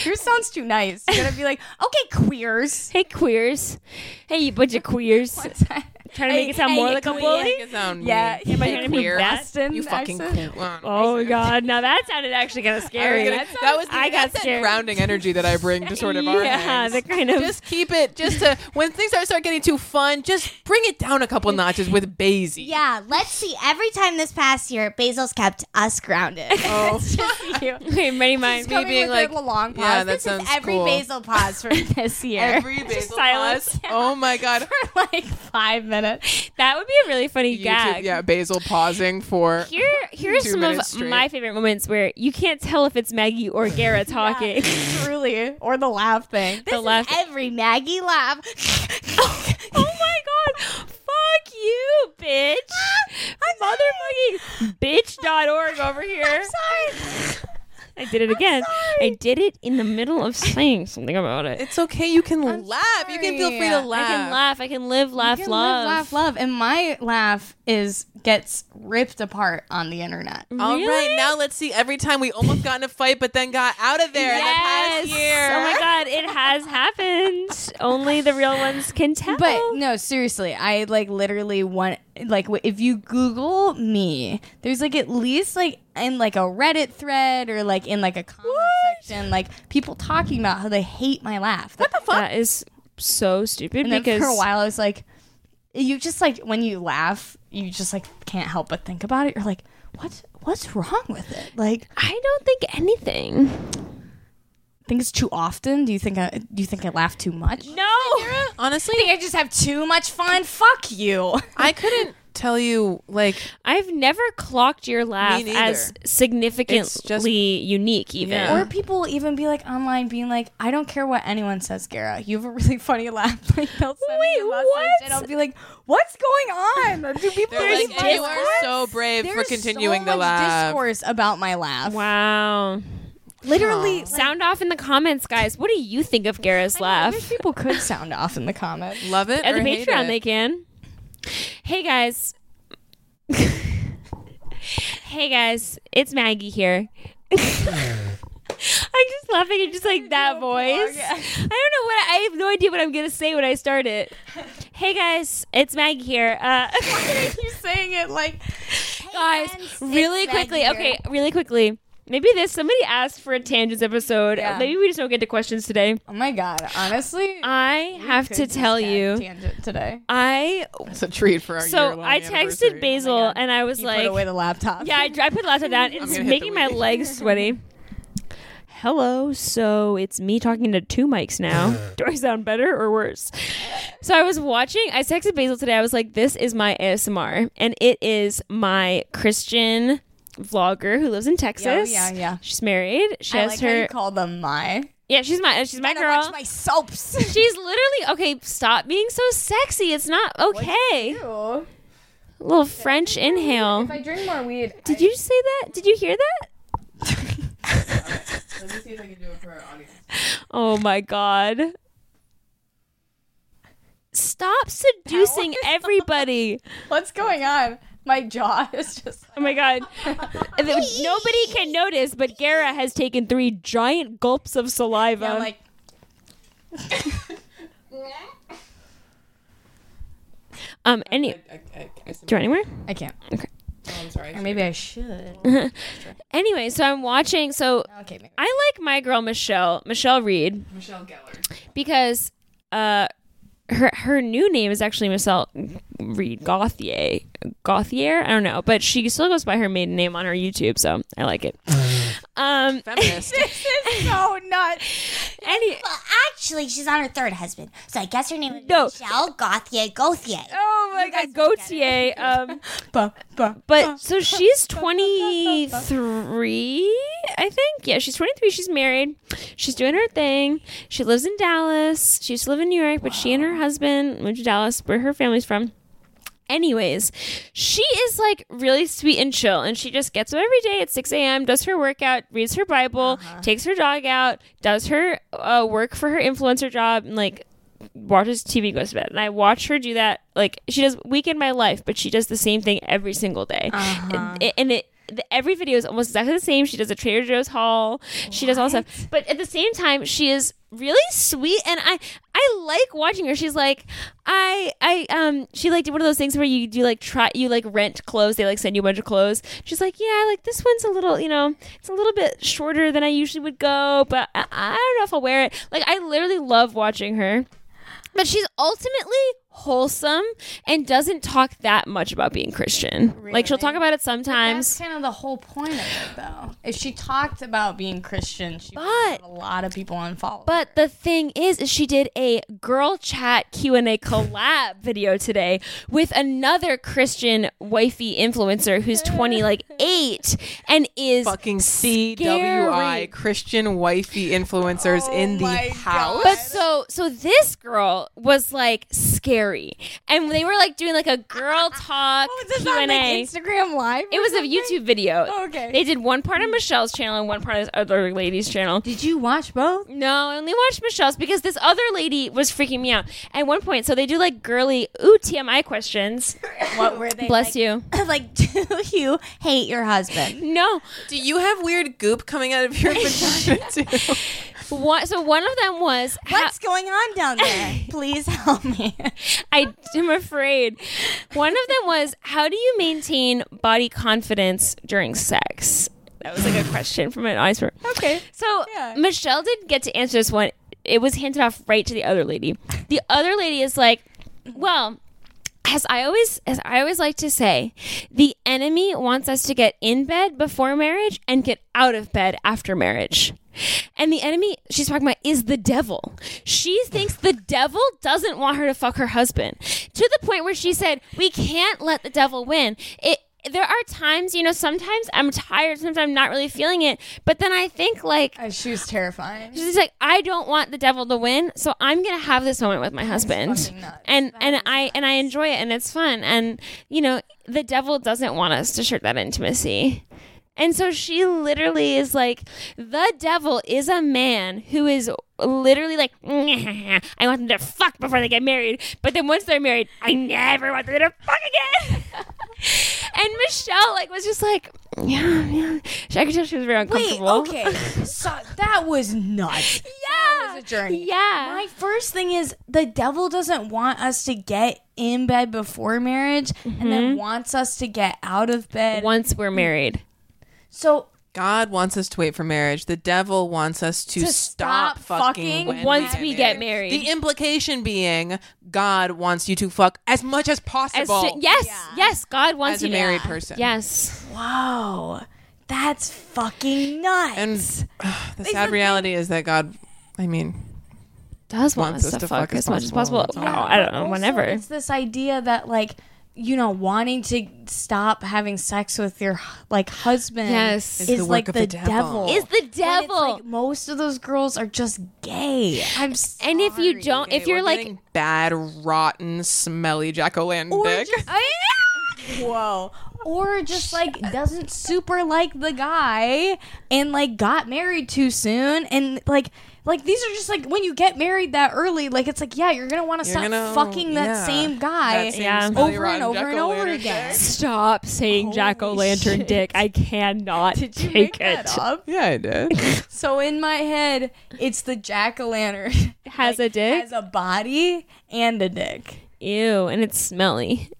[SPEAKER 4] queer sounds too nice. You're gonna be like, okay, queers.
[SPEAKER 1] hey, queers. Hey, you bunch of queers. Trying to make it sound more like a bully.
[SPEAKER 4] Yeah,
[SPEAKER 5] you
[SPEAKER 4] you
[SPEAKER 1] might hear me
[SPEAKER 5] queer.
[SPEAKER 1] best
[SPEAKER 5] You fucking queer. Wow.
[SPEAKER 1] Oh my god! Now that sounded actually kind of
[SPEAKER 5] I was
[SPEAKER 1] scary.
[SPEAKER 5] gonna-
[SPEAKER 1] That
[SPEAKER 5] that was the,
[SPEAKER 1] sounded- I got
[SPEAKER 5] that's that
[SPEAKER 1] scared.
[SPEAKER 5] grounding energy that I bring to sort of our
[SPEAKER 1] yeah,
[SPEAKER 5] hangs.
[SPEAKER 1] the kind of
[SPEAKER 5] just keep it just to when things are start getting too fun just bring it down a couple notches with Basie.
[SPEAKER 7] Yeah, let's see. Every time this past year, Basil's kept us grounded.
[SPEAKER 5] Oh.
[SPEAKER 1] okay, many minds.
[SPEAKER 5] me being like
[SPEAKER 4] the long pause.
[SPEAKER 5] yeah, that
[SPEAKER 7] this is
[SPEAKER 5] sounds
[SPEAKER 7] every
[SPEAKER 5] cool.
[SPEAKER 7] Basil pause for
[SPEAKER 4] this year.
[SPEAKER 5] Every Basil
[SPEAKER 1] silence.
[SPEAKER 5] pause. Oh my god.
[SPEAKER 4] like five minutes.
[SPEAKER 1] That would be a really funny
[SPEAKER 5] YouTube,
[SPEAKER 1] gag.
[SPEAKER 5] yeah, Basil pausing for
[SPEAKER 1] Here, here are
[SPEAKER 5] Two
[SPEAKER 1] some of
[SPEAKER 5] minutes straight.
[SPEAKER 1] my favorite moments where you can't tell if it's Maggie or Gara talking.
[SPEAKER 4] Truly. Or the laugh thing.
[SPEAKER 1] the left.
[SPEAKER 7] every Maggie laugh.
[SPEAKER 1] oh my god! Fuck you, bitch! Motherfucking bitch.org over here. I did it again. I did it in the middle of saying something about it.
[SPEAKER 5] It's okay, you can laugh. You can feel free to
[SPEAKER 1] I
[SPEAKER 5] laugh.
[SPEAKER 1] can laugh. I can live, laugh,
[SPEAKER 4] Live,
[SPEAKER 1] love.
[SPEAKER 4] laugh, love. And my laugh is gets ripped apart on the internet.
[SPEAKER 5] All
[SPEAKER 1] Really?
[SPEAKER 5] right, now let's see. Every time we almost got in a fight, but then got out of there. in the
[SPEAKER 1] Yes.
[SPEAKER 5] past year.
[SPEAKER 1] Oh my god, it has happened. Only the real ones can tell.
[SPEAKER 4] But no, seriously, I like literally want like w- if you Google me, there's like at least like in like a Reddit thread or like in like a comment section, like people talking about how they hate my laugh. What the fuck?
[SPEAKER 1] that is so stupid
[SPEAKER 4] And then
[SPEAKER 1] because
[SPEAKER 4] for a while, I was like, you just like when you laugh, you just like can't help but think about it. You're like, what? What's wrong with it? Like, I
[SPEAKER 1] I don't think anything.
[SPEAKER 4] think it's too often. Do you think I do you think I laugh too much? No,
[SPEAKER 5] Honestly,
[SPEAKER 4] I think I just have too much fun. Fuck you.
[SPEAKER 5] I couldn't tell you like
[SPEAKER 1] I've never clocked your laugh
[SPEAKER 5] neither.
[SPEAKER 1] as significantly
[SPEAKER 5] It's just-
[SPEAKER 1] unique, even.
[SPEAKER 5] Yeah.
[SPEAKER 4] Or people even be like online, being like, "I don't care what anyone says, Gara. You have a really funny laugh." Like they'll send
[SPEAKER 1] Wait,
[SPEAKER 4] me a message,
[SPEAKER 1] what?
[SPEAKER 4] and I'll be like, "What's going on? Or Do people
[SPEAKER 5] they're
[SPEAKER 4] think
[SPEAKER 5] like,
[SPEAKER 4] my
[SPEAKER 5] you are
[SPEAKER 4] laugh-
[SPEAKER 5] so brave for
[SPEAKER 4] There's
[SPEAKER 5] continuing
[SPEAKER 4] so
[SPEAKER 5] the
[SPEAKER 4] much
[SPEAKER 5] laugh.
[SPEAKER 4] discourse about my laugh.
[SPEAKER 1] Wow.
[SPEAKER 4] Literally, like,
[SPEAKER 1] Sound off in the comments, guys. What do you think of Gara's
[SPEAKER 4] I
[SPEAKER 1] laugh?
[SPEAKER 4] wish people could sound off in the comments.
[SPEAKER 5] Love it
[SPEAKER 1] At
[SPEAKER 5] or
[SPEAKER 1] the
[SPEAKER 5] hate
[SPEAKER 1] Patreon,
[SPEAKER 5] it.
[SPEAKER 1] they can. Hey, guys. hey, guys. It's Maggie here. I'm just laughing at just like that voice. I don't know what I have no idea what I'm gonna say when I start it. Hey guys, it's Maggie here. Uh,
[SPEAKER 4] You're saying it like
[SPEAKER 1] guys, really quickly. Okay, really quickly. Maybe this somebody asked for a tangents episode.
[SPEAKER 4] Yeah.
[SPEAKER 1] Maybe we just don't get to questions today.
[SPEAKER 4] Oh my god, honestly.
[SPEAKER 1] I have to
[SPEAKER 4] could
[SPEAKER 1] tell
[SPEAKER 4] just add
[SPEAKER 1] you,
[SPEAKER 4] tangent today.
[SPEAKER 1] I
[SPEAKER 5] It's a treat for our
[SPEAKER 1] so
[SPEAKER 5] year-long
[SPEAKER 1] I
[SPEAKER 5] anniversary.
[SPEAKER 4] Oh
[SPEAKER 1] texted Basil and I was
[SPEAKER 4] You
[SPEAKER 1] like,
[SPEAKER 4] put away the laptop.
[SPEAKER 1] yeah, I, I put the laptop down. It's
[SPEAKER 5] gonna hit
[SPEAKER 1] making
[SPEAKER 5] the
[SPEAKER 1] my
[SPEAKER 5] weed.
[SPEAKER 1] legs sweaty. Hello, so it's me talking to two mics now. Do I sound better or worse? So I was watching. I texted Basil today. I was like, "This is my ASMR," and it is my Christian vlogger who lives in Texas.
[SPEAKER 4] yeah, yeah.
[SPEAKER 1] She's married. She
[SPEAKER 4] I
[SPEAKER 1] has
[SPEAKER 4] like how
[SPEAKER 1] her.
[SPEAKER 4] you call them my.
[SPEAKER 1] yeah, she's my she's my
[SPEAKER 4] I
[SPEAKER 1] girl.
[SPEAKER 4] watch my soaps.
[SPEAKER 1] She's literally okay. Stop being so sexy. It's not okay. Little French inhale.
[SPEAKER 4] I drink more weed.
[SPEAKER 1] Did you say that? Did you hear that? Oh my god. Stop seducing everybody.
[SPEAKER 4] What's going on? My jaw is just.
[SPEAKER 1] Oh my god. Nobody can notice, but Gara has taken three giant gulps of saliva.
[SPEAKER 4] I'm like,
[SPEAKER 1] um, any. Do you want anywhere?
[SPEAKER 4] I can't.
[SPEAKER 1] Okay.
[SPEAKER 5] I'm sorry.
[SPEAKER 4] Or maybe I should.
[SPEAKER 1] Anyway, so I'm watching. So
[SPEAKER 4] Okay, maybe.
[SPEAKER 1] I like my girl Michelle Michelle Reed
[SPEAKER 5] Michelle Geller.
[SPEAKER 1] because uh her her new name is actually Michelle Reed Gauthier Gauthier I don't know, but she still goes by her maiden name on her YouTube, so I like it. um,
[SPEAKER 5] Feminist.
[SPEAKER 4] Oh, nuts.
[SPEAKER 1] any
[SPEAKER 7] Well, actually, she's on her third husband, so I guess her name is
[SPEAKER 1] No.
[SPEAKER 7] Michelle Gauthier Gauthier.
[SPEAKER 1] oh my god Gautier um
[SPEAKER 2] Ba, ba.
[SPEAKER 1] But so she's 23, I think. Yeah, she's 23. She's married. She's doing her thing. She lives in Dallas. She used to live in New York, but she and her husband moved to Dallas, where her family's from. Anyways, she is like really sweet and chill, and she just gets up every day at 6 a.m., does her workout, reads her Bible,
[SPEAKER 2] Uh-huh.
[SPEAKER 1] takes her dog out, does her uh, work for her influencer job, and like watches TV, goes to bed. And I watch her do that. Like she does Weekend My Life, but she does the same thing every single day. And it, and it the, every video is almost exactly the same. She does a Trader Joe's haul. She does all this stuff. But at the same time, she is really sweet and I I like watching her. She's like I I um she like did one of those things where you do like try you like rent clothes. They like send you a bunch of clothes. She's like, "Yeah, like this one's a little, you know, it's a little bit shorter than I usually would go, but I, I don't know if I'll wear it." Like I literally love watching her. But she's ultimately wholesome and doesn't talk that much about being Christian. Like she'll talk about it
[SPEAKER 4] That's
[SPEAKER 1] sometimes.
[SPEAKER 4] kind of the whole point of it, though. If she talked about being Christian, she would
[SPEAKER 1] But-
[SPEAKER 4] have a lot of people unfollowed.
[SPEAKER 1] But the thing is, is she did a girl chat Q and A collab video today with another Christian wifey influencer who's twenty like eight and is
[SPEAKER 5] Fucking CWI Christian wifey influencers
[SPEAKER 1] Oh
[SPEAKER 5] in the house.
[SPEAKER 1] But so so this girl was like scary, and they were like doing like a girl talk
[SPEAKER 4] Oh,
[SPEAKER 1] Q and A.
[SPEAKER 4] Instagram Live.
[SPEAKER 1] It was a YouTube video.
[SPEAKER 4] okay.
[SPEAKER 1] They did one part on Michelle's channel and one part on this other lady's channel.
[SPEAKER 4] Did you watch both?
[SPEAKER 1] No, I only watched Michelle's because this other lady was freaking me out at one point. So they do like girly ooh TMI questions.
[SPEAKER 4] What were they?
[SPEAKER 1] Bless you.
[SPEAKER 4] like, do you hate your husband?
[SPEAKER 1] No.
[SPEAKER 5] Do you have weird goop coming out of your vagina too?
[SPEAKER 1] One, so one of them was how-
[SPEAKER 4] What's going on down there? Please help me.
[SPEAKER 1] I am afraid. One of them was how do you maintain body confidence during sex? That was like a question from an iceberg.
[SPEAKER 4] Okay.
[SPEAKER 1] So Michelle didn't get to answer this one. It was handed off right to the other lady. The other lady is like, well, as I always as I always like to say, the enemy wants us to get in bed before marriage and get out of bed after marriage. And the enemy she's talking about is the devil. She thinks the devil doesn't want her to fuck her husband. To the point where she said, "We can't let the devil win." It there are times, you know, sometimes I'm tired, sometimes I'm not really feeling it, but then I think like
[SPEAKER 4] She was terrifying.
[SPEAKER 1] She's like, I don't want the devil to win, so I'm gonna have this moment with my husband, and and I and I enjoy it, and it's fun, and you know, the devil doesn't want us to share that intimacy, and so she literally is like, the devil is a man who is literally like, I want them to fuck before they get married, but then once they're married, I never want them to fuck again. and Michelle like was just like, yeah, yeah. I could tell she was very uncomfortable.
[SPEAKER 4] Okay. So that was nuts.
[SPEAKER 1] yeah,
[SPEAKER 4] was a journey.
[SPEAKER 1] Yeah.
[SPEAKER 4] My first thing is the devil doesn't want us to get in bed before marriage and then wants us to get out of bed.
[SPEAKER 1] once we're married.
[SPEAKER 4] So
[SPEAKER 5] God wants us to wait for marriage. The devil wants us to,
[SPEAKER 4] To
[SPEAKER 5] stop,
[SPEAKER 4] stop fucking
[SPEAKER 5] fucking, when
[SPEAKER 1] Once we get married.
[SPEAKER 5] The implication being God wants you to fuck as much as
[SPEAKER 1] As
[SPEAKER 5] possible
[SPEAKER 1] soo- yes, yes, God wants
[SPEAKER 5] as
[SPEAKER 1] you
[SPEAKER 5] a married
[SPEAKER 1] to.
[SPEAKER 5] person.
[SPEAKER 1] Yes.
[SPEAKER 4] Wow. That's fucking nuts.
[SPEAKER 5] And ugh, the sad reality is that God, I mean,
[SPEAKER 1] Does want us to, fuck, as much as possible. Wow, I don't know,
[SPEAKER 4] Also,
[SPEAKER 1] Oh, whenever.
[SPEAKER 4] It's this idea that like you know wanting to stop having sex with your like husband
[SPEAKER 1] Yes.
[SPEAKER 4] is
[SPEAKER 5] Is the work
[SPEAKER 4] like
[SPEAKER 5] of
[SPEAKER 4] the,
[SPEAKER 5] the devil.
[SPEAKER 4] devil.
[SPEAKER 1] Is the
[SPEAKER 4] When it's
[SPEAKER 1] devil.
[SPEAKER 4] like most of those girls are just gay. I'm s-
[SPEAKER 1] and if you don't, if
[SPEAKER 5] Okay,
[SPEAKER 1] you're
[SPEAKER 5] we're
[SPEAKER 1] like,
[SPEAKER 5] getting bad, rotten, smelly jack o' lantern dick.
[SPEAKER 4] whoa. Or just like doesn't super like the guy and like got married too soon and like like these are just like when you get married that early like it's like yeah you're gonna want to stop
[SPEAKER 5] gonna-
[SPEAKER 4] fucking that
[SPEAKER 5] yeah.
[SPEAKER 4] same guy
[SPEAKER 5] That same
[SPEAKER 1] Yeah.
[SPEAKER 5] smelly
[SPEAKER 4] over
[SPEAKER 5] rotten
[SPEAKER 4] and over and over
[SPEAKER 5] jack-o'-lantern
[SPEAKER 4] again.
[SPEAKER 5] dick.
[SPEAKER 1] stop saying jack o' lantern dick. I cannot
[SPEAKER 4] Did you
[SPEAKER 1] take
[SPEAKER 4] make that
[SPEAKER 1] it.
[SPEAKER 4] up?
[SPEAKER 5] Yeah, I did.
[SPEAKER 4] So in my head, it's the jack o' lantern
[SPEAKER 1] Has a dick?
[SPEAKER 4] has a body and a dick.
[SPEAKER 1] Ew, and it's smelly.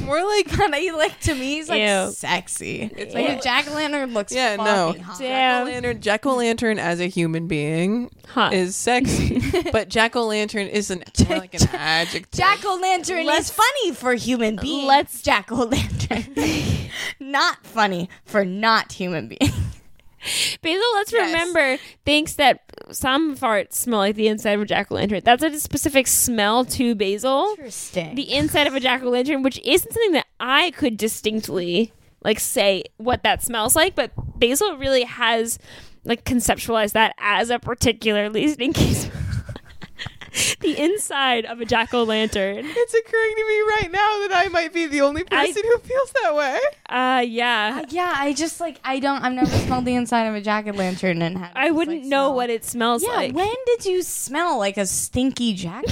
[SPEAKER 4] More like kind of like to me, he's like
[SPEAKER 1] Ew.
[SPEAKER 4] sexy. It's like a jack o' lantern looks.
[SPEAKER 5] Yeah, no.
[SPEAKER 4] fucking hot.
[SPEAKER 1] Damn.
[SPEAKER 5] Lantern, Jack o' lantern as a human being
[SPEAKER 1] Huh.
[SPEAKER 5] is sexy, but Jack o' lantern is an more like an adjective.
[SPEAKER 4] Jack o' lantern
[SPEAKER 2] Less
[SPEAKER 4] is
[SPEAKER 2] funny for human beings.
[SPEAKER 4] let's jack o' lantern. not funny for not human being.
[SPEAKER 1] Basil, let's remember, thinks that some farts smell like the inside of a jack o' lantern. That's a specific smell to Basil.
[SPEAKER 4] Interesting.
[SPEAKER 1] The inside of a jack o' lantern, which isn't something that I could distinctly like say what that smells like, but Basil really has like conceptualized that as a particularly stinky smell. the inside of a jack o' lantern.
[SPEAKER 5] It's occurring to me right now that I might be the only
[SPEAKER 1] I-
[SPEAKER 5] person who feels that way.
[SPEAKER 1] Uh, yeah.
[SPEAKER 4] yeah, I just like I don't. I've never smelled the inside of a jack o' lantern and had.
[SPEAKER 1] I,
[SPEAKER 4] this,
[SPEAKER 1] wouldn't
[SPEAKER 4] like,
[SPEAKER 1] know
[SPEAKER 4] smell.
[SPEAKER 1] what it smells
[SPEAKER 4] Yeah,
[SPEAKER 1] like.
[SPEAKER 4] when did you smell like a stinky jack?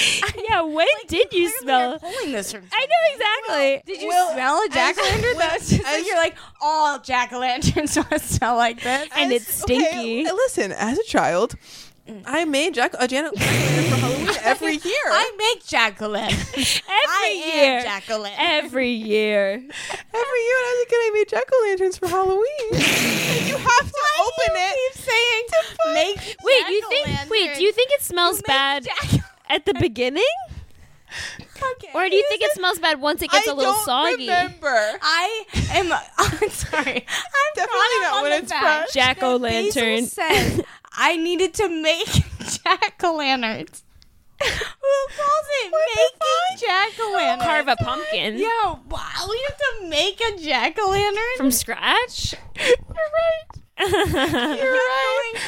[SPEAKER 1] yeah, when did you smell?
[SPEAKER 4] pulling this from.
[SPEAKER 1] I know exactly.
[SPEAKER 4] Did you smell a jack o' lantern? That's just like you're like all jack o' lanterns don't smell like this.
[SPEAKER 1] and it's stinky.
[SPEAKER 5] Okay, l- listen, as a child, I made Jack a Janet for Halloween every year.
[SPEAKER 4] I make jack o' lanterns.
[SPEAKER 1] every
[SPEAKER 4] I
[SPEAKER 1] year.
[SPEAKER 4] am jack o' lantern.
[SPEAKER 1] every year.
[SPEAKER 5] every year when I was a kid, I made jack o' lanterns for Halloween. And you have to open it. Keep saying to find-
[SPEAKER 4] Make
[SPEAKER 1] Wait, you think? Wait, do you think it smells bad at the beginning, or do you think it smells bad once it gets
[SPEAKER 5] I
[SPEAKER 1] a little
[SPEAKER 5] don't
[SPEAKER 1] soggy?
[SPEAKER 5] remember.
[SPEAKER 4] I am. I'm sorry. I'm
[SPEAKER 5] Definitely not when it's fresh.
[SPEAKER 1] Jack o'
[SPEAKER 4] Basil
[SPEAKER 1] lantern.
[SPEAKER 4] says I needed to make jack o' lanterns. Who calls it making jack o' lanterns?
[SPEAKER 1] Carve a pumpkin
[SPEAKER 4] Yo, wow, we have to make a jack o' lantern.
[SPEAKER 1] from scratch.
[SPEAKER 4] You're going-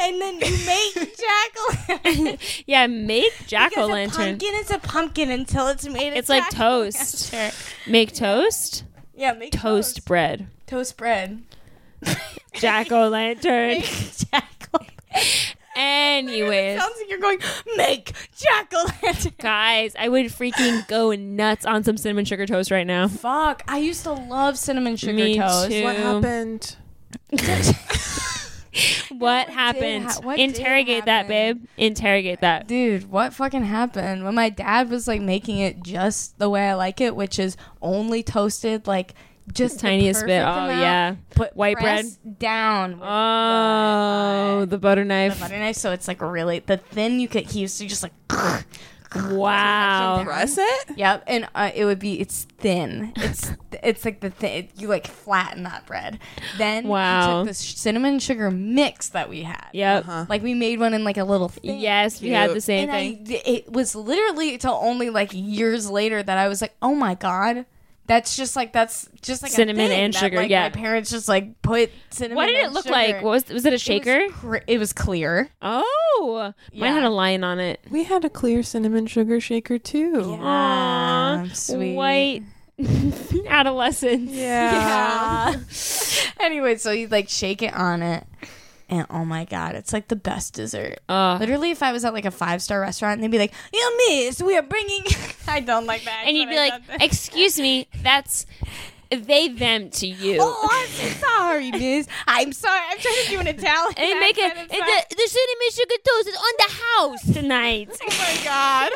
[SPEAKER 4] and then you make jack o' lantern.
[SPEAKER 1] yeah, make jack o'
[SPEAKER 4] Because a
[SPEAKER 1] lantern.
[SPEAKER 4] pumpkin is a pumpkin until it's made. a
[SPEAKER 1] It's like toast. Make toast,
[SPEAKER 4] Yeah, make
[SPEAKER 1] toast bread,
[SPEAKER 4] toast bread.
[SPEAKER 1] jack o' lantern.
[SPEAKER 4] Jack o'
[SPEAKER 1] Anyways,
[SPEAKER 4] sounds like you're going make jack o' lantern.
[SPEAKER 1] guys, I would freaking go nuts on some cinnamon sugar toast right now.
[SPEAKER 4] Fuck, I used to love cinnamon sugar
[SPEAKER 1] Me
[SPEAKER 4] toast.
[SPEAKER 1] too.
[SPEAKER 5] What happened?
[SPEAKER 1] What happened?
[SPEAKER 4] ha- what did
[SPEAKER 1] Interrogate that,
[SPEAKER 4] happen?
[SPEAKER 1] babe. Interrogate that.
[SPEAKER 4] Dude, what fucking happened? When my dad was like making it just the way I like it, which is only toasted like just the
[SPEAKER 1] Tiniest bit.
[SPEAKER 4] perfect
[SPEAKER 1] Oh
[SPEAKER 4] amount,
[SPEAKER 1] yeah.
[SPEAKER 4] Put
[SPEAKER 1] White bread.
[SPEAKER 4] down. with
[SPEAKER 1] Oh, the butter
[SPEAKER 4] the
[SPEAKER 1] knife.
[SPEAKER 4] butter knife, so it's like really the thin you could. He used to just like.
[SPEAKER 1] Wow.
[SPEAKER 5] Press it?
[SPEAKER 4] Yep, and uh, it would be it's thin. It's it's like the thin. You like flatten that bread. Then he
[SPEAKER 1] Wow.
[SPEAKER 4] took the sh- cinnamon sugar mix that we had.
[SPEAKER 1] Yep.
[SPEAKER 4] Like we made one in like a little thing.
[SPEAKER 1] Yes, we had the
[SPEAKER 5] Cute.
[SPEAKER 1] same
[SPEAKER 4] Uh-huh. And I,
[SPEAKER 1] thing.
[SPEAKER 4] it was literally till only like years later that I was like, oh my god, that's just like that's just like a
[SPEAKER 1] Cinnamon
[SPEAKER 4] thing
[SPEAKER 1] and
[SPEAKER 4] that,
[SPEAKER 1] sugar,
[SPEAKER 4] like,
[SPEAKER 1] yeah.
[SPEAKER 4] my parents just like put cinnamon.
[SPEAKER 1] What did it
[SPEAKER 4] and
[SPEAKER 1] look
[SPEAKER 4] sugar.
[SPEAKER 1] like? What was was it a
[SPEAKER 4] It was
[SPEAKER 1] shaker?
[SPEAKER 4] cr- It was, clear.
[SPEAKER 1] oh, mine
[SPEAKER 4] Yeah.
[SPEAKER 1] had a lion on it.
[SPEAKER 5] We had a clear cinnamon sugar shaker too.
[SPEAKER 1] Aw,
[SPEAKER 4] Ah, sweet.
[SPEAKER 1] White adolescence.
[SPEAKER 4] Yeah. anyway, so you like shake it on it, and oh my god, it's like the best dessert.
[SPEAKER 1] Uh,
[SPEAKER 4] Literally, if I was at like a five star restaurant, they'd be like, "Yeah, miss, we are bringing." I don't like that.
[SPEAKER 1] and you'd
[SPEAKER 4] accent,
[SPEAKER 1] be
[SPEAKER 4] I
[SPEAKER 1] like,
[SPEAKER 4] don't think-
[SPEAKER 1] "Excuse me, that's they them to you."
[SPEAKER 4] "Oh, I'm so sorry, miss. I'm sorry. I'm trying to do an Italian."
[SPEAKER 1] and they make it.
[SPEAKER 4] accent.
[SPEAKER 1] and
[SPEAKER 4] It's not-
[SPEAKER 1] The, the cinnamon sugar toast is on the house tonight.
[SPEAKER 5] Oh my god.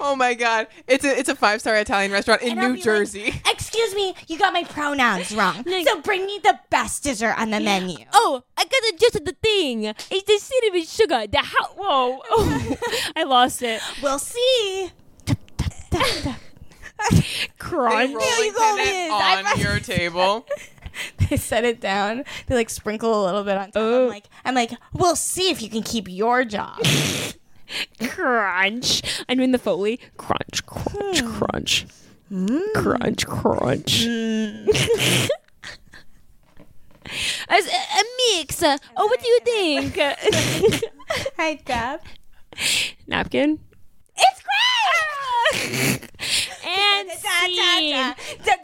[SPEAKER 5] Oh my god. It's a it's a five star Italian restaurant in
[SPEAKER 7] And I'll
[SPEAKER 5] New
[SPEAKER 7] be like,
[SPEAKER 5] Jersey.
[SPEAKER 7] Excuse me, you got my pronouns wrong.
[SPEAKER 1] Like-
[SPEAKER 7] so bring me the best dessert on the menu.
[SPEAKER 1] Oh, I got adjusted the thing. It's the cinnamon sugar. The how? Whoa! Oh, I lost it.
[SPEAKER 7] We'll see.
[SPEAKER 1] Crunch.
[SPEAKER 5] Rolling pin it on your table.
[SPEAKER 4] they set it down. They like sprinkle a little bit on top.
[SPEAKER 1] Oh.
[SPEAKER 4] I'm like, I'm like, we'll see if you can keep your job.
[SPEAKER 1] Crunch. I'm doing the foley. Crunch. Crunch. Crunch. Crunch. Crunch. I was, a, a mix. Uh, Oh, what do you think?
[SPEAKER 4] Hi, Deb.
[SPEAKER 1] Napkin. It's great. and scene.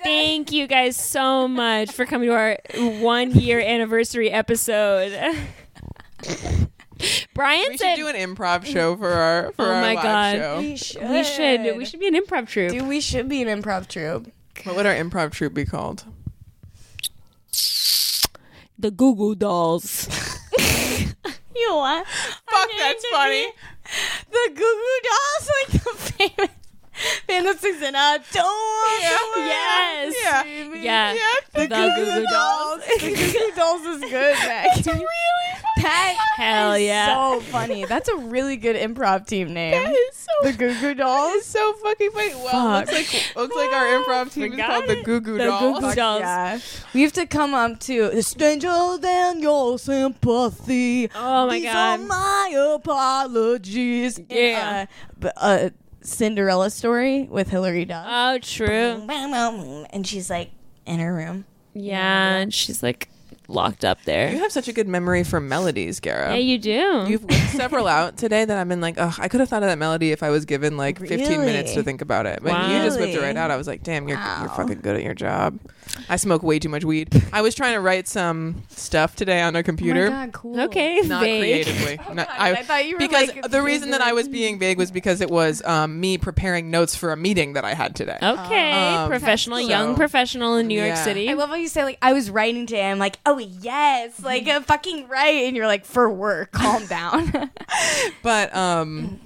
[SPEAKER 1] Thank you guys so much for coming to our one year anniversary episode. Brian
[SPEAKER 5] We
[SPEAKER 1] said
[SPEAKER 5] should do an improv show for our for
[SPEAKER 1] Oh
[SPEAKER 5] our
[SPEAKER 1] my
[SPEAKER 5] live
[SPEAKER 1] God.
[SPEAKER 5] show.
[SPEAKER 4] We should.
[SPEAKER 1] we should we should be an improv troupe.
[SPEAKER 4] Dude, we should be an improv troupe.
[SPEAKER 5] What would our improv troupe be called?
[SPEAKER 1] The Goo Goo Dolls.
[SPEAKER 4] You what?
[SPEAKER 5] Fuck, that's funny.
[SPEAKER 4] The the Goo Goo Dolls, like the famous band that sings in a door.
[SPEAKER 1] Yes.
[SPEAKER 5] Yeah.
[SPEAKER 1] Yeah. The, Goo Goo Dolls.
[SPEAKER 4] the Goo Goo Dolls is good, Mac. That's really that
[SPEAKER 1] Hell yeah.
[SPEAKER 4] so funny. That's a really good improv team name. the Goo Goo Dolls.
[SPEAKER 5] It's so fucking funny. Well, looks like looks like our improv team is
[SPEAKER 1] Forgot
[SPEAKER 5] called the
[SPEAKER 1] it.
[SPEAKER 5] Goo Goo
[SPEAKER 1] The Goo
[SPEAKER 5] Dolls.
[SPEAKER 1] Goo Dolls.
[SPEAKER 4] Yeah. We have to come up to stranger than your sympathy.
[SPEAKER 1] Oh my
[SPEAKER 4] These
[SPEAKER 1] god.
[SPEAKER 4] are my apologies. And,
[SPEAKER 1] Yeah.
[SPEAKER 4] uh, b- uh, Cinderella story with Hillary Duff. Um,
[SPEAKER 1] oh, true.
[SPEAKER 4] and she's like in her room.
[SPEAKER 1] Yeah. And she's like locked up
[SPEAKER 5] You
[SPEAKER 1] there.
[SPEAKER 5] have such a good memory for melodies, Gara.
[SPEAKER 1] Yeah, you do.
[SPEAKER 5] You've whipped several out today that I've been like, oh, I could have thought of that melody if I was given like 15 minutes
[SPEAKER 4] Really?
[SPEAKER 5] to think about it. But you just whipped it right out. I was like, damn, you're, you're fucking good at your job. I smoke way too much weed. I was trying to write some stuff today on a computer.
[SPEAKER 4] cool. Oh
[SPEAKER 1] okay.
[SPEAKER 5] Not
[SPEAKER 1] Oh vague.
[SPEAKER 5] creatively. Not- I,
[SPEAKER 4] thought you were,
[SPEAKER 5] because
[SPEAKER 4] like,
[SPEAKER 5] the reason that I was being vague was because it was um, me preparing notes for a meeting that I had today.
[SPEAKER 1] Okay.
[SPEAKER 5] Um,
[SPEAKER 1] professional,
[SPEAKER 5] so-
[SPEAKER 1] young professional in New York
[SPEAKER 5] Yeah.
[SPEAKER 1] City.
[SPEAKER 4] I love how you say like I was writing today. I'm like, oh yes, like uh, fucking right, and you're like for work. Calm down.
[SPEAKER 5] But um,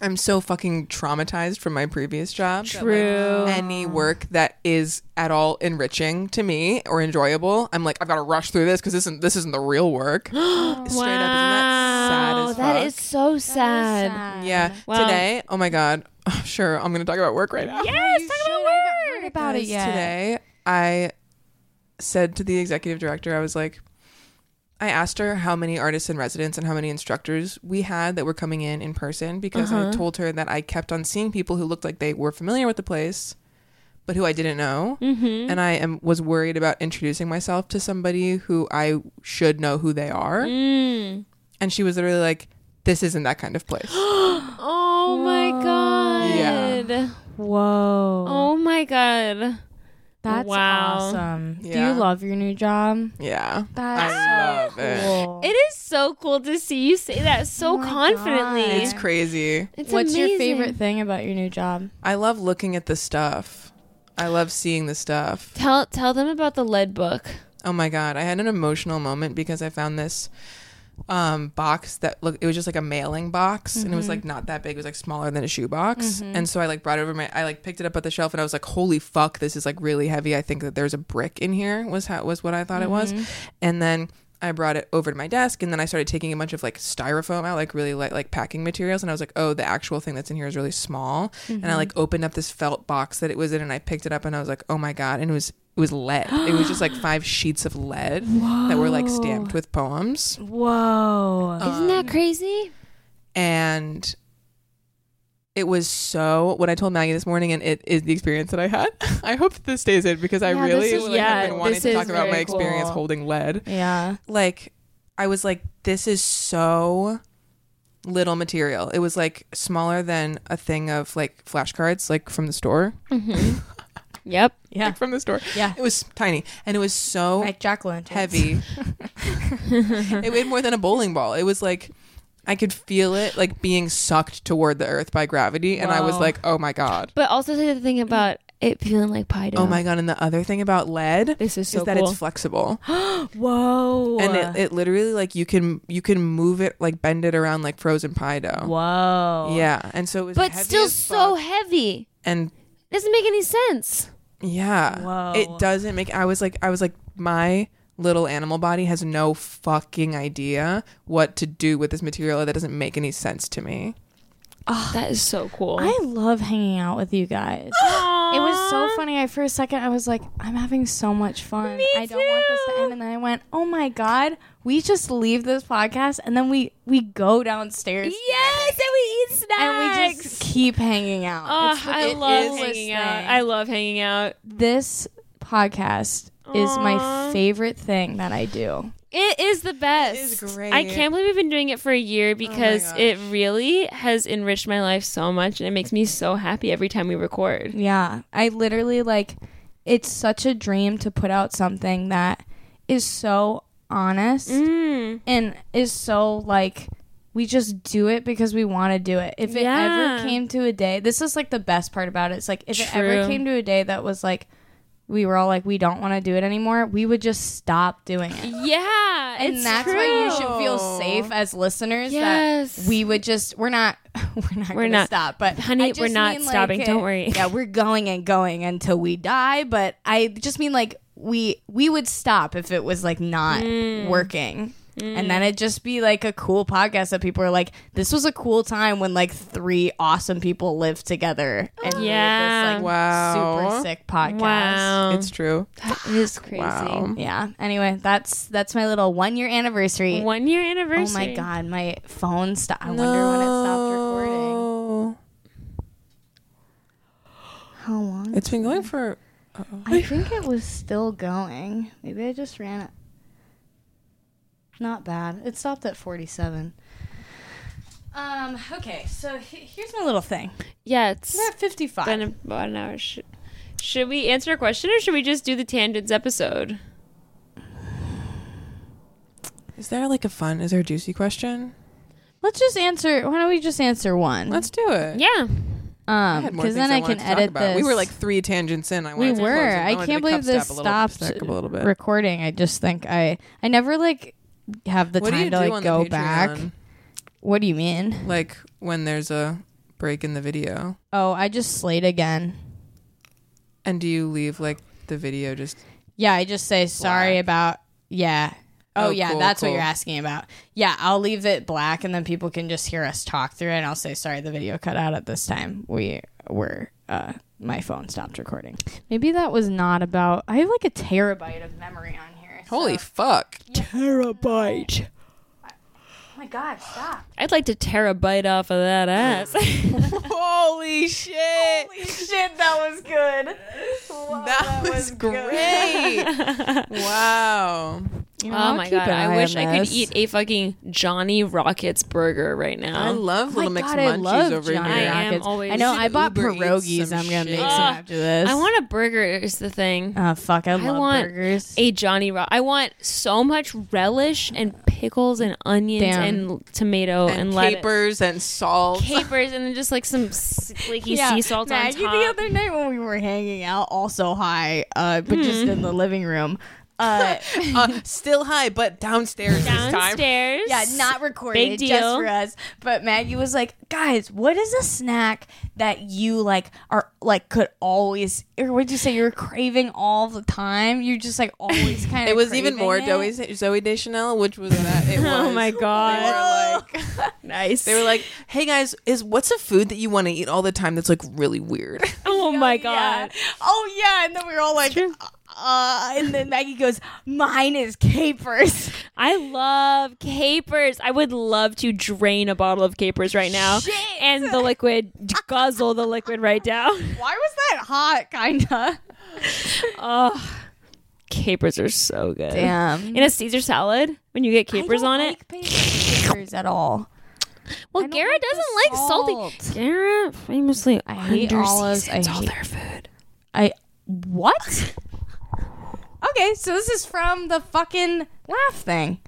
[SPEAKER 5] I'm so fucking traumatized from my previous job. that, like,
[SPEAKER 1] True.
[SPEAKER 5] any work that is at all enriching to me or enjoyable, I'm like, I've got to rush through this because this isn't this isn't the real work. Straight up, isn't that sad as fuck?
[SPEAKER 1] Oh, that is so sad.
[SPEAKER 5] yeah.
[SPEAKER 1] Wow.
[SPEAKER 5] Today, oh my god. Sure, I'm gonna talk about work right now.
[SPEAKER 1] Yes, talk about work.
[SPEAKER 4] about it yet.
[SPEAKER 5] Today, I said to the executive director, I was like, I asked her how many artists in residence and how many instructors we had that were coming in in person because
[SPEAKER 4] Uh-huh.
[SPEAKER 5] I told her that I kept on seeing people who looked like they were familiar with the place, but who I didn't know,
[SPEAKER 4] Mm-hmm.
[SPEAKER 5] and I am was worried about introducing myself to somebody who I should know who they are.
[SPEAKER 4] Mm.
[SPEAKER 5] And she was literally like, "This isn't that kind of place."
[SPEAKER 1] Oh my god.
[SPEAKER 5] Yeah.
[SPEAKER 4] Whoa.
[SPEAKER 1] Oh my god.
[SPEAKER 4] That's
[SPEAKER 1] Wow.
[SPEAKER 4] awesome.
[SPEAKER 5] Yeah.
[SPEAKER 4] Do you love your new job?
[SPEAKER 5] yeah,
[SPEAKER 4] That's
[SPEAKER 5] I love it.
[SPEAKER 4] cool.
[SPEAKER 1] It is so cool to see you say that so confidently.
[SPEAKER 5] It's crazy.
[SPEAKER 1] It's
[SPEAKER 4] What's your
[SPEAKER 1] amazing.
[SPEAKER 4] favorite thing about your new job?
[SPEAKER 5] I love looking at the stuff. I love seeing the stuff.
[SPEAKER 1] Tell tell them about the lead book.
[SPEAKER 5] Oh my god, I had an emotional moment because I found this um box that look it was just like a mailing box and it was like not that big it was like smaller than a shoebox and so i like brought it over my i like picked it up at the shelf and i was like holy fuck this is like really heavy i think that there's a brick in here was how was what i thought it was and then i brought it over to my desk and then i started taking a bunch of like styrofoam out like really light like packing materials and i was like oh the actual thing that's in here is really small and i like opened up this felt box that it was in and i picked it up and i was like oh my god and it was it was lead. It was just like five sheets of lead that were like stamped with poems
[SPEAKER 4] Whoa.
[SPEAKER 1] Isn't
[SPEAKER 5] Um,
[SPEAKER 1] that crazy?
[SPEAKER 5] and it was so what I told Maggie this morning, and it is the experience that I had. I hope that this stays in because I
[SPEAKER 4] Yeah,
[SPEAKER 5] really
[SPEAKER 4] this is-
[SPEAKER 5] like,
[SPEAKER 1] yeah,
[SPEAKER 5] have been wanting
[SPEAKER 1] this
[SPEAKER 5] to
[SPEAKER 1] is
[SPEAKER 5] talk about my
[SPEAKER 1] very
[SPEAKER 5] experience
[SPEAKER 1] cool.
[SPEAKER 5] holding lead.
[SPEAKER 4] Yeah.
[SPEAKER 5] Like, I was like, this is so little material. It was like smaller than a thing of like flashcards, like from the store,
[SPEAKER 1] Yep.
[SPEAKER 4] Yeah.
[SPEAKER 5] like from the store.
[SPEAKER 4] Yeah.
[SPEAKER 5] it was tiny, and it was
[SPEAKER 1] Oh,
[SPEAKER 5] so
[SPEAKER 4] Like Jack Lynch.
[SPEAKER 5] heavy. it weighed more than a bowling ball. It was like I could feel it like being sucked toward the earth by gravity, and I was
[SPEAKER 4] Wow.
[SPEAKER 5] like, oh my god.
[SPEAKER 1] But also say the thing about it feeling like pie dough.
[SPEAKER 5] Oh my god! And the other thing about lead
[SPEAKER 1] This is so
[SPEAKER 5] that
[SPEAKER 1] cool.
[SPEAKER 5] it's flexible,
[SPEAKER 4] Whoa.
[SPEAKER 5] and it, it literally like you can you can move it like bend it around like frozen pie dough.
[SPEAKER 4] Whoa.
[SPEAKER 5] Yeah, and so it was,
[SPEAKER 1] But
[SPEAKER 5] heavy
[SPEAKER 1] still
[SPEAKER 5] as
[SPEAKER 1] so
[SPEAKER 5] fuck,
[SPEAKER 1] heavy.
[SPEAKER 5] and
[SPEAKER 1] Doesn't make any sense.
[SPEAKER 5] Yeah.
[SPEAKER 4] Whoa.
[SPEAKER 5] It doesn't make I was like I was like my little animal body has no fucking idea what to do with this material that doesn't make any sense to me.
[SPEAKER 1] That is so cool.
[SPEAKER 4] I love hanging out with you guys. It was so funny. I for a second I was like, I'm having so much fun. I don't want this to end. And then I went, Oh my god, we just leave this podcast and then we we go downstairs
[SPEAKER 1] yes, and we eat snacks.
[SPEAKER 4] and we just keep hanging out.
[SPEAKER 1] Oh,
[SPEAKER 4] It's the
[SPEAKER 1] I love
[SPEAKER 4] coolest
[SPEAKER 1] hanging out.
[SPEAKER 4] thing.
[SPEAKER 1] I love hanging out.
[SPEAKER 4] this podcast is my
[SPEAKER 1] Aw.
[SPEAKER 4] favorite thing that I do.
[SPEAKER 1] It is the best.
[SPEAKER 5] is great. Oh
[SPEAKER 1] I can't believe we've been doing it for a year because it really has enriched my life so much and it makes me so happy every time we record.
[SPEAKER 4] Yeah. I literally like it's such a dream to put out something that is so honest
[SPEAKER 1] Mm.
[SPEAKER 4] and is so like we just do it because we want to do it. If it
[SPEAKER 1] Yeah.
[SPEAKER 4] ever came to a day, this is like the best part about it. It's like if it ever
[SPEAKER 1] True.
[SPEAKER 4] came to a day that was like we were all like, we don't want to do it anymore, we would just stop doing it.
[SPEAKER 1] Yeah,
[SPEAKER 4] And
[SPEAKER 1] it's
[SPEAKER 4] that's
[SPEAKER 1] true.
[SPEAKER 4] why you should feel safe as listeners
[SPEAKER 1] Yes.
[SPEAKER 4] that we would just we're not we're not
[SPEAKER 1] We're
[SPEAKER 4] gonna
[SPEAKER 1] not-
[SPEAKER 4] stop. But
[SPEAKER 1] honey,
[SPEAKER 4] I just
[SPEAKER 1] we're not
[SPEAKER 4] mean,
[SPEAKER 1] stopping,
[SPEAKER 4] uh,
[SPEAKER 1] don't worry.
[SPEAKER 4] Yeah, we're going and going until we die, but I just mean like we we would stop if it was like not
[SPEAKER 1] Mm.
[SPEAKER 4] working. And then it'd just be like a cool podcast that people are like, this was a cool time when like three awesome people lived together
[SPEAKER 1] Oh.
[SPEAKER 4] and made
[SPEAKER 1] Yeah.
[SPEAKER 4] this like
[SPEAKER 5] Wow.
[SPEAKER 4] super sick podcast.
[SPEAKER 1] Wow,
[SPEAKER 5] It's true.
[SPEAKER 1] that is crazy.
[SPEAKER 5] Wow.
[SPEAKER 4] Yeah. Anyway, that's that's my little one year anniversary.
[SPEAKER 1] One year anniversary.
[SPEAKER 4] Oh my god, my phone stopped. I wonder when it stopped recording.
[SPEAKER 5] Oh,
[SPEAKER 4] How long?
[SPEAKER 5] it's been going for.
[SPEAKER 4] I think it was still going. Maybe I just ran it. Not bad. It stopped at 47. Um, okay, so he- here's my little thing.
[SPEAKER 1] Yeah, it's
[SPEAKER 4] We're at 55.
[SPEAKER 1] been about an hour. Should, should we answer a question or should we just do the tangents episode?
[SPEAKER 5] Is there like a fun? Is there a juicy question?
[SPEAKER 4] Let's just answer. Why don't we just answer one?
[SPEAKER 5] Let's do it.
[SPEAKER 1] Yeah.
[SPEAKER 5] I
[SPEAKER 4] um,
[SPEAKER 5] had more
[SPEAKER 4] because then
[SPEAKER 5] things
[SPEAKER 4] I, can
[SPEAKER 5] wanted to talk
[SPEAKER 4] edit
[SPEAKER 5] about.
[SPEAKER 4] this.
[SPEAKER 5] We were like three tangents in. I
[SPEAKER 4] we
[SPEAKER 5] wanted to close
[SPEAKER 4] were.
[SPEAKER 5] it.
[SPEAKER 4] I
[SPEAKER 5] wanted
[SPEAKER 4] can't
[SPEAKER 5] to cup
[SPEAKER 4] believe this
[SPEAKER 5] stop a little-
[SPEAKER 4] stopped
[SPEAKER 5] stack up a little bit.
[SPEAKER 4] recording. I just think I I never like have the
[SPEAKER 5] what do
[SPEAKER 4] time
[SPEAKER 5] you do
[SPEAKER 4] to like
[SPEAKER 5] on
[SPEAKER 4] go
[SPEAKER 5] the Patreon?
[SPEAKER 4] back. What do you mean?
[SPEAKER 5] Like when there's a break in the video,
[SPEAKER 4] Oh, I just slayed again.
[SPEAKER 5] and do you leave like the video just?
[SPEAKER 4] Yeah, I just say sorry about yeah. Oh,
[SPEAKER 5] Oh,
[SPEAKER 4] yeah,
[SPEAKER 5] cool,
[SPEAKER 4] that's what
[SPEAKER 5] cool.
[SPEAKER 4] you're asking about. Yeah, I'll leave it black and then people can just hear us talk through it and I'll say sorry the video cut out at this time. We were uh my phone stopped recording. Maybe that was not about I have like a terabyte of memory on here. so-
[SPEAKER 5] Holy fuck!
[SPEAKER 4] oh my god, stop.
[SPEAKER 1] I'd like to tear a bite off of that ass.
[SPEAKER 5] Holy shit!
[SPEAKER 4] Holy shit, that was good.
[SPEAKER 5] that, was, great. wow.
[SPEAKER 1] oh my god, I wish I could eat a fucking Johnny Rockets burger right
[SPEAKER 5] I
[SPEAKER 1] now.
[SPEAKER 5] love little mixed
[SPEAKER 4] I
[SPEAKER 5] munchies
[SPEAKER 4] love
[SPEAKER 5] over
[SPEAKER 4] Johnny
[SPEAKER 5] here.
[SPEAKER 1] I am
[SPEAKER 4] Rockets.
[SPEAKER 1] always-
[SPEAKER 4] I know
[SPEAKER 1] You
[SPEAKER 4] I bought
[SPEAKER 5] Uber Eats
[SPEAKER 4] pierogies.
[SPEAKER 5] some
[SPEAKER 4] I'm gonna make some
[SPEAKER 5] shit.
[SPEAKER 1] Ugh.
[SPEAKER 4] after this.
[SPEAKER 1] I want a burger is the thing.
[SPEAKER 4] Oh fuck! I, love
[SPEAKER 1] want
[SPEAKER 4] burgers.
[SPEAKER 1] a Johnny Rock. I want so much relish and pickles and onions
[SPEAKER 4] Damn.
[SPEAKER 1] and l- tomato and,
[SPEAKER 5] and
[SPEAKER 1] lettuce.
[SPEAKER 5] capers and salt.
[SPEAKER 1] Capers and then just like some flaky sea salt on
[SPEAKER 4] Maggie,
[SPEAKER 1] top.
[SPEAKER 4] the other night when we were hanging out, also high, uh, but just
[SPEAKER 1] Hmm.
[SPEAKER 4] in the living room. Uh,
[SPEAKER 5] uh, still high, but downstairs, this time.
[SPEAKER 1] Downstairs.
[SPEAKER 4] yeah, not recorded,
[SPEAKER 1] Big
[SPEAKER 4] just
[SPEAKER 1] deal.
[SPEAKER 4] for us. But Maggie was like, "Guys, what is a snack that you like are like could always? Or would you say you're craving all the time? You're just like always kind of.
[SPEAKER 5] It was even more Zoe, Zoe Deschanel, which was that it was.
[SPEAKER 1] Oh my god.
[SPEAKER 5] They were like,
[SPEAKER 1] nice.
[SPEAKER 5] they were like, "Hey guys, is what's a food that you want to eat all the time that's like really weird?"
[SPEAKER 1] oh my god.
[SPEAKER 4] Oh yeah, and then we were all like, uh, and then Maggie goes, "Mine is capers."
[SPEAKER 1] I love capers. I would love to drain a bottle of capers right now and the liquid guzzle the liquid right down.
[SPEAKER 4] Why was that hot? Kinda.
[SPEAKER 1] Oh, capers are so good.
[SPEAKER 4] Damn.
[SPEAKER 1] In a Caesar salad, when you get capers on it.
[SPEAKER 4] Capers at all.
[SPEAKER 1] Well, Gara doesn't like salty. Gara famously I
[SPEAKER 4] hate olives. I
[SPEAKER 1] all
[SPEAKER 4] hate-
[SPEAKER 1] their food.
[SPEAKER 4] I what? okay, so this is from the fucking laugh thing.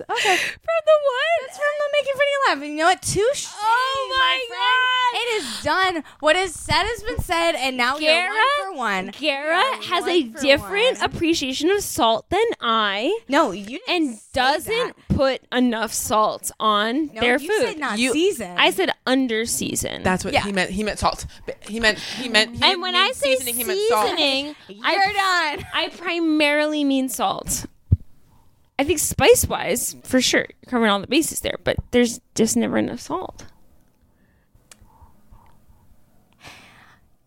[SPEAKER 4] okay. from the what? That's from the making funny laugh. And you know what? Too sh- Oh my, god! It is done. What is said has been said, and now we are
[SPEAKER 1] Gara-
[SPEAKER 4] one for one.
[SPEAKER 1] Gara
[SPEAKER 4] Yeah,
[SPEAKER 1] has
[SPEAKER 4] one
[SPEAKER 1] a
[SPEAKER 4] for
[SPEAKER 1] different
[SPEAKER 4] one.
[SPEAKER 1] appreciation of salt than I
[SPEAKER 4] No, you didn't
[SPEAKER 1] and
[SPEAKER 4] say
[SPEAKER 1] doesn't
[SPEAKER 4] that.
[SPEAKER 1] put enough salt on
[SPEAKER 4] No,
[SPEAKER 1] their
[SPEAKER 4] you
[SPEAKER 1] food.
[SPEAKER 4] said not
[SPEAKER 5] You-
[SPEAKER 4] season.
[SPEAKER 1] I said under season.
[SPEAKER 5] That's what he meant. He meant salt. But He meant he meant. He
[SPEAKER 1] and when I
[SPEAKER 5] meant
[SPEAKER 1] say
[SPEAKER 5] seasoning,
[SPEAKER 1] seasoning,
[SPEAKER 5] he meant salt.
[SPEAKER 1] I,
[SPEAKER 4] You're done.
[SPEAKER 1] I primarily mean salt. I think spice wise, for sure, you're covering all the bases there, but there's just never enough salt.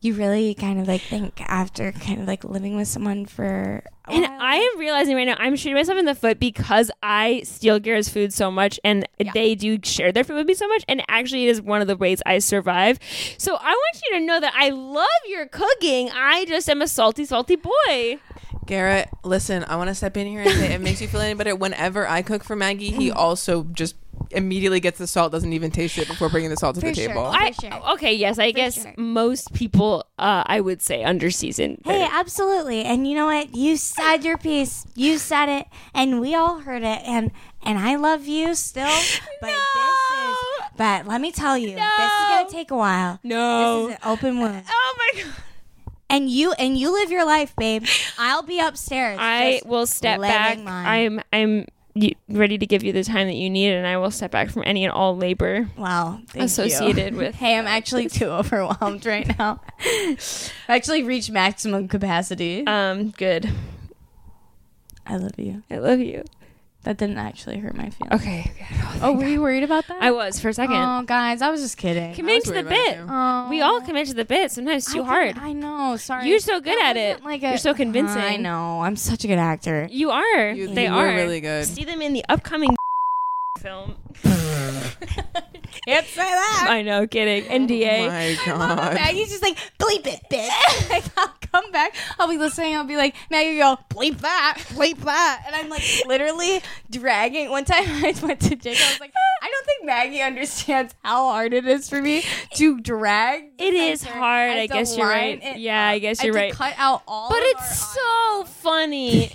[SPEAKER 7] You really kind of like think after kind of like living with someone for
[SPEAKER 1] And
[SPEAKER 7] Oh,
[SPEAKER 1] I am realizing right now I'm shooting myself in the foot because I steal Gara's food so much and they do share their food with me so much. And actually, it is one of the ways I survive. So I want you to know that I love your cooking. I just am a salty, salty boy.
[SPEAKER 5] Garrett, listen, I want to step in here and say it makes you feel any better. Whenever I cook for Maggie, he
[SPEAKER 1] Mm.
[SPEAKER 5] also just immediately gets the salt, doesn't even taste it before bringing the salt to the
[SPEAKER 7] sure.
[SPEAKER 5] table.
[SPEAKER 1] I,
[SPEAKER 7] sure.
[SPEAKER 1] Okay, yes, I guess
[SPEAKER 7] sure.
[SPEAKER 1] most people, uh, I would say, underseasoned.
[SPEAKER 7] Hey, absolutely. And you know what? You said your piece. You said it, and we all heard it. And and I love you still. But this is. But let me tell you, this is gonna take a while.
[SPEAKER 1] no.
[SPEAKER 7] This is an open wound.
[SPEAKER 1] oh my god.
[SPEAKER 7] and you and you live your life, babe. I'll be upstairs.
[SPEAKER 1] I
[SPEAKER 7] Just
[SPEAKER 1] will step
[SPEAKER 7] living
[SPEAKER 1] back.
[SPEAKER 7] mine.
[SPEAKER 1] I'm I'm y- ready to give you the time that you need, and I will step back from any and all labor
[SPEAKER 7] wow. Thank
[SPEAKER 1] associated with.
[SPEAKER 4] Hey, I'm actually too overwhelmed right now. I actually reached maximum capacity.
[SPEAKER 1] Um, good.
[SPEAKER 4] I love you.
[SPEAKER 1] I love you.
[SPEAKER 4] That didn't actually hurt my feelings.
[SPEAKER 1] Okay.
[SPEAKER 4] Oh, were you worried about that?
[SPEAKER 1] I was for a second.
[SPEAKER 4] Oh, guys, I was just kidding.
[SPEAKER 1] commit to the
[SPEAKER 5] worried about it,
[SPEAKER 1] bit.
[SPEAKER 5] too.
[SPEAKER 4] Oh.
[SPEAKER 1] We all commit to the bit. Sometimes too
[SPEAKER 4] I
[SPEAKER 1] hard.
[SPEAKER 4] didn't- I know. Sorry.
[SPEAKER 1] You're so good
[SPEAKER 4] That
[SPEAKER 1] at it.
[SPEAKER 4] wasn't like a-
[SPEAKER 1] You're so convincing.
[SPEAKER 4] I know. I'm such a good actor.
[SPEAKER 1] You are.
[SPEAKER 5] You-
[SPEAKER 1] Oh, they
[SPEAKER 5] you were
[SPEAKER 1] are
[SPEAKER 5] really good.
[SPEAKER 1] See them in the upcoming film.
[SPEAKER 4] Can't say that.
[SPEAKER 1] I know. Kidding. NDA.
[SPEAKER 5] My God.
[SPEAKER 4] Maggie's just like bleep it, bitch. like I'll come back. I'll be listening. I'll be like Maggie, go bleep that, bleep that, and I'm like literally dragging. One time I went to Jake. I was like, I don't think Maggie understands how hard it is for me to drag.
[SPEAKER 1] It is
[SPEAKER 4] center
[SPEAKER 1] hard.
[SPEAKER 4] and
[SPEAKER 1] I
[SPEAKER 4] to
[SPEAKER 1] guess you're
[SPEAKER 4] line
[SPEAKER 1] right.
[SPEAKER 4] it
[SPEAKER 1] Yeah, I
[SPEAKER 4] up
[SPEAKER 1] guess
[SPEAKER 4] and
[SPEAKER 1] you're
[SPEAKER 4] to
[SPEAKER 1] right.
[SPEAKER 4] Cut out all.
[SPEAKER 1] But
[SPEAKER 4] of our
[SPEAKER 1] it's so funny.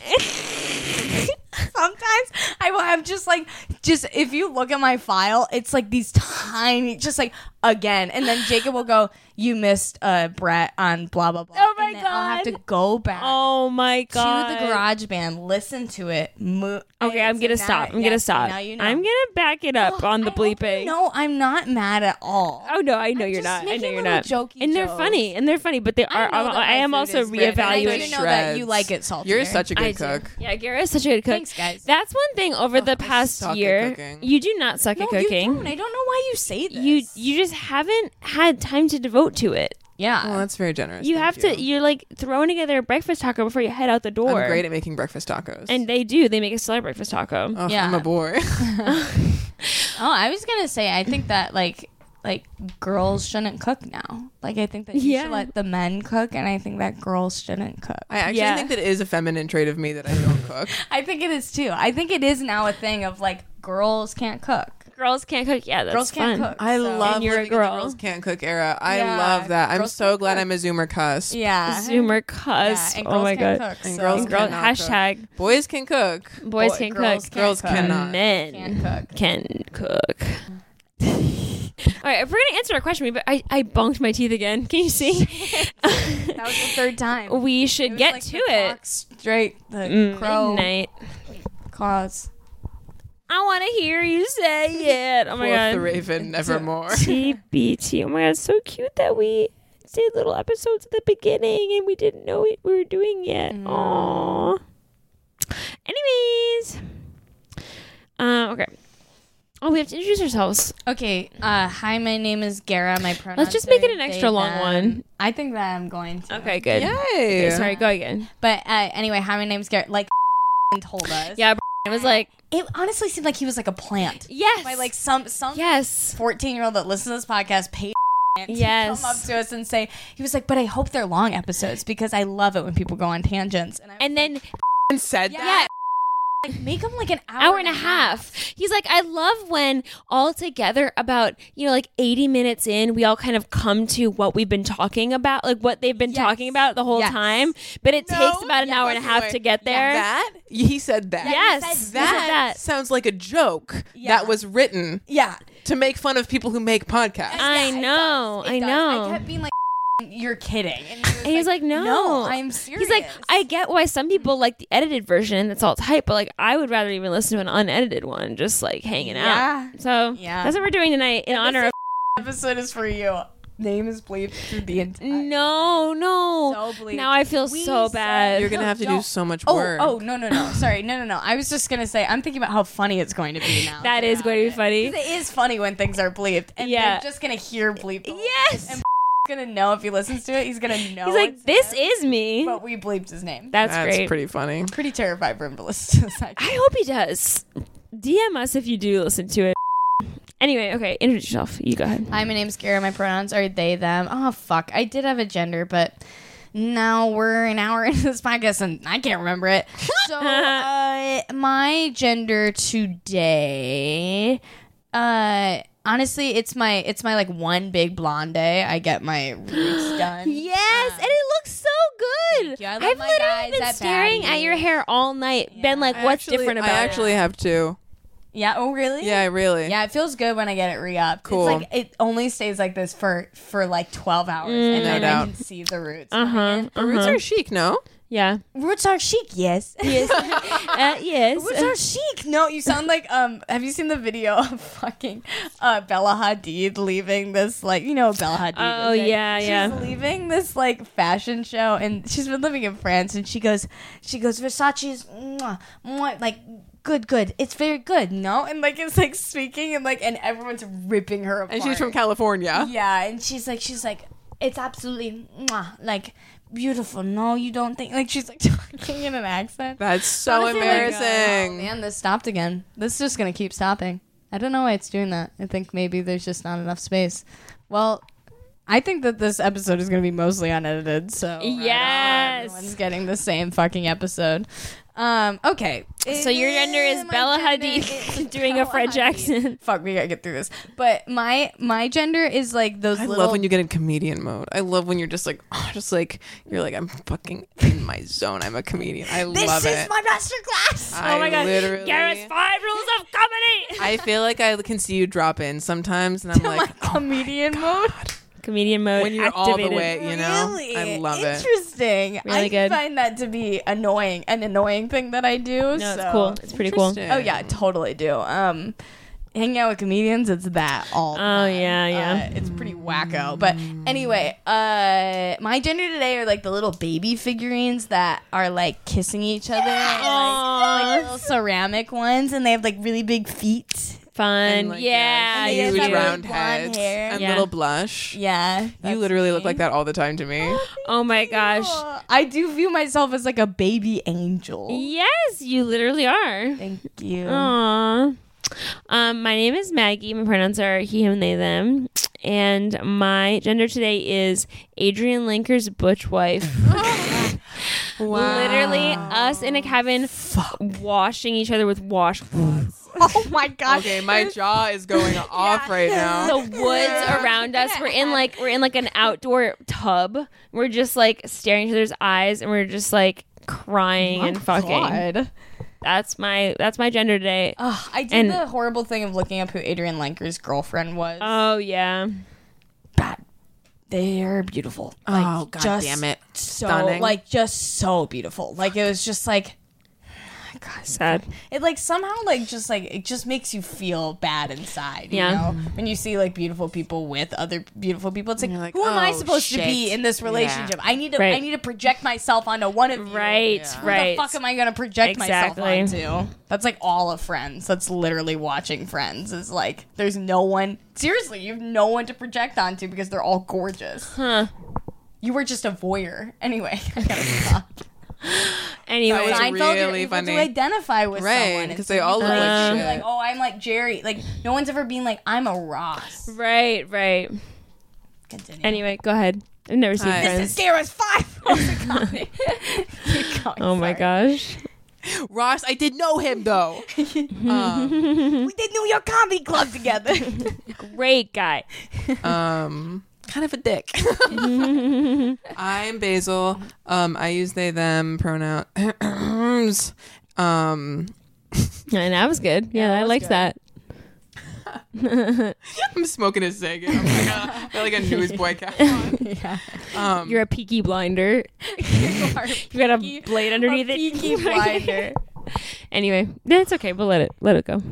[SPEAKER 4] Sometimes I will have just like just if you look at my file, it's like these tiny just like again, and then Jacob will go, "You missed uh Brett on blah blah blah."
[SPEAKER 1] Oh my
[SPEAKER 4] and then I'll have
[SPEAKER 1] God.
[SPEAKER 4] to go back
[SPEAKER 1] oh my
[SPEAKER 4] to
[SPEAKER 1] god.
[SPEAKER 4] the garage band, listen to it. Mo-
[SPEAKER 1] Okay, I'm
[SPEAKER 4] So
[SPEAKER 1] gonna
[SPEAKER 4] now-
[SPEAKER 1] stop. I'm
[SPEAKER 4] yeah,
[SPEAKER 1] gonna
[SPEAKER 4] so
[SPEAKER 1] stop.
[SPEAKER 4] Now you know.
[SPEAKER 1] I'm gonna back it up on the
[SPEAKER 4] I hope you
[SPEAKER 1] bleeping.
[SPEAKER 4] No, I'm not mad at all.
[SPEAKER 1] Oh no, I know
[SPEAKER 4] I'm
[SPEAKER 1] you're
[SPEAKER 4] just
[SPEAKER 1] not. I know
[SPEAKER 4] making
[SPEAKER 1] you're
[SPEAKER 4] little
[SPEAKER 1] not.
[SPEAKER 4] jokey
[SPEAKER 1] and they're
[SPEAKER 4] jokes.
[SPEAKER 1] funny, and they're funny, but they are.
[SPEAKER 4] know
[SPEAKER 1] I'm,
[SPEAKER 4] that
[SPEAKER 1] I
[SPEAKER 4] my
[SPEAKER 1] am
[SPEAKER 4] food
[SPEAKER 1] also
[SPEAKER 4] is great, and I know you
[SPEAKER 1] reevaluating.
[SPEAKER 4] know that you like it salty.
[SPEAKER 5] You're such a good
[SPEAKER 1] I do.
[SPEAKER 5] cook. Oh,
[SPEAKER 1] Yeah, Garrett is such a good cook.
[SPEAKER 4] Thanks, guys.
[SPEAKER 1] That's one thing over the past
[SPEAKER 5] suck at
[SPEAKER 1] year.
[SPEAKER 5] cooking.
[SPEAKER 1] You do not suck
[SPEAKER 4] no,
[SPEAKER 1] at
[SPEAKER 4] you
[SPEAKER 1] cooking.
[SPEAKER 4] don't. I don't know why you say this.
[SPEAKER 1] You, you just haven't had time to devote to it.
[SPEAKER 4] yeah.
[SPEAKER 5] Well, that's very generous.
[SPEAKER 1] You
[SPEAKER 5] Thank
[SPEAKER 1] have to. You're like throwing together a breakfast taco before you head out the door.
[SPEAKER 5] I'm great at making breakfast tacos.
[SPEAKER 1] and they do. They make a stellar breakfast taco.
[SPEAKER 5] Ugh,
[SPEAKER 4] Yeah.
[SPEAKER 5] I'm a bore.
[SPEAKER 4] Oh, I was gonna say, I think that like like girls shouldn't cook now. Like I think that you
[SPEAKER 1] Yeah.
[SPEAKER 4] should let the men cook, and I think that girls shouldn't cook.
[SPEAKER 5] I actually
[SPEAKER 1] Yeah.
[SPEAKER 5] think that it is a feminine trait of me that I don't cook.
[SPEAKER 4] I think it is too. I think it is now a thing of like girls can't cook.
[SPEAKER 1] Girls can't cook. Yeah, that's
[SPEAKER 4] Girls can't
[SPEAKER 1] fun.
[SPEAKER 4] cook.
[SPEAKER 5] I
[SPEAKER 4] so-
[SPEAKER 5] love
[SPEAKER 1] you're a
[SPEAKER 5] living in
[SPEAKER 1] girl.
[SPEAKER 5] the girls can't cook era. I
[SPEAKER 4] Yeah,
[SPEAKER 5] love that. I'm
[SPEAKER 4] girls
[SPEAKER 5] so
[SPEAKER 4] can't
[SPEAKER 5] glad
[SPEAKER 4] cook.
[SPEAKER 5] I'm a zoomer cuss.
[SPEAKER 4] Yeah.
[SPEAKER 1] Zoomer
[SPEAKER 4] Yeah,
[SPEAKER 1] cuss.
[SPEAKER 4] and
[SPEAKER 1] oh
[SPEAKER 4] girls
[SPEAKER 1] my
[SPEAKER 4] can't
[SPEAKER 1] god.
[SPEAKER 4] Cook,
[SPEAKER 5] And
[SPEAKER 4] so-
[SPEAKER 5] girls
[SPEAKER 1] Girl,
[SPEAKER 5] cannot cook.
[SPEAKER 1] hashtag
[SPEAKER 5] Boys can cook.
[SPEAKER 1] boys
[SPEAKER 4] Boy-
[SPEAKER 1] can
[SPEAKER 4] girls
[SPEAKER 1] cook.
[SPEAKER 4] can't
[SPEAKER 5] Girls
[SPEAKER 4] cook.
[SPEAKER 5] cannot.
[SPEAKER 1] And men
[SPEAKER 4] Can't
[SPEAKER 1] can
[SPEAKER 4] cook.
[SPEAKER 1] cook. All right, if we're gonna answer our question, but I, I bonked my teeth again. Can you see?
[SPEAKER 4] That was the third time.
[SPEAKER 1] we should get to it. Mm.
[SPEAKER 4] Straight the crow
[SPEAKER 1] Midnight.
[SPEAKER 4] claws.
[SPEAKER 1] I want to hear you say it. Oh my
[SPEAKER 5] Quoth the
[SPEAKER 1] god.
[SPEAKER 5] raven nevermore.
[SPEAKER 1] TBT. Oh my god, so cute that we did little episodes at the beginning and we didn't know it we were doing yet.
[SPEAKER 4] Mm.
[SPEAKER 1] Aww. Anyways. Um, okay. Oh, we have to introduce ourselves.
[SPEAKER 4] Okay. Uh, hi, my name is Gara. My pronouns.
[SPEAKER 1] Let's just make
[SPEAKER 4] are
[SPEAKER 1] it an extra
[SPEAKER 4] they,
[SPEAKER 1] long
[SPEAKER 4] them.
[SPEAKER 1] one.
[SPEAKER 4] I think that I'm going to.
[SPEAKER 1] Okay, good.
[SPEAKER 5] Yay.
[SPEAKER 1] Okay, sorry, go again.
[SPEAKER 4] But uh, anyway, hi, my name's Garrett. Like told us.
[SPEAKER 1] Yeah, I was like,
[SPEAKER 4] It honestly seemed like he was like a plant.
[SPEAKER 1] yes.
[SPEAKER 4] By like some some
[SPEAKER 1] yes.
[SPEAKER 4] fourteen year old that listens to this podcast paid to
[SPEAKER 1] Yes.
[SPEAKER 4] come up to us and say he was like, but I hope they're long episodes because I love it when people go on tangents. And I was
[SPEAKER 1] And then,
[SPEAKER 5] And said
[SPEAKER 4] yeah,
[SPEAKER 5] that.
[SPEAKER 4] like make them like an hour,
[SPEAKER 1] hour and a half. He's like, I love when all together, about, you know, like 80 minutes in, we all kind of come to what we've been talking about, like what they've been talking about the whole
[SPEAKER 4] Yes.
[SPEAKER 1] time. But it
[SPEAKER 5] No,
[SPEAKER 1] takes about an
[SPEAKER 5] yeah,
[SPEAKER 1] hour and a
[SPEAKER 5] that's
[SPEAKER 1] half
[SPEAKER 5] right.
[SPEAKER 1] to get there.
[SPEAKER 5] That he said that.
[SPEAKER 1] yes.
[SPEAKER 5] That,
[SPEAKER 1] That.
[SPEAKER 5] sounds like a joke
[SPEAKER 4] Yeah.
[SPEAKER 5] that was written
[SPEAKER 4] Yeah,
[SPEAKER 5] to make fun of people who make podcasts.
[SPEAKER 1] I
[SPEAKER 4] Yeah, it
[SPEAKER 1] know.
[SPEAKER 4] does. It
[SPEAKER 1] I
[SPEAKER 4] does.
[SPEAKER 1] know.
[SPEAKER 4] I kept being like, you're kidding. And, he was
[SPEAKER 1] And he's like, no,
[SPEAKER 4] no, I'm serious.
[SPEAKER 1] He's like, I get why some people like the edited version that's all tight, but like I would rather even listen to an unedited one, just like hanging
[SPEAKER 4] Yeah.
[SPEAKER 1] out. So
[SPEAKER 4] Yeah.
[SPEAKER 1] that's what we're doing tonight in honor of.
[SPEAKER 4] episode is for you. Name is bleeped through the entire.
[SPEAKER 1] No, no.
[SPEAKER 4] So bleeped.
[SPEAKER 1] now I feel
[SPEAKER 4] We
[SPEAKER 1] so
[SPEAKER 4] said-
[SPEAKER 1] bad.
[SPEAKER 5] You're gonna
[SPEAKER 4] No,
[SPEAKER 5] have to do
[SPEAKER 4] don't.
[SPEAKER 5] so much
[SPEAKER 4] Oh,
[SPEAKER 5] work.
[SPEAKER 4] oh no no no! Sorry, no no no! I was just gonna say I'm thinking about how funny it's going to be now.
[SPEAKER 1] That is going to be funny.
[SPEAKER 4] 'Cause it is funny when things are bleeped, and
[SPEAKER 1] Yeah.
[SPEAKER 4] they're just gonna hear bleep. the whole
[SPEAKER 1] Yes.
[SPEAKER 4] time. and gonna know if he listens to it. He's gonna know.
[SPEAKER 1] He's like,
[SPEAKER 4] it's
[SPEAKER 1] this
[SPEAKER 4] him,
[SPEAKER 1] is me.
[SPEAKER 4] But we bleeped his name.
[SPEAKER 1] That's,
[SPEAKER 5] That's
[SPEAKER 1] great.
[SPEAKER 5] pretty funny.
[SPEAKER 4] Pretty terrified for him to listen to this. actually.
[SPEAKER 1] I hope he does. DM us if you do listen to it. Anyway, okay, introduce yourself. You go ahead.
[SPEAKER 4] Hi, my name's Kara. My pronouns are they, them. Oh, fuck. I did have a gender, but now we're an hour into this podcast and I can't remember it. So, uh, my gender today, uh, honestly, it's my, it's my like one big blonde day. I get my roots done.
[SPEAKER 1] Yes, and it looks so good.
[SPEAKER 4] you. I love
[SPEAKER 1] I've
[SPEAKER 4] my
[SPEAKER 1] literally
[SPEAKER 4] guys
[SPEAKER 1] been
[SPEAKER 4] at
[SPEAKER 1] staring
[SPEAKER 4] Batty.
[SPEAKER 1] at your hair all night. Been like,
[SPEAKER 5] I
[SPEAKER 1] what's
[SPEAKER 5] actually-
[SPEAKER 1] different
[SPEAKER 5] I
[SPEAKER 1] about it?
[SPEAKER 5] actually have two.
[SPEAKER 4] Yeah. Oh, really?
[SPEAKER 5] Yeah, really.
[SPEAKER 4] Yeah, it feels good when I get it re-upped.
[SPEAKER 5] Cool.
[SPEAKER 4] It's like it only stays like this for for like 12 hours and then I
[SPEAKER 5] doubt.
[SPEAKER 4] can see the roots.
[SPEAKER 1] Uh-huh.
[SPEAKER 5] The roots are chic, no?
[SPEAKER 1] Yeah.
[SPEAKER 7] Roots are chic, yes.
[SPEAKER 1] Yes. uh, yes.
[SPEAKER 4] Roots are chic. No, you sound like um have you seen the video of fucking uh Bella Hadid leaving this like, you know, Bella Hadid.
[SPEAKER 1] Oh,
[SPEAKER 4] is it?
[SPEAKER 1] yeah,
[SPEAKER 4] She's
[SPEAKER 1] yeah.
[SPEAKER 4] leaving this like fashion show and she's been living in France and she goes
[SPEAKER 7] She goes, Versace's, mwah, mwah, like, good, good. It's very good.
[SPEAKER 4] no and like it's like speaking and like and everyone's ripping her apart.
[SPEAKER 5] And she's from California.
[SPEAKER 4] Yeah, and she's
[SPEAKER 7] She's like, she's like, it's absolutely, mwah, like, beautiful. No, you don't think, like, she's like,
[SPEAKER 4] talking in an accent.
[SPEAKER 5] That's so
[SPEAKER 4] Honestly, like,
[SPEAKER 5] embarrassing.
[SPEAKER 4] oh, man, this stopped again. This is just gonna keep stopping. I don't know why it's doing that. I think maybe there's just not enough space. Well, I think that this episode is gonna be mostly unedited, so right on.
[SPEAKER 1] Yes.
[SPEAKER 4] everyone's getting the same fucking episode. Um, okay,
[SPEAKER 1] so your gender is
[SPEAKER 4] My
[SPEAKER 1] Bella
[SPEAKER 4] gender
[SPEAKER 1] Hadid
[SPEAKER 4] is
[SPEAKER 1] doing a
[SPEAKER 4] Bella
[SPEAKER 1] Fred
[SPEAKER 4] Hadid.
[SPEAKER 1] Jackson.
[SPEAKER 4] Fuck, we gotta get through this. But my my gender is like those
[SPEAKER 5] I
[SPEAKER 4] little.
[SPEAKER 5] love when you get in comedian mode. I love when you're just like, oh, just like you're like, I'm fucking in my zone. I'm a comedian. I love it.
[SPEAKER 7] my master class.
[SPEAKER 5] I
[SPEAKER 1] oh my god.
[SPEAKER 5] literally-
[SPEAKER 1] Garrett's five rules of comedy.
[SPEAKER 5] I feel like I can see you drop in sometimes, and I'm like, oh,
[SPEAKER 4] comedian mode.
[SPEAKER 1] Comedian mode.
[SPEAKER 5] when you're
[SPEAKER 1] activated.
[SPEAKER 5] all the way, you know. I love it.
[SPEAKER 4] Interesting.
[SPEAKER 1] Really
[SPEAKER 4] I
[SPEAKER 1] good.
[SPEAKER 4] find that to be annoying, an annoying thing that I do.
[SPEAKER 1] No,
[SPEAKER 4] so.
[SPEAKER 1] it's cool. It's pretty cool.
[SPEAKER 5] Interesting.
[SPEAKER 4] Oh yeah, I totally do. Um, hanging out with comedians, it's that all. the
[SPEAKER 1] Oh,
[SPEAKER 4] time.
[SPEAKER 1] yeah, yeah.
[SPEAKER 4] Uh, it's pretty wacko. But anyway, uh, my gender today are like the little baby figurines that are like kissing each other. and, like, like little ceramic ones, and they have like really big feet.
[SPEAKER 1] Fun.
[SPEAKER 5] Uh, And, like,
[SPEAKER 1] yeah.
[SPEAKER 5] yeah,
[SPEAKER 1] you
[SPEAKER 5] huge
[SPEAKER 1] do.
[SPEAKER 5] round head
[SPEAKER 4] hair.
[SPEAKER 5] and
[SPEAKER 1] Yeah.
[SPEAKER 5] little blush.
[SPEAKER 4] Yeah,
[SPEAKER 5] you
[SPEAKER 4] that's
[SPEAKER 5] literally
[SPEAKER 4] me.
[SPEAKER 5] look like that all the time to me.
[SPEAKER 1] Oh my gosh.
[SPEAKER 4] Uh, I do view myself as like a baby angel.
[SPEAKER 1] Yes, you literally are.
[SPEAKER 4] Thank you.
[SPEAKER 5] Oh.
[SPEAKER 1] Aww. Um, my name is Maggie. My pronouns are he, him, they, them. And my gender today is Adrian Linker's butch wife. Literally, us in a cabin washing each other with washcloths.
[SPEAKER 4] Oh my gosh.
[SPEAKER 5] okay, my jaw is going off right now.
[SPEAKER 1] The woods around us. We're in like we're in like an outdoor tub. We're just like staring each other's eyes, and we're just like crying and fucking.
[SPEAKER 4] God.
[SPEAKER 1] That's my that's my gender today.
[SPEAKER 4] Ugh, I did
[SPEAKER 1] And-
[SPEAKER 4] the horrible thing of looking up who Adrian Lanker's girlfriend was.
[SPEAKER 5] Uh.
[SPEAKER 1] oh yeah.
[SPEAKER 4] they are beautiful.
[SPEAKER 5] oh god damn it!
[SPEAKER 4] So
[SPEAKER 5] Stunning.
[SPEAKER 4] like just so beautiful. Like it was just like
[SPEAKER 1] Sad.
[SPEAKER 4] it like somehow like just like it just makes you feel bad inside. You
[SPEAKER 1] Yeah.
[SPEAKER 4] know? When you see like beautiful people with other beautiful people, it's like,
[SPEAKER 5] like,
[SPEAKER 4] who am I
[SPEAKER 5] oh,
[SPEAKER 4] supposed to be
[SPEAKER 5] shit.
[SPEAKER 4] in this relationship? I need to
[SPEAKER 1] Right.
[SPEAKER 4] I need to project myself onto one of you.
[SPEAKER 1] Right,
[SPEAKER 4] What
[SPEAKER 1] right.
[SPEAKER 4] the fuck am I gonna project
[SPEAKER 1] Exactly.
[SPEAKER 4] myself onto? That's like all of Friends. That's literally watching Friends. Is like there's no one. Seriously, you have no one to project onto because they're all gorgeous.
[SPEAKER 1] Huh.
[SPEAKER 4] You were just a voyeur. Anyway, I gotta stop.
[SPEAKER 1] Anyway,
[SPEAKER 5] That was
[SPEAKER 4] Seinfeld, you're
[SPEAKER 5] really
[SPEAKER 4] able
[SPEAKER 5] funny.
[SPEAKER 4] to identify with someone
[SPEAKER 5] Right,
[SPEAKER 4] It's
[SPEAKER 5] because they all look like
[SPEAKER 1] Um,
[SPEAKER 5] shit.
[SPEAKER 4] like, oh, I'm like Jerry. Like, no one's ever been like, I'm a Ross.
[SPEAKER 1] Right, right.
[SPEAKER 4] Continue.
[SPEAKER 1] Anyway, go ahead. I've never seen
[SPEAKER 5] Hi.
[SPEAKER 1] Friends.
[SPEAKER 4] Sarah's five. Oh my god. Keep going,
[SPEAKER 1] Oh my
[SPEAKER 4] sorry.
[SPEAKER 1] gosh.
[SPEAKER 5] Ross, I did know him though. um,
[SPEAKER 4] We did New York Comedy Club together.
[SPEAKER 1] Great guy.
[SPEAKER 5] um, kind of a dick. I'm Basil. Um, I use they them pronouns. um,
[SPEAKER 1] And that was good. Yeah, I liked that.
[SPEAKER 5] I'm smoking a cig. I'm like a, got like a newsboy cap on. Um,
[SPEAKER 1] You're a peaky blinder. you got a blade underneath it.
[SPEAKER 4] Peaky Blinder.
[SPEAKER 1] Anyway, that's okay. We'll let it let it go.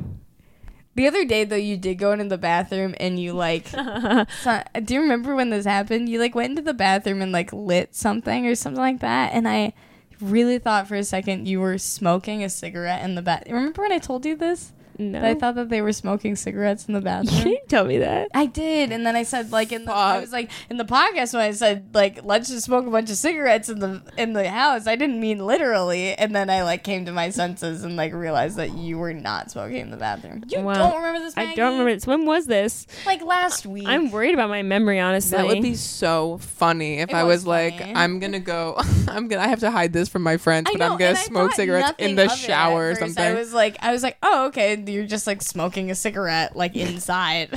[SPEAKER 4] The other day though, you did go into the bathroom and you like. so- do you remember when this happened? You like went into the bathroom and like lit something or something like that, and I really thought for a second you were smoking a cigarette in the bathroom. Remember when I told you this?
[SPEAKER 1] No,
[SPEAKER 4] That I thought that they were smoking cigarettes in the
[SPEAKER 1] you
[SPEAKER 4] bathroom.
[SPEAKER 1] didn't tell me that.
[SPEAKER 4] I did, and then I said like in the I was like in the podcast when I said like let's just smoke a bunch of cigarettes in the in the house. I didn't mean literally, and then I like came to my senses and like realized that you were not smoking in the bathroom. You
[SPEAKER 1] Wow.
[SPEAKER 4] don't remember this?
[SPEAKER 1] I don't remember this. When was this?
[SPEAKER 4] Like last week.
[SPEAKER 1] I'm worried about my memory, honestly.
[SPEAKER 5] That would be so funny if I
[SPEAKER 4] was
[SPEAKER 5] was like,
[SPEAKER 4] funny.
[SPEAKER 5] I'm gonna go. I'm gonna. I have to hide this from my friends,
[SPEAKER 4] I
[SPEAKER 5] but
[SPEAKER 4] know,
[SPEAKER 5] I'm gonna
[SPEAKER 4] and I
[SPEAKER 5] smoke
[SPEAKER 4] thought
[SPEAKER 5] cigarettes
[SPEAKER 4] nothing
[SPEAKER 5] in the
[SPEAKER 4] of it at
[SPEAKER 5] shower or
[SPEAKER 4] first.
[SPEAKER 5] something.
[SPEAKER 4] I was like, I was like, oh okay, you're just like smoking a cigarette like inside.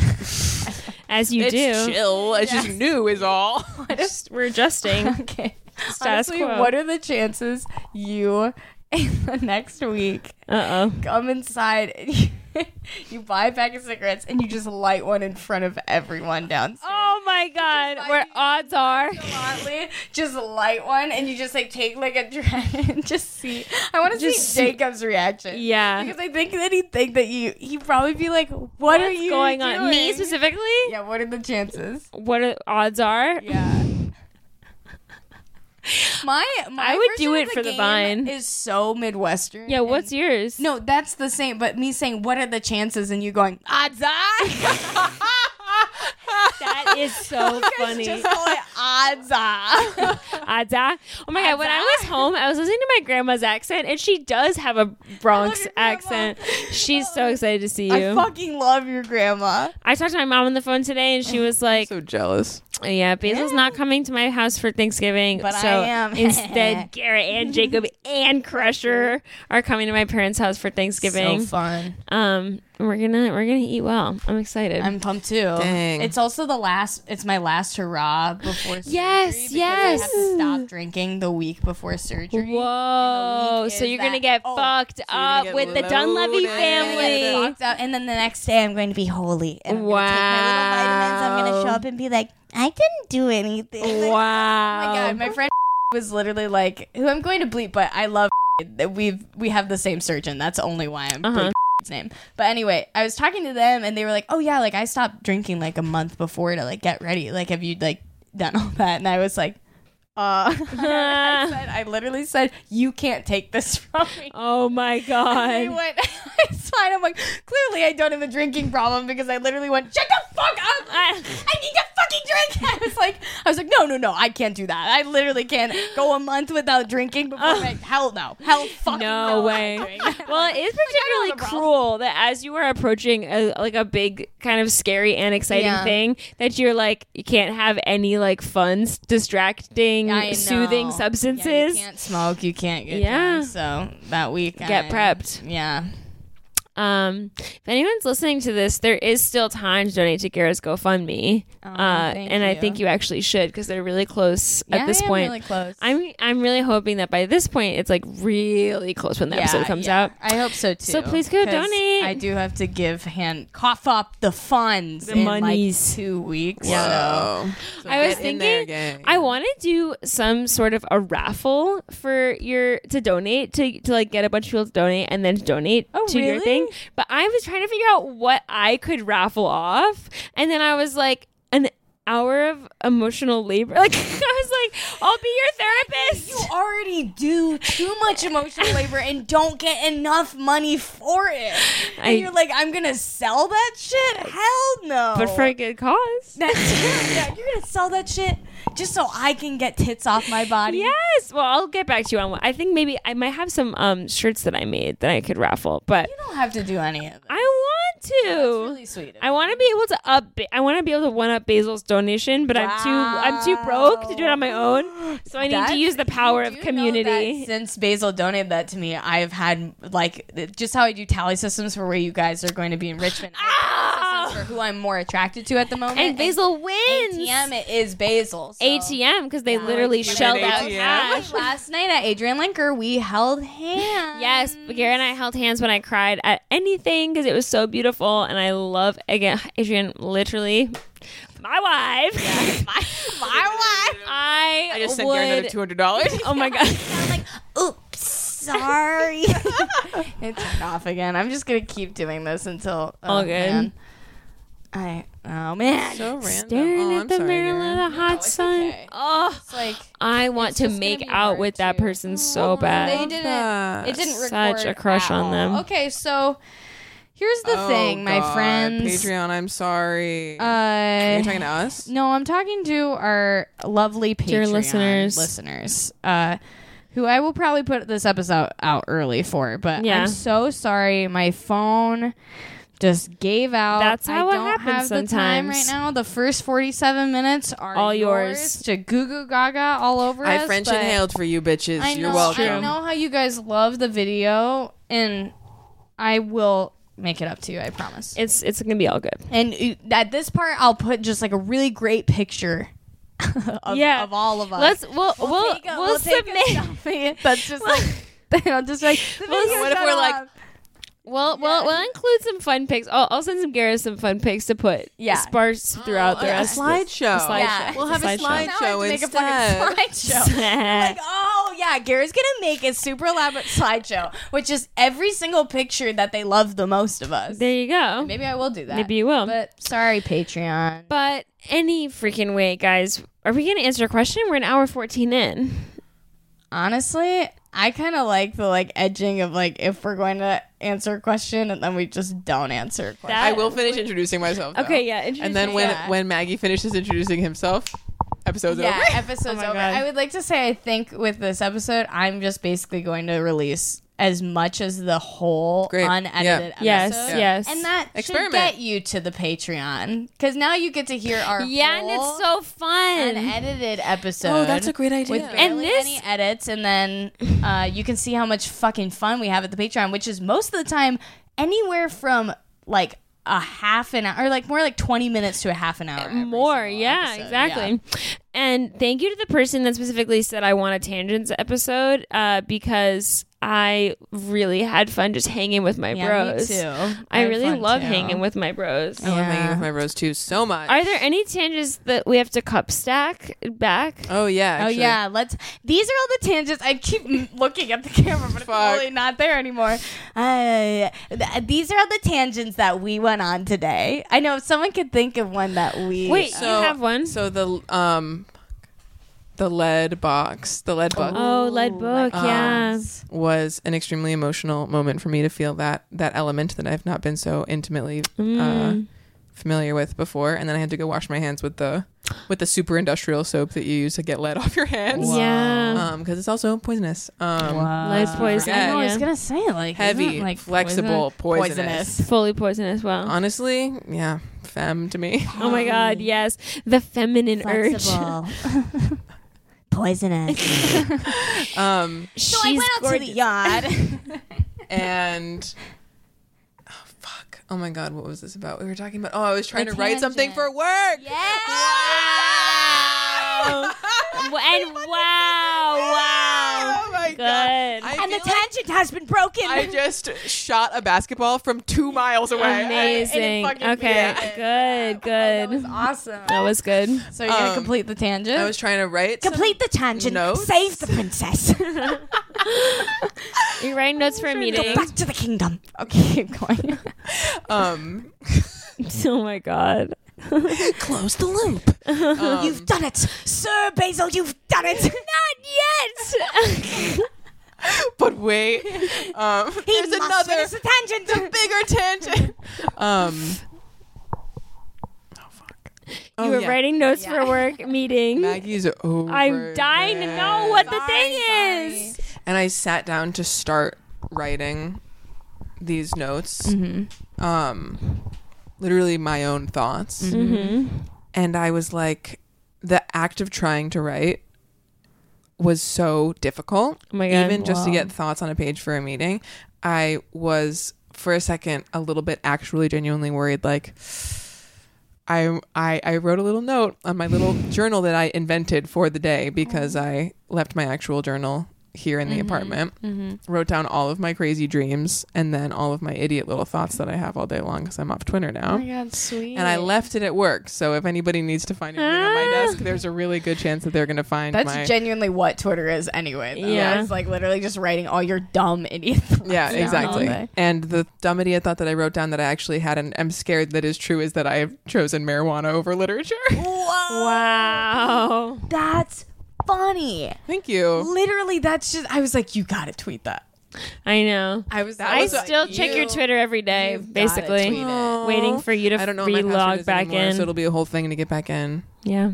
[SPEAKER 1] As you
[SPEAKER 5] it's
[SPEAKER 1] do.
[SPEAKER 5] chill. It's just new, is all.
[SPEAKER 1] Just- We're adjusting.
[SPEAKER 4] okay.
[SPEAKER 1] Status
[SPEAKER 4] Honestly,
[SPEAKER 1] quo.
[SPEAKER 4] what are the chances you in the next week
[SPEAKER 1] Uh oh.
[SPEAKER 4] come inside and you, you buy a pack of cigarettes and you just light one in front of everyone downstairs.
[SPEAKER 1] Oh my god, where odds are.
[SPEAKER 4] Bluntly, just light one and you just like take like a drag and just see. I want to see Jacob's reaction.
[SPEAKER 1] Yeah.
[SPEAKER 4] because I think that he'd think that you. He'd probably be like, "What are
[SPEAKER 1] What's
[SPEAKER 4] you
[SPEAKER 1] going on? Me
[SPEAKER 4] doing?"
[SPEAKER 1] specifically?
[SPEAKER 4] Yeah, what are the chances?
[SPEAKER 1] What are, odds are?
[SPEAKER 4] Yeah. My, my
[SPEAKER 1] I would do
[SPEAKER 4] version of
[SPEAKER 1] it for the
[SPEAKER 4] game
[SPEAKER 1] vine.
[SPEAKER 4] Is so midwestern.
[SPEAKER 1] Yeah,
[SPEAKER 4] and-
[SPEAKER 1] what's yours?
[SPEAKER 4] No, that's the same. But me saying, "What are the chances?" and you going, "Odds are."
[SPEAKER 1] That is so funny.
[SPEAKER 4] Just call it odds are.
[SPEAKER 1] Odds are. Oh my god, when I was home, I was listening to my grandma's accent, and she does have a Bronx
[SPEAKER 4] your grandma.
[SPEAKER 1] accent. She's so excited to see
[SPEAKER 4] I
[SPEAKER 1] you. I,
[SPEAKER 4] fucking love your grandma.
[SPEAKER 1] talked to my mom on the phone today, and she
[SPEAKER 4] Oh,
[SPEAKER 1] was like,
[SPEAKER 5] So jealous.
[SPEAKER 1] Yeah, Basil's not coming to my house for Thanksgiving.
[SPEAKER 4] But I
[SPEAKER 1] so
[SPEAKER 4] am.
[SPEAKER 1] instead, Garrett and Jacob and Crusher are coming to my parents' house for Thanksgiving.
[SPEAKER 4] fun.
[SPEAKER 1] um, we're gonna we're gonna eat well. I'm excited.
[SPEAKER 4] I'm pumped too.
[SPEAKER 5] Dang.
[SPEAKER 4] It's also the last. It's my last hurrah before.
[SPEAKER 1] Yes,
[SPEAKER 4] surgery because I have to
[SPEAKER 1] yes.
[SPEAKER 4] stop drinking the week before surgery.
[SPEAKER 1] Whoa!
[SPEAKER 4] week
[SPEAKER 1] So
[SPEAKER 4] is
[SPEAKER 1] you're gonna
[SPEAKER 4] that-
[SPEAKER 1] get
[SPEAKER 4] oh,
[SPEAKER 1] fucked up
[SPEAKER 5] get
[SPEAKER 1] with the Dunleavy
[SPEAKER 5] loaded. I'm
[SPEAKER 4] I'm gonna get
[SPEAKER 1] family.
[SPEAKER 4] fucked up, and then the next day,
[SPEAKER 7] Day I'm going to be holy. And I'm going to take my little vitamins. I'm going to show up and be like, I didn't do
[SPEAKER 1] Wow!
[SPEAKER 7] anything.
[SPEAKER 4] oh my god, my friend was literally like, "Who I'm going to bleep," but I love that we've we have the same surgeon. That's only why I'm
[SPEAKER 1] Uh-huh.
[SPEAKER 4] bleeping his name. But anyway, I was talking to them, and they were like, "Oh yeah, like I stopped drinking like a month before to like get ready. Like, have you like done all that?" And I was like. Uh, I, said, I literally said, "You can't take this from me."
[SPEAKER 1] Oh my
[SPEAKER 4] I
[SPEAKER 1] god!
[SPEAKER 4] went, it's fine. I'm like, clearly I don't have a drinking problem because I literally went, shut the fuck up.
[SPEAKER 1] Oh
[SPEAKER 4] I need to fucking drink. I was like, I was like, no, no, no, I can't do that. I literally can't go a month without drinking before I, hell no. Hell fucking no.
[SPEAKER 1] No way. Well, it is particularly cruel that as you are approaching a, like a big kind of scary and exciting
[SPEAKER 4] Yeah.
[SPEAKER 1] thing, that you're like you can't have any like fun, s- distracting,
[SPEAKER 4] I know. Yeah,
[SPEAKER 1] soothing
[SPEAKER 4] you
[SPEAKER 1] substances.
[SPEAKER 4] you can't smoke. You can't get
[SPEAKER 1] Yeah.
[SPEAKER 4] drunk, So that week,
[SPEAKER 1] Get prepped.
[SPEAKER 4] Yeah.
[SPEAKER 1] Um, if anyone's listening to this, there is still time to donate to Gara's GoFundMe, uh,
[SPEAKER 4] thank
[SPEAKER 1] and I
[SPEAKER 4] you.
[SPEAKER 1] think you actually should because they're really close
[SPEAKER 4] Yeah,
[SPEAKER 1] at this
[SPEAKER 4] I am
[SPEAKER 1] point.
[SPEAKER 4] really close.
[SPEAKER 1] I'm I'm really hoping that by this point it's like really close when the episode comes
[SPEAKER 4] yeah.
[SPEAKER 1] out.
[SPEAKER 4] I hope so too.
[SPEAKER 1] So please go
[SPEAKER 4] 'cause
[SPEAKER 1] donate.
[SPEAKER 4] I do have to give hand cough up the funds in
[SPEAKER 1] monies.
[SPEAKER 4] like two weeks. So.
[SPEAKER 5] Wow. So
[SPEAKER 1] I was
[SPEAKER 5] get in there,
[SPEAKER 1] thinking
[SPEAKER 5] gang.
[SPEAKER 1] I want to do some sort of a raffle for your to donate to to like get a bunch of people to donate and then to donate
[SPEAKER 5] Oh,
[SPEAKER 1] to your
[SPEAKER 4] really?
[SPEAKER 1] thing. But I was trying to figure out what I could raffle off, and then I was like an hour of emotional labor. Like I was like, I'll be your therapist.
[SPEAKER 4] already do too much emotional labor and don't get enough money for it. And
[SPEAKER 1] I-
[SPEAKER 4] you're like, I'm gonna sell that shit? Hell no.
[SPEAKER 1] But for a good cause.
[SPEAKER 4] that's yeah, you're gonna sell that shit just so I can get tits off my body.
[SPEAKER 1] Yes. Well, I'll get back to you on what I think. Maybe I might have some um shirts that I made that I could raffle, but
[SPEAKER 4] You don't have to do any of it.
[SPEAKER 1] I want to.
[SPEAKER 4] Really sweet.
[SPEAKER 1] I want to be able to up. I want to be able to one up Basil's donation, but I'm too I'm too broke to do it on my own. So I need to
[SPEAKER 4] That's-
[SPEAKER 1] use the power
[SPEAKER 4] you
[SPEAKER 1] of
[SPEAKER 4] do know that
[SPEAKER 1] community.
[SPEAKER 4] Since Basil donated that to me, I've had like th- just how I do tally systems for where you guys are going to be in Richmond. I have tally systems for who I'm more attracted to at the moment.
[SPEAKER 1] Ah! And Basil wins
[SPEAKER 4] ATM it is Basil. so-
[SPEAKER 1] ATM because they literally shelled out
[SPEAKER 5] ATM.
[SPEAKER 1] cash.
[SPEAKER 4] Last night at Adrian Linker, we held hands.
[SPEAKER 1] Yes, Garrett and I held hands when I cried at anything because it was so beautiful, and I love again Adrian, literally my wife. my, wife. I,
[SPEAKER 5] I just sent
[SPEAKER 1] would,
[SPEAKER 5] Gary another two hundred dollars.
[SPEAKER 1] Oh my god.
[SPEAKER 7] Oops, sorry.
[SPEAKER 4] It turned off again. I'm just gonna keep doing this until oh,
[SPEAKER 1] All good.
[SPEAKER 4] Man. I oh man.
[SPEAKER 5] So random.
[SPEAKER 1] Staring
[SPEAKER 5] oh,
[SPEAKER 1] at
[SPEAKER 5] I'm
[SPEAKER 1] the
[SPEAKER 5] sorry,
[SPEAKER 1] Maryland
[SPEAKER 5] Gary.
[SPEAKER 1] the hot
[SPEAKER 4] it's
[SPEAKER 1] sun.
[SPEAKER 4] okay.
[SPEAKER 1] Oh,
[SPEAKER 4] It's like
[SPEAKER 1] I want to
[SPEAKER 4] just gonna
[SPEAKER 1] make
[SPEAKER 4] be
[SPEAKER 1] out
[SPEAKER 4] hard
[SPEAKER 1] with that
[SPEAKER 4] to- Oh,
[SPEAKER 1] person so bad.
[SPEAKER 4] they didn't.
[SPEAKER 5] that.
[SPEAKER 4] It didn't record.
[SPEAKER 1] Such a crush
[SPEAKER 4] at
[SPEAKER 1] on
[SPEAKER 4] all.
[SPEAKER 1] them.
[SPEAKER 4] Okay, so here's the
[SPEAKER 5] Oh,
[SPEAKER 4] thing, my
[SPEAKER 5] God.
[SPEAKER 4] friends.
[SPEAKER 5] Patreon, I'm sorry. Are you
[SPEAKER 4] Uh,
[SPEAKER 5] talking to us?
[SPEAKER 4] no, I'm talking to our lovely Patreon
[SPEAKER 1] Dear listeners.
[SPEAKER 4] listeners. Uh, who I will probably put this episode out early for, but
[SPEAKER 1] Yeah.
[SPEAKER 4] I'm so sorry. My phone just gave out.
[SPEAKER 1] That's how
[SPEAKER 4] I
[SPEAKER 1] it
[SPEAKER 4] don't have
[SPEAKER 1] happens
[SPEAKER 4] the time right
[SPEAKER 1] sometimes.
[SPEAKER 4] now. The first 47 minutes are
[SPEAKER 1] All
[SPEAKER 4] yours,
[SPEAKER 1] yours.
[SPEAKER 4] to goo goo gaga all over
[SPEAKER 5] I
[SPEAKER 4] us,
[SPEAKER 5] French
[SPEAKER 4] but-
[SPEAKER 5] inhaled for you, bitches.
[SPEAKER 4] I know,
[SPEAKER 5] You're welcome.
[SPEAKER 4] I know how you guys love the video, and I will make it up to you. I promise.
[SPEAKER 1] It's it's gonna be all good.
[SPEAKER 4] And you- at this part, I'll put just like a really great picture of,
[SPEAKER 1] Yeah.
[SPEAKER 4] of all of us.
[SPEAKER 1] Let's we'll we'll we'll,
[SPEAKER 4] take a- take a
[SPEAKER 1] submit.
[SPEAKER 4] selfie. That's just like. I'll just like.
[SPEAKER 1] We'll-
[SPEAKER 4] what if we're like?
[SPEAKER 1] Well, well, we'll include some fun pics. I'll, I'll send some Gareth some fun pics to put
[SPEAKER 2] Yeah.
[SPEAKER 1] sparse throughout
[SPEAKER 4] Oh,
[SPEAKER 1] the
[SPEAKER 5] a
[SPEAKER 1] rest. of
[SPEAKER 5] slideshow.
[SPEAKER 1] the slideshow.
[SPEAKER 2] Yeah.
[SPEAKER 5] We'll have a slideshow,
[SPEAKER 4] Now I have to make a
[SPEAKER 5] instead.
[SPEAKER 4] fucking slideshow.
[SPEAKER 1] slideshow.
[SPEAKER 4] Oh yeah, Gary's gonna make a super elaborate slideshow, which is every single picture that they love the most of us.
[SPEAKER 1] there you go.
[SPEAKER 4] Maybe I will do that.
[SPEAKER 1] Maybe you will.
[SPEAKER 4] But sorry, Patreon.
[SPEAKER 1] But any freaking way, guys. Are we going to answer a question? We're an hour 14 in.
[SPEAKER 4] Honestly, I kind of like the like edging of like if we're going to answer a question and then we just don't answer a question.
[SPEAKER 5] I will finish introducing myself. though.
[SPEAKER 1] Okay, yeah.
[SPEAKER 5] And then when
[SPEAKER 4] yeah.
[SPEAKER 5] when Maggie finishes introducing himself, episode's
[SPEAKER 4] yeah,
[SPEAKER 5] over.
[SPEAKER 4] episode's
[SPEAKER 1] my
[SPEAKER 4] over.
[SPEAKER 1] God.
[SPEAKER 4] I would like to say I think with this episode, I'm just basically going to release as much as the whole
[SPEAKER 5] Great.
[SPEAKER 4] unedited episode.
[SPEAKER 1] Yes, yes.
[SPEAKER 4] And that
[SPEAKER 5] Experiment.
[SPEAKER 4] should get you to the Patreon because now you get to hear our
[SPEAKER 1] yeah, and
[SPEAKER 4] whole
[SPEAKER 1] it's so fun.
[SPEAKER 4] unedited episode.
[SPEAKER 5] Oh, that's a great
[SPEAKER 4] with
[SPEAKER 5] idea.
[SPEAKER 4] barely
[SPEAKER 1] And this-
[SPEAKER 4] any edits, and then uh, you can see how much fucking fun we have at the Patreon, which is most of the time anywhere from like a half an hour, or like more like twenty minutes to a half an hour. every
[SPEAKER 1] more
[SPEAKER 4] single
[SPEAKER 1] yeah
[SPEAKER 4] episode.
[SPEAKER 1] exactly and thank you to the person that specifically said i want a tangents episode uh, because i really had fun just hanging with my
[SPEAKER 4] Yeah, me
[SPEAKER 1] bros
[SPEAKER 4] too.
[SPEAKER 1] i
[SPEAKER 4] had
[SPEAKER 1] really
[SPEAKER 4] fun
[SPEAKER 1] love
[SPEAKER 4] too. Oh,
[SPEAKER 1] hanging with my bros
[SPEAKER 5] I love Oh, hanging with my bros too so much.
[SPEAKER 1] are there any tangents that we have to cup stack back
[SPEAKER 5] oh yeah.
[SPEAKER 4] Oh
[SPEAKER 5] Actually.
[SPEAKER 4] yeah, let's. These are all the tangents. I keep m- looking at the camera, but it's
[SPEAKER 5] Fuck.
[SPEAKER 4] really not there anymore. Uh, th- these are all the tangents that we went on today. I know if someone could think of one that we
[SPEAKER 1] wait
[SPEAKER 5] So,
[SPEAKER 1] you have one
[SPEAKER 5] So the um, the lead box, the lead book
[SPEAKER 1] oh lead book yeah
[SPEAKER 5] was an extremely emotional moment for me to feel that that element that I've not been so intimately
[SPEAKER 1] Mm.
[SPEAKER 5] uh, familiar with before. And then I had to go wash my hands with the with the super industrial soap that you use to get lead off your hands.
[SPEAKER 1] yeah
[SPEAKER 5] Um, because it's also poisonous. Um,
[SPEAKER 1] lead poison oh,
[SPEAKER 5] forget.
[SPEAKER 4] I know, I was
[SPEAKER 1] yeah.
[SPEAKER 4] gonna say like
[SPEAKER 5] Heavy,
[SPEAKER 4] isn't it, like
[SPEAKER 5] flexible,
[SPEAKER 4] poison-
[SPEAKER 5] poisonous.
[SPEAKER 1] fully poisonous well
[SPEAKER 5] Honestly, yeah, femme to me.
[SPEAKER 1] oh my god yes the feminine urge
[SPEAKER 7] Flexible. Poisonous.
[SPEAKER 5] Um,
[SPEAKER 1] she's
[SPEAKER 4] I went out to the yard.
[SPEAKER 5] and oh fuck, oh my god, what was this about? We were talking about. Oh, I was trying
[SPEAKER 4] The
[SPEAKER 5] to write something
[SPEAKER 4] tangent.
[SPEAKER 5] for work.
[SPEAKER 1] Wow. and wow, wow.
[SPEAKER 5] Oh my
[SPEAKER 1] Good.
[SPEAKER 5] god! I
[SPEAKER 7] and the
[SPEAKER 5] feel like
[SPEAKER 7] tangent has been broken.
[SPEAKER 5] I just shot a basketball from two miles away. I-
[SPEAKER 1] Amazing.
[SPEAKER 5] I, didn't fucking Oh
[SPEAKER 1] Okay.
[SPEAKER 5] mean
[SPEAKER 1] Good,
[SPEAKER 5] it.
[SPEAKER 1] good.
[SPEAKER 4] awesome.
[SPEAKER 1] That was good.
[SPEAKER 4] So you're gonna
[SPEAKER 5] Um,
[SPEAKER 4] complete the tangent.
[SPEAKER 5] I was trying to write. some-
[SPEAKER 7] Complete the tangent.
[SPEAKER 5] Notes?
[SPEAKER 7] Save the princess.
[SPEAKER 1] You're writing notes for a meeting.
[SPEAKER 7] Back to the kingdom.
[SPEAKER 4] okay, keep going.
[SPEAKER 5] um,
[SPEAKER 1] Oh my god.
[SPEAKER 7] Close the loop.
[SPEAKER 5] um,
[SPEAKER 4] Um.
[SPEAKER 7] you've done it. Sir Basil, you've done it. Not
[SPEAKER 5] but wait, um, there's
[SPEAKER 7] must
[SPEAKER 5] another
[SPEAKER 7] finish the tangent.
[SPEAKER 5] bigger tangent. Um, oh fuck! Oh,
[SPEAKER 1] you were
[SPEAKER 5] yeah.
[SPEAKER 1] writing notes for work meeting.
[SPEAKER 5] Maggie's over.
[SPEAKER 1] I'm dying to
[SPEAKER 5] this.
[SPEAKER 1] know what the thing is.
[SPEAKER 5] And I sat down to start writing these notes,
[SPEAKER 1] Mm-hmm.
[SPEAKER 5] um, literally my own thoughts, and I was like, the act of trying to write was so difficult.
[SPEAKER 1] Oh my God.
[SPEAKER 5] Even just to get thoughts on a page for a meeting, I was for a second a little bit actually genuinely worried, like. I, I I wrote a little note on my little journal that I invented for the day because
[SPEAKER 1] Oh.
[SPEAKER 5] I left my actual journal here in the
[SPEAKER 1] Mm-hmm.
[SPEAKER 5] apartment. Wrote down all of my crazy dreams and then all of my idiot little thoughts that I have all day long because I'm off Twitter
[SPEAKER 1] Oh
[SPEAKER 5] now.
[SPEAKER 4] God, sweet.
[SPEAKER 5] and I left it at work, so if anybody needs to find it on my
[SPEAKER 1] Ah.
[SPEAKER 5] desk, there's a really good chance that they're going to find
[SPEAKER 4] That's
[SPEAKER 5] my.
[SPEAKER 4] genuinely what Twitter is anyway. Though.
[SPEAKER 1] Yeah.
[SPEAKER 4] it's like literally just writing all your dumb idiot. thoughts
[SPEAKER 5] yeah,
[SPEAKER 4] down
[SPEAKER 5] exactly.
[SPEAKER 4] all day.
[SPEAKER 5] And the dumb idiot thought that I wrote down that I actually had, and I'm scared that is true, is that I have chosen marijuana over literature.
[SPEAKER 1] Wow.
[SPEAKER 4] That's funny.
[SPEAKER 5] Thank you.
[SPEAKER 4] Literally, that's just. I was like, you gotta tweet that.
[SPEAKER 1] I know.
[SPEAKER 4] I was.
[SPEAKER 1] I
[SPEAKER 5] was a-
[SPEAKER 1] still check your Twitter every day,
[SPEAKER 4] you've gotta tweet
[SPEAKER 1] basically.
[SPEAKER 4] it.
[SPEAKER 1] Waiting for you to
[SPEAKER 5] I don't know what my password
[SPEAKER 1] relog
[SPEAKER 5] is
[SPEAKER 1] back
[SPEAKER 5] anymore,
[SPEAKER 1] in.
[SPEAKER 5] so it'll be a whole thing to get back in.
[SPEAKER 1] yeah.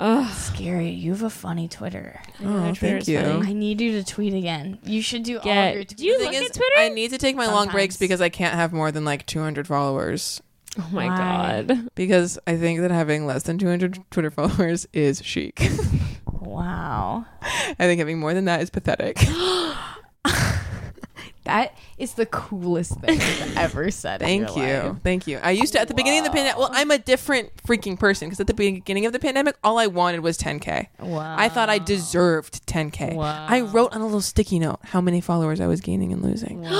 [SPEAKER 1] Ugh.
[SPEAKER 4] Scary. You have a funny Twitter.
[SPEAKER 5] Oh,
[SPEAKER 1] Twitter's
[SPEAKER 5] thank you.
[SPEAKER 1] funny.
[SPEAKER 4] I need you to tweet again. You should do all
[SPEAKER 1] Get-
[SPEAKER 4] of your. Tweets.
[SPEAKER 1] do you
[SPEAKER 5] Thing
[SPEAKER 1] look
[SPEAKER 5] is,
[SPEAKER 1] at Twitter?
[SPEAKER 5] I need to take my long breaks
[SPEAKER 4] Sometimes.
[SPEAKER 5] because I can't have more than like 200 followers.
[SPEAKER 1] Oh my
[SPEAKER 4] Why?
[SPEAKER 1] god.
[SPEAKER 5] Because I think that having less than 200 Twitter followers is chic.
[SPEAKER 4] Wow.
[SPEAKER 5] I think having more than that is pathetic.
[SPEAKER 4] That is the coolest thing you've ever said. in
[SPEAKER 5] Thank
[SPEAKER 4] your
[SPEAKER 5] you.
[SPEAKER 4] life.
[SPEAKER 5] Thank you. I used to, at the beginning of the pandemic, well, I'm a different freaking person because at the beginning of the pandemic, all I wanted was 10K.
[SPEAKER 4] Wow.
[SPEAKER 5] I thought I deserved 10K. I wrote on a little sticky note how many followers I was gaining and losing.
[SPEAKER 1] You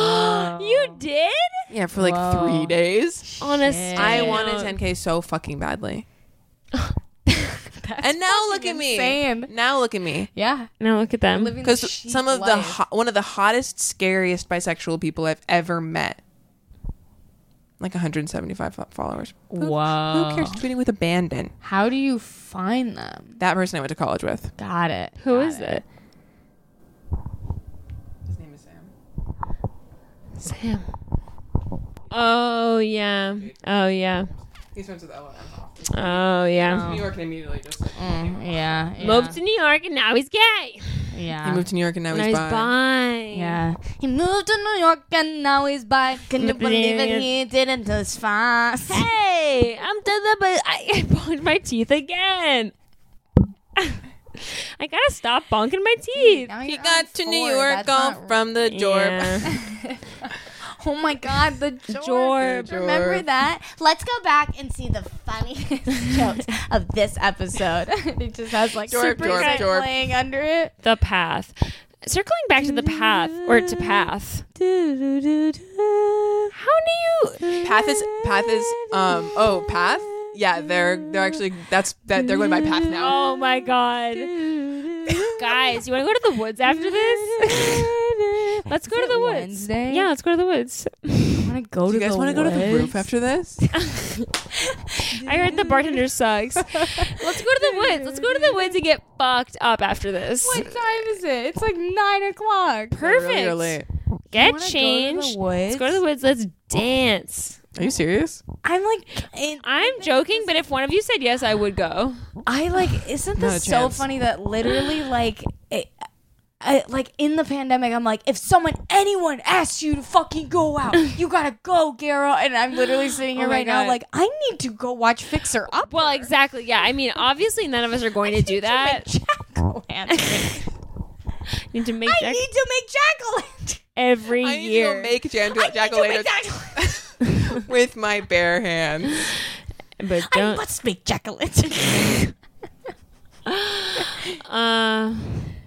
[SPEAKER 1] You did?
[SPEAKER 5] Yeah, for like three days.
[SPEAKER 1] Honestly,
[SPEAKER 5] I wanted 10k so fucking badly. and now look at me.
[SPEAKER 7] insane.
[SPEAKER 5] Now look at me.
[SPEAKER 7] Yeah.
[SPEAKER 1] Now look at them.
[SPEAKER 7] Living the
[SPEAKER 5] Because
[SPEAKER 7] chic
[SPEAKER 5] some of the
[SPEAKER 7] life.
[SPEAKER 5] ho- one of the hottest, scariest bisexual people I've ever met. Like 175 fo- followers.
[SPEAKER 7] Wow.
[SPEAKER 5] Who
[SPEAKER 7] Oh.
[SPEAKER 5] cares? Tweeting with abandon.
[SPEAKER 7] How do you find them?
[SPEAKER 5] That person I went to college with.
[SPEAKER 7] Got it.
[SPEAKER 1] Who
[SPEAKER 7] Got
[SPEAKER 1] is it?
[SPEAKER 5] His name is Sam.
[SPEAKER 1] Sam. Oh yeah. Oh yeah.
[SPEAKER 5] He's friends with Ella.
[SPEAKER 1] Oh yeah.
[SPEAKER 5] New York and immediately just.
[SPEAKER 7] Mm. Yeah. yeah
[SPEAKER 1] Moved to New York and now he's gay.
[SPEAKER 5] He
[SPEAKER 7] Yeah.
[SPEAKER 5] moved to New York and now
[SPEAKER 1] Now
[SPEAKER 5] he's,
[SPEAKER 1] he's
[SPEAKER 5] bi.
[SPEAKER 1] bi.
[SPEAKER 7] Yeah. He moved to New York and now he's by. Can you believe it? He didn't just fast.
[SPEAKER 1] Hey, I'm to the but I, I bonked my teeth again. I gotta stop bonking my teeth.
[SPEAKER 7] Now
[SPEAKER 5] He
[SPEAKER 7] you're on
[SPEAKER 5] got to New
[SPEAKER 7] four.
[SPEAKER 5] York
[SPEAKER 7] That's
[SPEAKER 5] all
[SPEAKER 7] not-
[SPEAKER 5] from the Jorb.
[SPEAKER 1] Yeah.
[SPEAKER 7] Oh my God, the jorb.
[SPEAKER 1] Jorb.
[SPEAKER 7] Remember that?
[SPEAKER 8] Let's go back and see the funniest jokes of this episode.
[SPEAKER 7] it just has like
[SPEAKER 5] Jorb,
[SPEAKER 7] super
[SPEAKER 5] jorb,
[SPEAKER 7] cut
[SPEAKER 5] jorb.
[SPEAKER 7] playing under it.
[SPEAKER 1] the path. Circling back to the path or to path. How do you
[SPEAKER 5] Path is path is um oh path yeah they're they're actually that's that they're going by path now.
[SPEAKER 1] Oh my god. Guys, you wanna go to the woods after this? let's go to the woods.
[SPEAKER 7] Wednesday?
[SPEAKER 1] Yeah, let's go to the woods.
[SPEAKER 7] I want to go
[SPEAKER 5] Do
[SPEAKER 7] to
[SPEAKER 5] you guys want to go to the roof after this?
[SPEAKER 1] I heard the bartender sucks. Let's go to the woods. Let's go to the woods and get fucked up after this.
[SPEAKER 7] What time is it? It's like nine o'clock.
[SPEAKER 1] Perfect.
[SPEAKER 5] Really, really.
[SPEAKER 1] Get
[SPEAKER 7] wanna go to the
[SPEAKER 1] changed.
[SPEAKER 7] woods?
[SPEAKER 1] Let's go to the woods. Let's dance.
[SPEAKER 5] Are you serious?
[SPEAKER 7] I'm like, it,
[SPEAKER 1] I'm joking, but if one of you said yes, I would go.
[SPEAKER 7] I like, isn't
[SPEAKER 5] Not a
[SPEAKER 7] this so
[SPEAKER 5] chance.
[SPEAKER 7] funny that literally, like, it, I, like in the pandemic, I'm like, if someone, anyone asks you to fucking go out, you gotta go, Gara. And I'm literally sitting here
[SPEAKER 1] Oh my
[SPEAKER 7] right
[SPEAKER 1] God.
[SPEAKER 7] now, like, I need to go watch Fixer Up.
[SPEAKER 1] Well, exactly. Yeah. I mean, obviously, none of us are going to do that. Need to make
[SPEAKER 7] I
[SPEAKER 1] Jack
[SPEAKER 7] need to make Jacqueline.
[SPEAKER 1] every
[SPEAKER 5] I need to go
[SPEAKER 1] year.
[SPEAKER 5] make Jan- jack o' lanterns with my bare hands.
[SPEAKER 1] but don't.
[SPEAKER 7] Let's make Jacqueline.
[SPEAKER 1] Uh,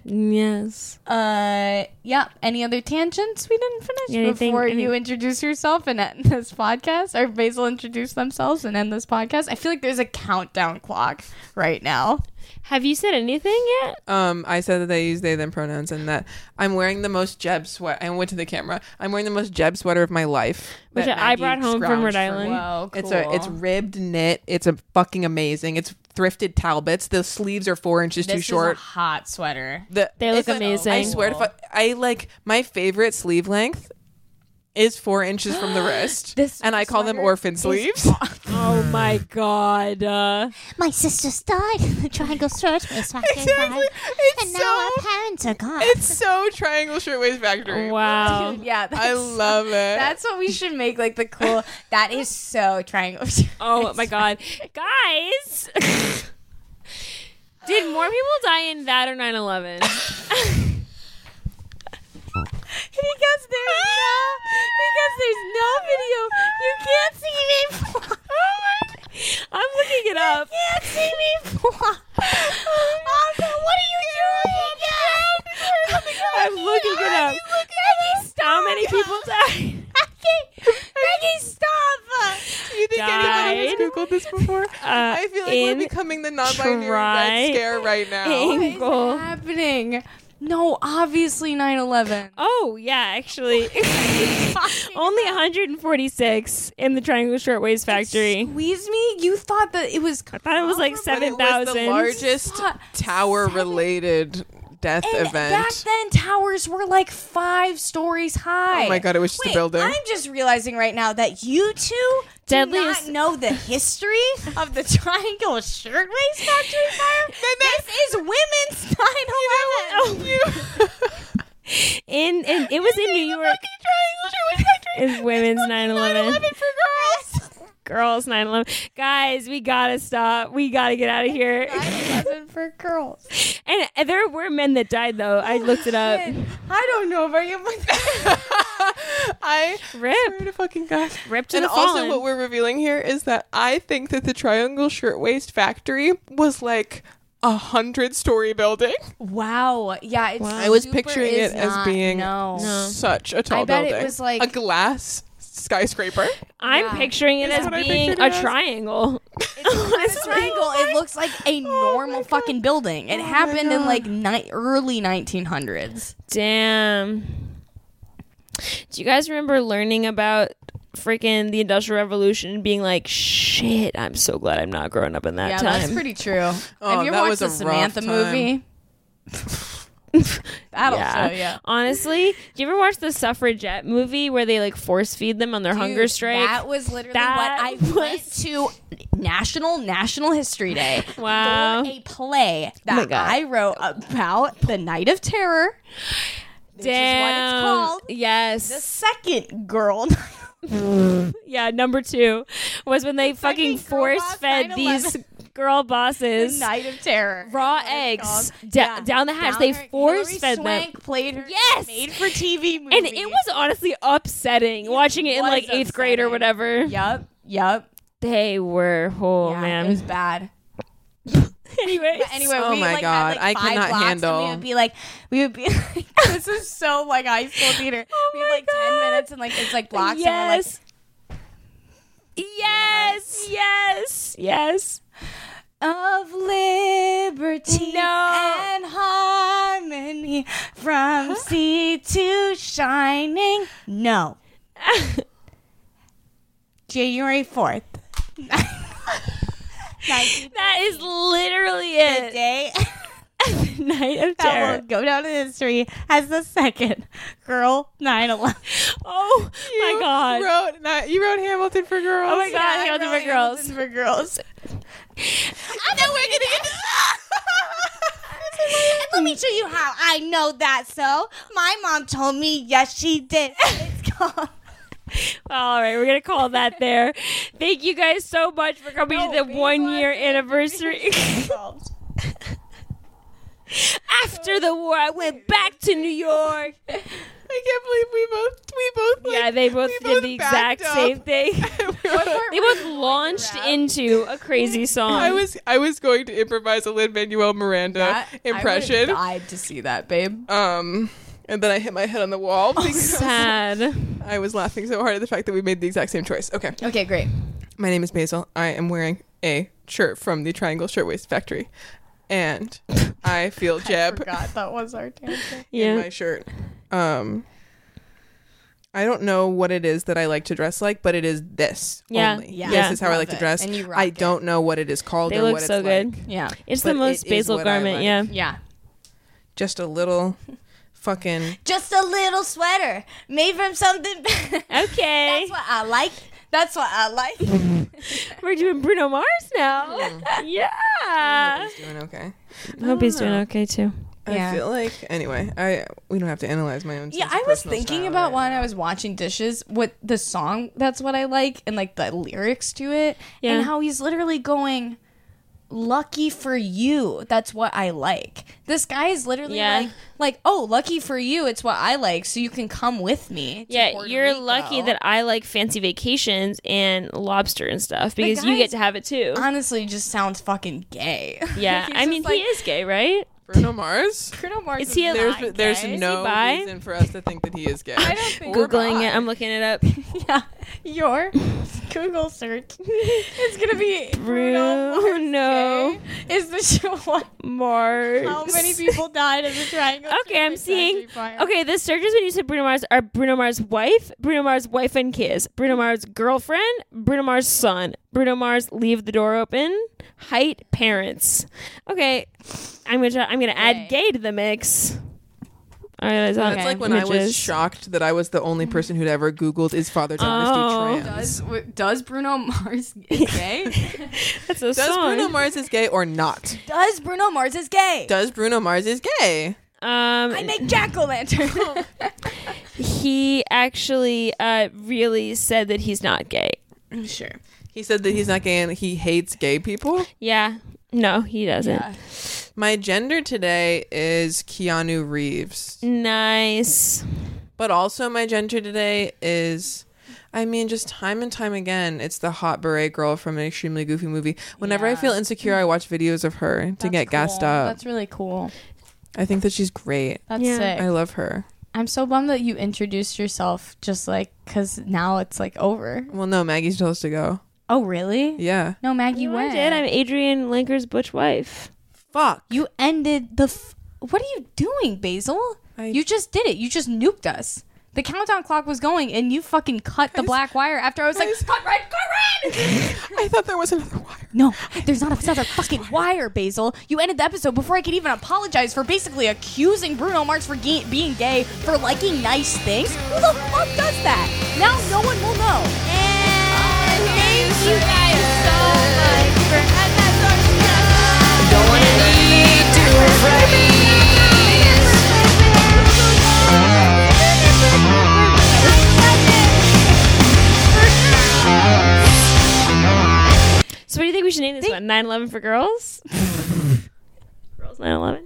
[SPEAKER 1] yes.
[SPEAKER 7] Uh, yeah. Any other tangents we didn't finish
[SPEAKER 1] Yeah, anything-
[SPEAKER 7] before
[SPEAKER 1] any-
[SPEAKER 7] you introduce yourself and end this podcast, or Basil introduce themselves and end this podcast? I feel like there's a countdown clock right now.
[SPEAKER 1] Have you said anything yet?
[SPEAKER 5] Um, I said that they use they them pronouns and that I'm wearing the most Jeb sweat. I went to the camera. I'm wearing the most Jeb sweater of my life,
[SPEAKER 1] Which
[SPEAKER 5] that
[SPEAKER 1] I
[SPEAKER 5] Maggie
[SPEAKER 1] brought home from
[SPEAKER 5] scrounged
[SPEAKER 1] Rhode
[SPEAKER 5] for
[SPEAKER 1] Island.
[SPEAKER 5] me.
[SPEAKER 7] Wow,
[SPEAKER 5] It's a it's ribbed knit. It's a fucking amazing. It's thrifted Talbots. The sleeves are four inches too short.
[SPEAKER 7] hot sweater.
[SPEAKER 5] The,
[SPEAKER 1] They look
[SPEAKER 5] it's a-
[SPEAKER 1] amazing.
[SPEAKER 5] I swear to fuck, I like my favorite sleeve length is four inches from the wrist,
[SPEAKER 7] This
[SPEAKER 5] and I call them
[SPEAKER 7] sweater
[SPEAKER 5] orphan sleeves.
[SPEAKER 1] Oh my god. Uh,
[SPEAKER 8] My sisters died in the triangle shirtwaist factory,
[SPEAKER 5] exactly.
[SPEAKER 8] and
[SPEAKER 5] It's
[SPEAKER 8] now
[SPEAKER 5] so
[SPEAKER 8] our parents are gone.
[SPEAKER 5] it's so Triangle Shirtwaist Factory.
[SPEAKER 1] wow.
[SPEAKER 7] Yeah, that's,
[SPEAKER 5] I love it.
[SPEAKER 7] that's what we should make. Like the cool. That is so triangle.
[SPEAKER 1] Oh my god. Guys. Did more people die in that or 9 11?
[SPEAKER 7] because there's no because there's no video. You can't see me fly.
[SPEAKER 1] I'm looking it up.
[SPEAKER 7] You can't see me fly. Oh, no, what are you doing?
[SPEAKER 1] I'm looking it up.
[SPEAKER 7] Maggie, stop.
[SPEAKER 1] How many people died?
[SPEAKER 7] Maggie, stop.
[SPEAKER 5] Do you think anybody has
[SPEAKER 1] Died.
[SPEAKER 5] Googled this before? I feel like
[SPEAKER 1] Uh, in
[SPEAKER 5] we're becoming the non-binary
[SPEAKER 1] tri-
[SPEAKER 5] red scare right now.
[SPEAKER 1] Angle.
[SPEAKER 7] happening? No, obviously 9-11.
[SPEAKER 1] Oh, yeah, actually. Only 146 in the Triangle Shirtwaist Factory.
[SPEAKER 7] Squeeze me? You thought that it was...
[SPEAKER 1] I thought it was like
[SPEAKER 5] But it
[SPEAKER 1] 7,000.
[SPEAKER 5] was the largest
[SPEAKER 7] Fuck.
[SPEAKER 5] tower-related death
[SPEAKER 7] And
[SPEAKER 5] event.
[SPEAKER 7] back then, towers were like five stories high.
[SPEAKER 5] oh my god! It was just a
[SPEAKER 7] Wait,
[SPEAKER 5] building.
[SPEAKER 7] I'm just realizing right now that you two
[SPEAKER 1] Deadly
[SPEAKER 7] do
[SPEAKER 1] is-
[SPEAKER 7] not know the history of the Triangle Shirtwaist Factory fire. this is women's 9 11.
[SPEAKER 1] in, in, it was in New York. Is women's 9 11.
[SPEAKER 7] for girls.
[SPEAKER 1] Girls 9 11. Guys, we gotta stop. We gotta get out of here.
[SPEAKER 7] 11 for girls.
[SPEAKER 1] And and there were men that died though. I looked it up.
[SPEAKER 7] I don't know if I can put
[SPEAKER 5] I
[SPEAKER 1] Rip,
[SPEAKER 5] swear to fucking god.
[SPEAKER 1] rip to
[SPEAKER 5] and
[SPEAKER 1] the
[SPEAKER 5] also,
[SPEAKER 1] fallen.
[SPEAKER 5] what we're revealing here is that I think that the Triangle Shirtwaist Factory was like a hundred story building.
[SPEAKER 7] Wow. Yeah. It's
[SPEAKER 5] I was
[SPEAKER 7] super
[SPEAKER 5] picturing
[SPEAKER 7] is
[SPEAKER 5] it as
[SPEAKER 7] not-
[SPEAKER 5] being
[SPEAKER 7] No.
[SPEAKER 5] such a tall
[SPEAKER 7] I bet it
[SPEAKER 5] building.
[SPEAKER 7] was like-
[SPEAKER 5] a glass skyscraper.
[SPEAKER 1] I'm picturing it
[SPEAKER 5] That's
[SPEAKER 1] as
[SPEAKER 5] what I
[SPEAKER 1] being
[SPEAKER 5] pictured
[SPEAKER 1] a
[SPEAKER 5] it as.
[SPEAKER 1] triangle.
[SPEAKER 7] It's a triangle. It looks like a normal fucking building. It happened in like ni- early 1900s.
[SPEAKER 1] Damn. Do you guys remember learning about freaking the Industrial Revolution and being like, shit, I'm so glad I'm not growing up in that
[SPEAKER 7] Yeah,
[SPEAKER 1] time?
[SPEAKER 7] that's pretty true.
[SPEAKER 5] Oh,
[SPEAKER 7] Have you ever
[SPEAKER 5] that
[SPEAKER 7] watched
[SPEAKER 5] was
[SPEAKER 7] the
[SPEAKER 5] a rough
[SPEAKER 7] Samantha
[SPEAKER 5] time.
[SPEAKER 7] movie? That'll
[SPEAKER 1] Yeah.
[SPEAKER 7] show you.
[SPEAKER 1] Honestly, do you ever watch the suffragette movie where they like force feed them on their hunger
[SPEAKER 7] Dude,
[SPEAKER 1] strike?
[SPEAKER 7] That was literally
[SPEAKER 1] That
[SPEAKER 7] what I went to National National History Day.
[SPEAKER 1] Wow.
[SPEAKER 7] For a play
[SPEAKER 1] my
[SPEAKER 7] that
[SPEAKER 1] God.
[SPEAKER 7] I wrote about the Night of Terror.
[SPEAKER 1] Damn.
[SPEAKER 7] called.
[SPEAKER 1] Yes.
[SPEAKER 7] The second girl.
[SPEAKER 1] yeah, number two was when they fucking
[SPEAKER 7] fucking girl
[SPEAKER 1] force
[SPEAKER 7] boss
[SPEAKER 1] fed
[SPEAKER 7] 9/11.
[SPEAKER 1] these girl bosses
[SPEAKER 7] Night of Terror.
[SPEAKER 1] raw
[SPEAKER 7] That's what it's
[SPEAKER 1] eggs
[SPEAKER 7] called.
[SPEAKER 1] da-
[SPEAKER 7] Yeah.
[SPEAKER 1] down the hatch.
[SPEAKER 7] Down
[SPEAKER 1] they
[SPEAKER 7] her-
[SPEAKER 1] force
[SPEAKER 7] Hilary
[SPEAKER 1] fed them.
[SPEAKER 7] Swank played her
[SPEAKER 1] Yes.
[SPEAKER 7] made for TV movie.
[SPEAKER 1] And it was honestly upsetting watching it in
[SPEAKER 7] was
[SPEAKER 1] like eighth grade or
[SPEAKER 7] upsetting.
[SPEAKER 1] whatever.
[SPEAKER 7] Yep. Yep.
[SPEAKER 1] They were, oh
[SPEAKER 7] yeah,
[SPEAKER 1] man.
[SPEAKER 7] It was bad.
[SPEAKER 1] Anyways,
[SPEAKER 7] Anyway,
[SPEAKER 5] Oh
[SPEAKER 7] we,
[SPEAKER 5] my
[SPEAKER 7] like,
[SPEAKER 5] God,
[SPEAKER 7] had, like,
[SPEAKER 5] I
[SPEAKER 7] five
[SPEAKER 5] cannot
[SPEAKER 7] blocks, And
[SPEAKER 5] handle-
[SPEAKER 7] we would be like, we would be like, this is so like high school theater. we have like ten minutes and like it's like blocks.
[SPEAKER 1] yes. Yes, yes, yes.
[SPEAKER 7] And we're like, of liberty
[SPEAKER 1] No.
[SPEAKER 7] and harmony, from sea to shining. No, January fourth.
[SPEAKER 1] that is literally it.
[SPEAKER 7] Day
[SPEAKER 1] Night of
[SPEAKER 7] that
[SPEAKER 1] terror.
[SPEAKER 7] will go down in history as the second girl 9-11.
[SPEAKER 1] Oh my god.
[SPEAKER 5] Wrote not, you wrote Hamilton for girls.
[SPEAKER 1] Oh my god, Hamilton for girls.
[SPEAKER 7] for girls.
[SPEAKER 1] I know we're gonna get
[SPEAKER 7] Let me show you how I know that. So my mom told me, yes, she did. It's called.
[SPEAKER 1] All right, we're gonna call that there. Thank you guys so much for coming to the one year anniversary. After the war, I went back to New York.
[SPEAKER 5] I can't believe we both we both like,
[SPEAKER 1] Yeah, they both
[SPEAKER 5] we
[SPEAKER 1] did the
[SPEAKER 5] backed
[SPEAKER 1] exact
[SPEAKER 5] up.
[SPEAKER 1] same thing.
[SPEAKER 5] We were-
[SPEAKER 1] They both launched into a crazy song.
[SPEAKER 5] I was I was going to improvise a Lin Manuel Miranda impression.
[SPEAKER 7] died to see that, babe.
[SPEAKER 5] Um and then I hit my head on the wall because
[SPEAKER 1] Oh, sad.
[SPEAKER 5] I was laughing so hard at the fact that we made the exact same choice. Okay.
[SPEAKER 7] Okay, great.
[SPEAKER 5] My name is Basil. I am wearing a shirt from the Triangle Shirtwaist Factory. And I feel Jeb
[SPEAKER 7] that was our tangent.
[SPEAKER 5] in
[SPEAKER 1] Yeah.
[SPEAKER 5] my shirt. Um I don't know what it is that I like to dress like, but it is this
[SPEAKER 1] Yeah.
[SPEAKER 5] only.
[SPEAKER 1] Yeah.
[SPEAKER 5] This is how I
[SPEAKER 7] Love
[SPEAKER 5] like to
[SPEAKER 7] it.
[SPEAKER 5] dress.
[SPEAKER 7] And you rock
[SPEAKER 5] I
[SPEAKER 7] it.
[SPEAKER 5] don't know what it is called
[SPEAKER 1] They
[SPEAKER 5] or
[SPEAKER 1] look
[SPEAKER 5] what
[SPEAKER 1] so
[SPEAKER 5] it's
[SPEAKER 1] good.
[SPEAKER 5] like.
[SPEAKER 7] Yeah.
[SPEAKER 1] It's
[SPEAKER 5] But
[SPEAKER 1] the
[SPEAKER 5] it
[SPEAKER 1] most
[SPEAKER 5] is
[SPEAKER 1] basil
[SPEAKER 5] what I
[SPEAKER 1] garment,
[SPEAKER 5] like.
[SPEAKER 1] yeah.
[SPEAKER 7] Yeah.
[SPEAKER 5] Just a little fucking
[SPEAKER 7] Just a little sweater made from something.
[SPEAKER 1] Okay.
[SPEAKER 7] That's what I like. That's what I like.
[SPEAKER 1] We're doing Bruno Mars now. yeah.
[SPEAKER 5] He's doing okay.
[SPEAKER 1] I hope he's doing okay too.
[SPEAKER 5] I feel like anyway, I we don't have to analyze my own.
[SPEAKER 7] Yeah,
[SPEAKER 5] sense of
[SPEAKER 7] I was
[SPEAKER 5] personal
[SPEAKER 7] thinking
[SPEAKER 5] style
[SPEAKER 7] about
[SPEAKER 5] right
[SPEAKER 7] when I was watching dishes, what the song that's what I like and like the lyrics to it
[SPEAKER 1] Yeah.
[SPEAKER 7] and how he's literally going lucky for you. That's what I like. This guy is literally
[SPEAKER 1] Yeah.
[SPEAKER 7] like like, "Oh, lucky for you, it's what I like, so you can come with me." to
[SPEAKER 1] Yeah,
[SPEAKER 7] Puerto
[SPEAKER 1] you're
[SPEAKER 7] Rico."
[SPEAKER 1] lucky that I like fancy vacations and lobster and stuff because you
[SPEAKER 7] guys-
[SPEAKER 1] get to have it too.
[SPEAKER 7] honestly just sounds fucking gay.
[SPEAKER 1] yeah,
[SPEAKER 7] He's
[SPEAKER 1] I mean
[SPEAKER 7] just like-
[SPEAKER 1] he is gay, right?
[SPEAKER 5] now. Bruno Mars.
[SPEAKER 7] Bruno Mars
[SPEAKER 1] Is he a
[SPEAKER 5] There's there's
[SPEAKER 1] gay? Is
[SPEAKER 5] no
[SPEAKER 1] he bi?
[SPEAKER 5] reason for us to think that he is gay. I don't think
[SPEAKER 1] Googling it, I'm looking it up.
[SPEAKER 7] yeah, your Google search. It's going to be Bruno Mars
[SPEAKER 1] Bruno
[SPEAKER 7] gay is the show one
[SPEAKER 1] Mars.
[SPEAKER 7] How many people died in the triangle?
[SPEAKER 1] Okay, I'm
[SPEAKER 7] Shirtwaist
[SPEAKER 1] seeing.
[SPEAKER 7] Factory fire?
[SPEAKER 1] Okay, the searches when you said Bruno Mars are Bruno Mars wife, Bruno Mars wife and kids, Bruno Mars girlfriend, Bruno Mars son, Bruno Mars leave the door open, height parents. Okay, I'm gonna try- I'm gonna add gay to the mix. All right, that's, all.
[SPEAKER 5] That's like when I was
[SPEAKER 1] Images.
[SPEAKER 5] shocked that I was the only person who'd ever Googled is Father Thomas
[SPEAKER 1] Oh.
[SPEAKER 5] D. Trans.
[SPEAKER 7] Does w- does Bruno Mars is gay?
[SPEAKER 1] That's a
[SPEAKER 5] Does
[SPEAKER 1] song.
[SPEAKER 5] Bruno Mars is gay or not?
[SPEAKER 7] does Bruno Mars is gay?
[SPEAKER 5] Does Bruno Mars is gay?
[SPEAKER 1] um,
[SPEAKER 7] I make jack o' lantern.
[SPEAKER 1] he actually uh, really said that he's not gay.
[SPEAKER 5] Sure. He said that he's not gay and he hates gay people.
[SPEAKER 1] Yeah. No, he doesn't.
[SPEAKER 5] My gender today is Keanu Reeves.
[SPEAKER 1] Nice.
[SPEAKER 5] But also my gender today is I mean, just time and time again, it's the hot beret girl from an extremely goofy movie. Whenever I feel insecure, I watch videos of her to get gassed up.
[SPEAKER 7] That's really cool.
[SPEAKER 5] I think that she's great.
[SPEAKER 7] That's
[SPEAKER 1] Yeah.
[SPEAKER 7] sick.
[SPEAKER 5] I love her.
[SPEAKER 7] I'm so bummed that you introduced yourself just like because now it's like over.
[SPEAKER 5] Well, no, Maggie's supposed to go.
[SPEAKER 7] Oh, really?
[SPEAKER 5] Yeah.
[SPEAKER 7] No, Maggie
[SPEAKER 1] No, I
[SPEAKER 7] went.
[SPEAKER 1] did. I'm Adrian Linker's butch wife.
[SPEAKER 5] Fuck.
[SPEAKER 7] you ended the. F- what are you doing, Basil?
[SPEAKER 5] I-
[SPEAKER 7] you just did it. You just nuked us. The countdown clock was going, and you fucking cut the black wire after I was like, cut red, cut red!
[SPEAKER 5] I thought there was another wire.
[SPEAKER 7] No, there's not another fucking wire, Basil. You ended the episode before I could even apologize for basically accusing Bruno Mars for ge- being gay, for liking nice things. Who the fuck does that? Now no one will know. And thank you guys so much for
[SPEAKER 9] Don't wanna need to rephrase.
[SPEAKER 1] So what do you think we should name this one? 9/11 for girls. girls 9/11.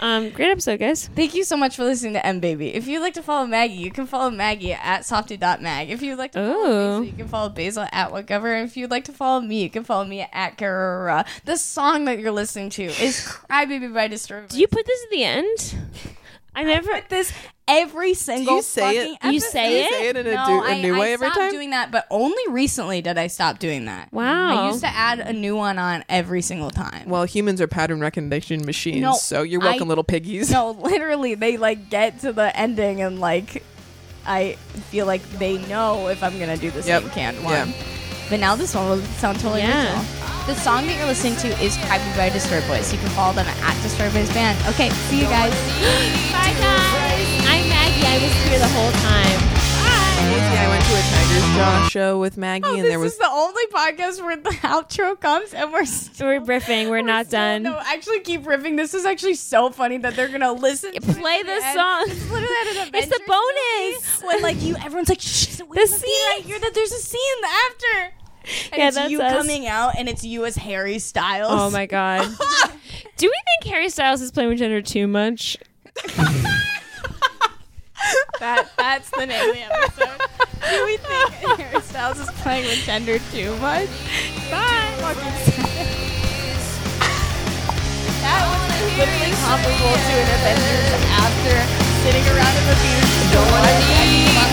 [SPEAKER 1] Um, great episode, guys.
[SPEAKER 7] Thank you so much for listening to M Baby. If you'd like to follow Maggie, you can follow Maggie at softy.mag. If you'd like to follow
[SPEAKER 1] Ooh.
[SPEAKER 7] Basil, you can follow Basil at whatever. And if you'd like to follow me, you can follow me at Carrera. The song that you're listening to is Crybaby by Disturbed.
[SPEAKER 1] Do you put this at the end? I never.
[SPEAKER 7] this every single
[SPEAKER 5] you say it?
[SPEAKER 7] fucking
[SPEAKER 5] You
[SPEAKER 1] you
[SPEAKER 7] episode.
[SPEAKER 1] say it.
[SPEAKER 5] Say it in a,
[SPEAKER 7] No,
[SPEAKER 5] do- a
[SPEAKER 7] I,
[SPEAKER 5] new
[SPEAKER 7] I
[SPEAKER 5] way every
[SPEAKER 7] stopped
[SPEAKER 5] time.
[SPEAKER 7] doing that, but only recently did I stop doing that.
[SPEAKER 1] Wow.
[SPEAKER 7] I used to add a new one on every single time.
[SPEAKER 5] well, humans are pattern recognition machines,
[SPEAKER 7] No,
[SPEAKER 5] so you're welcome,
[SPEAKER 7] I-
[SPEAKER 5] little piggies.
[SPEAKER 7] no, literally, they like get to the ending and like, I feel like they know if I'm gonna do the
[SPEAKER 5] Yep.
[SPEAKER 7] same canned
[SPEAKER 5] Yeah.
[SPEAKER 7] one. But now this one will sound totally
[SPEAKER 1] Yeah.
[SPEAKER 7] original. The song that you're listening to is Crybaby by Disturb Boys. You can follow them at Disturb Boys Band. Okay, see you guys.
[SPEAKER 1] Bye, guys. I'm Maggie. I was here the whole time.
[SPEAKER 5] Crazy, I went to a Tiger's Jaw show with Maggie,
[SPEAKER 7] Oh,
[SPEAKER 5] and
[SPEAKER 7] this
[SPEAKER 5] there was
[SPEAKER 7] is the only podcast where the outro comes and we're still
[SPEAKER 1] We're riffing. We're, not done.
[SPEAKER 7] No, actually, keep riffing. This is actually so funny that they're gonna listen. to
[SPEAKER 1] Play
[SPEAKER 7] it
[SPEAKER 1] the
[SPEAKER 7] at
[SPEAKER 1] song.
[SPEAKER 7] end. It's literally at an
[SPEAKER 1] It's the
[SPEAKER 7] Avengers
[SPEAKER 1] bonus.
[SPEAKER 7] movie When like you, everyone's like, shh, so wait,
[SPEAKER 1] The
[SPEAKER 7] the scene right
[SPEAKER 1] scene.
[SPEAKER 7] here that there's a scene after. And
[SPEAKER 1] Yeah,
[SPEAKER 7] it's
[SPEAKER 1] that's
[SPEAKER 7] you
[SPEAKER 1] us.
[SPEAKER 7] coming out, and it's you as Harry Styles.
[SPEAKER 1] Oh my god. Do we think Harry Styles is playing with gender too much?
[SPEAKER 7] That, that's the name of the episode. Do we think Harry Styles is playing with gender too much? Bye. that was literally comparable to an Avengers after sitting around in the beach. Don't want to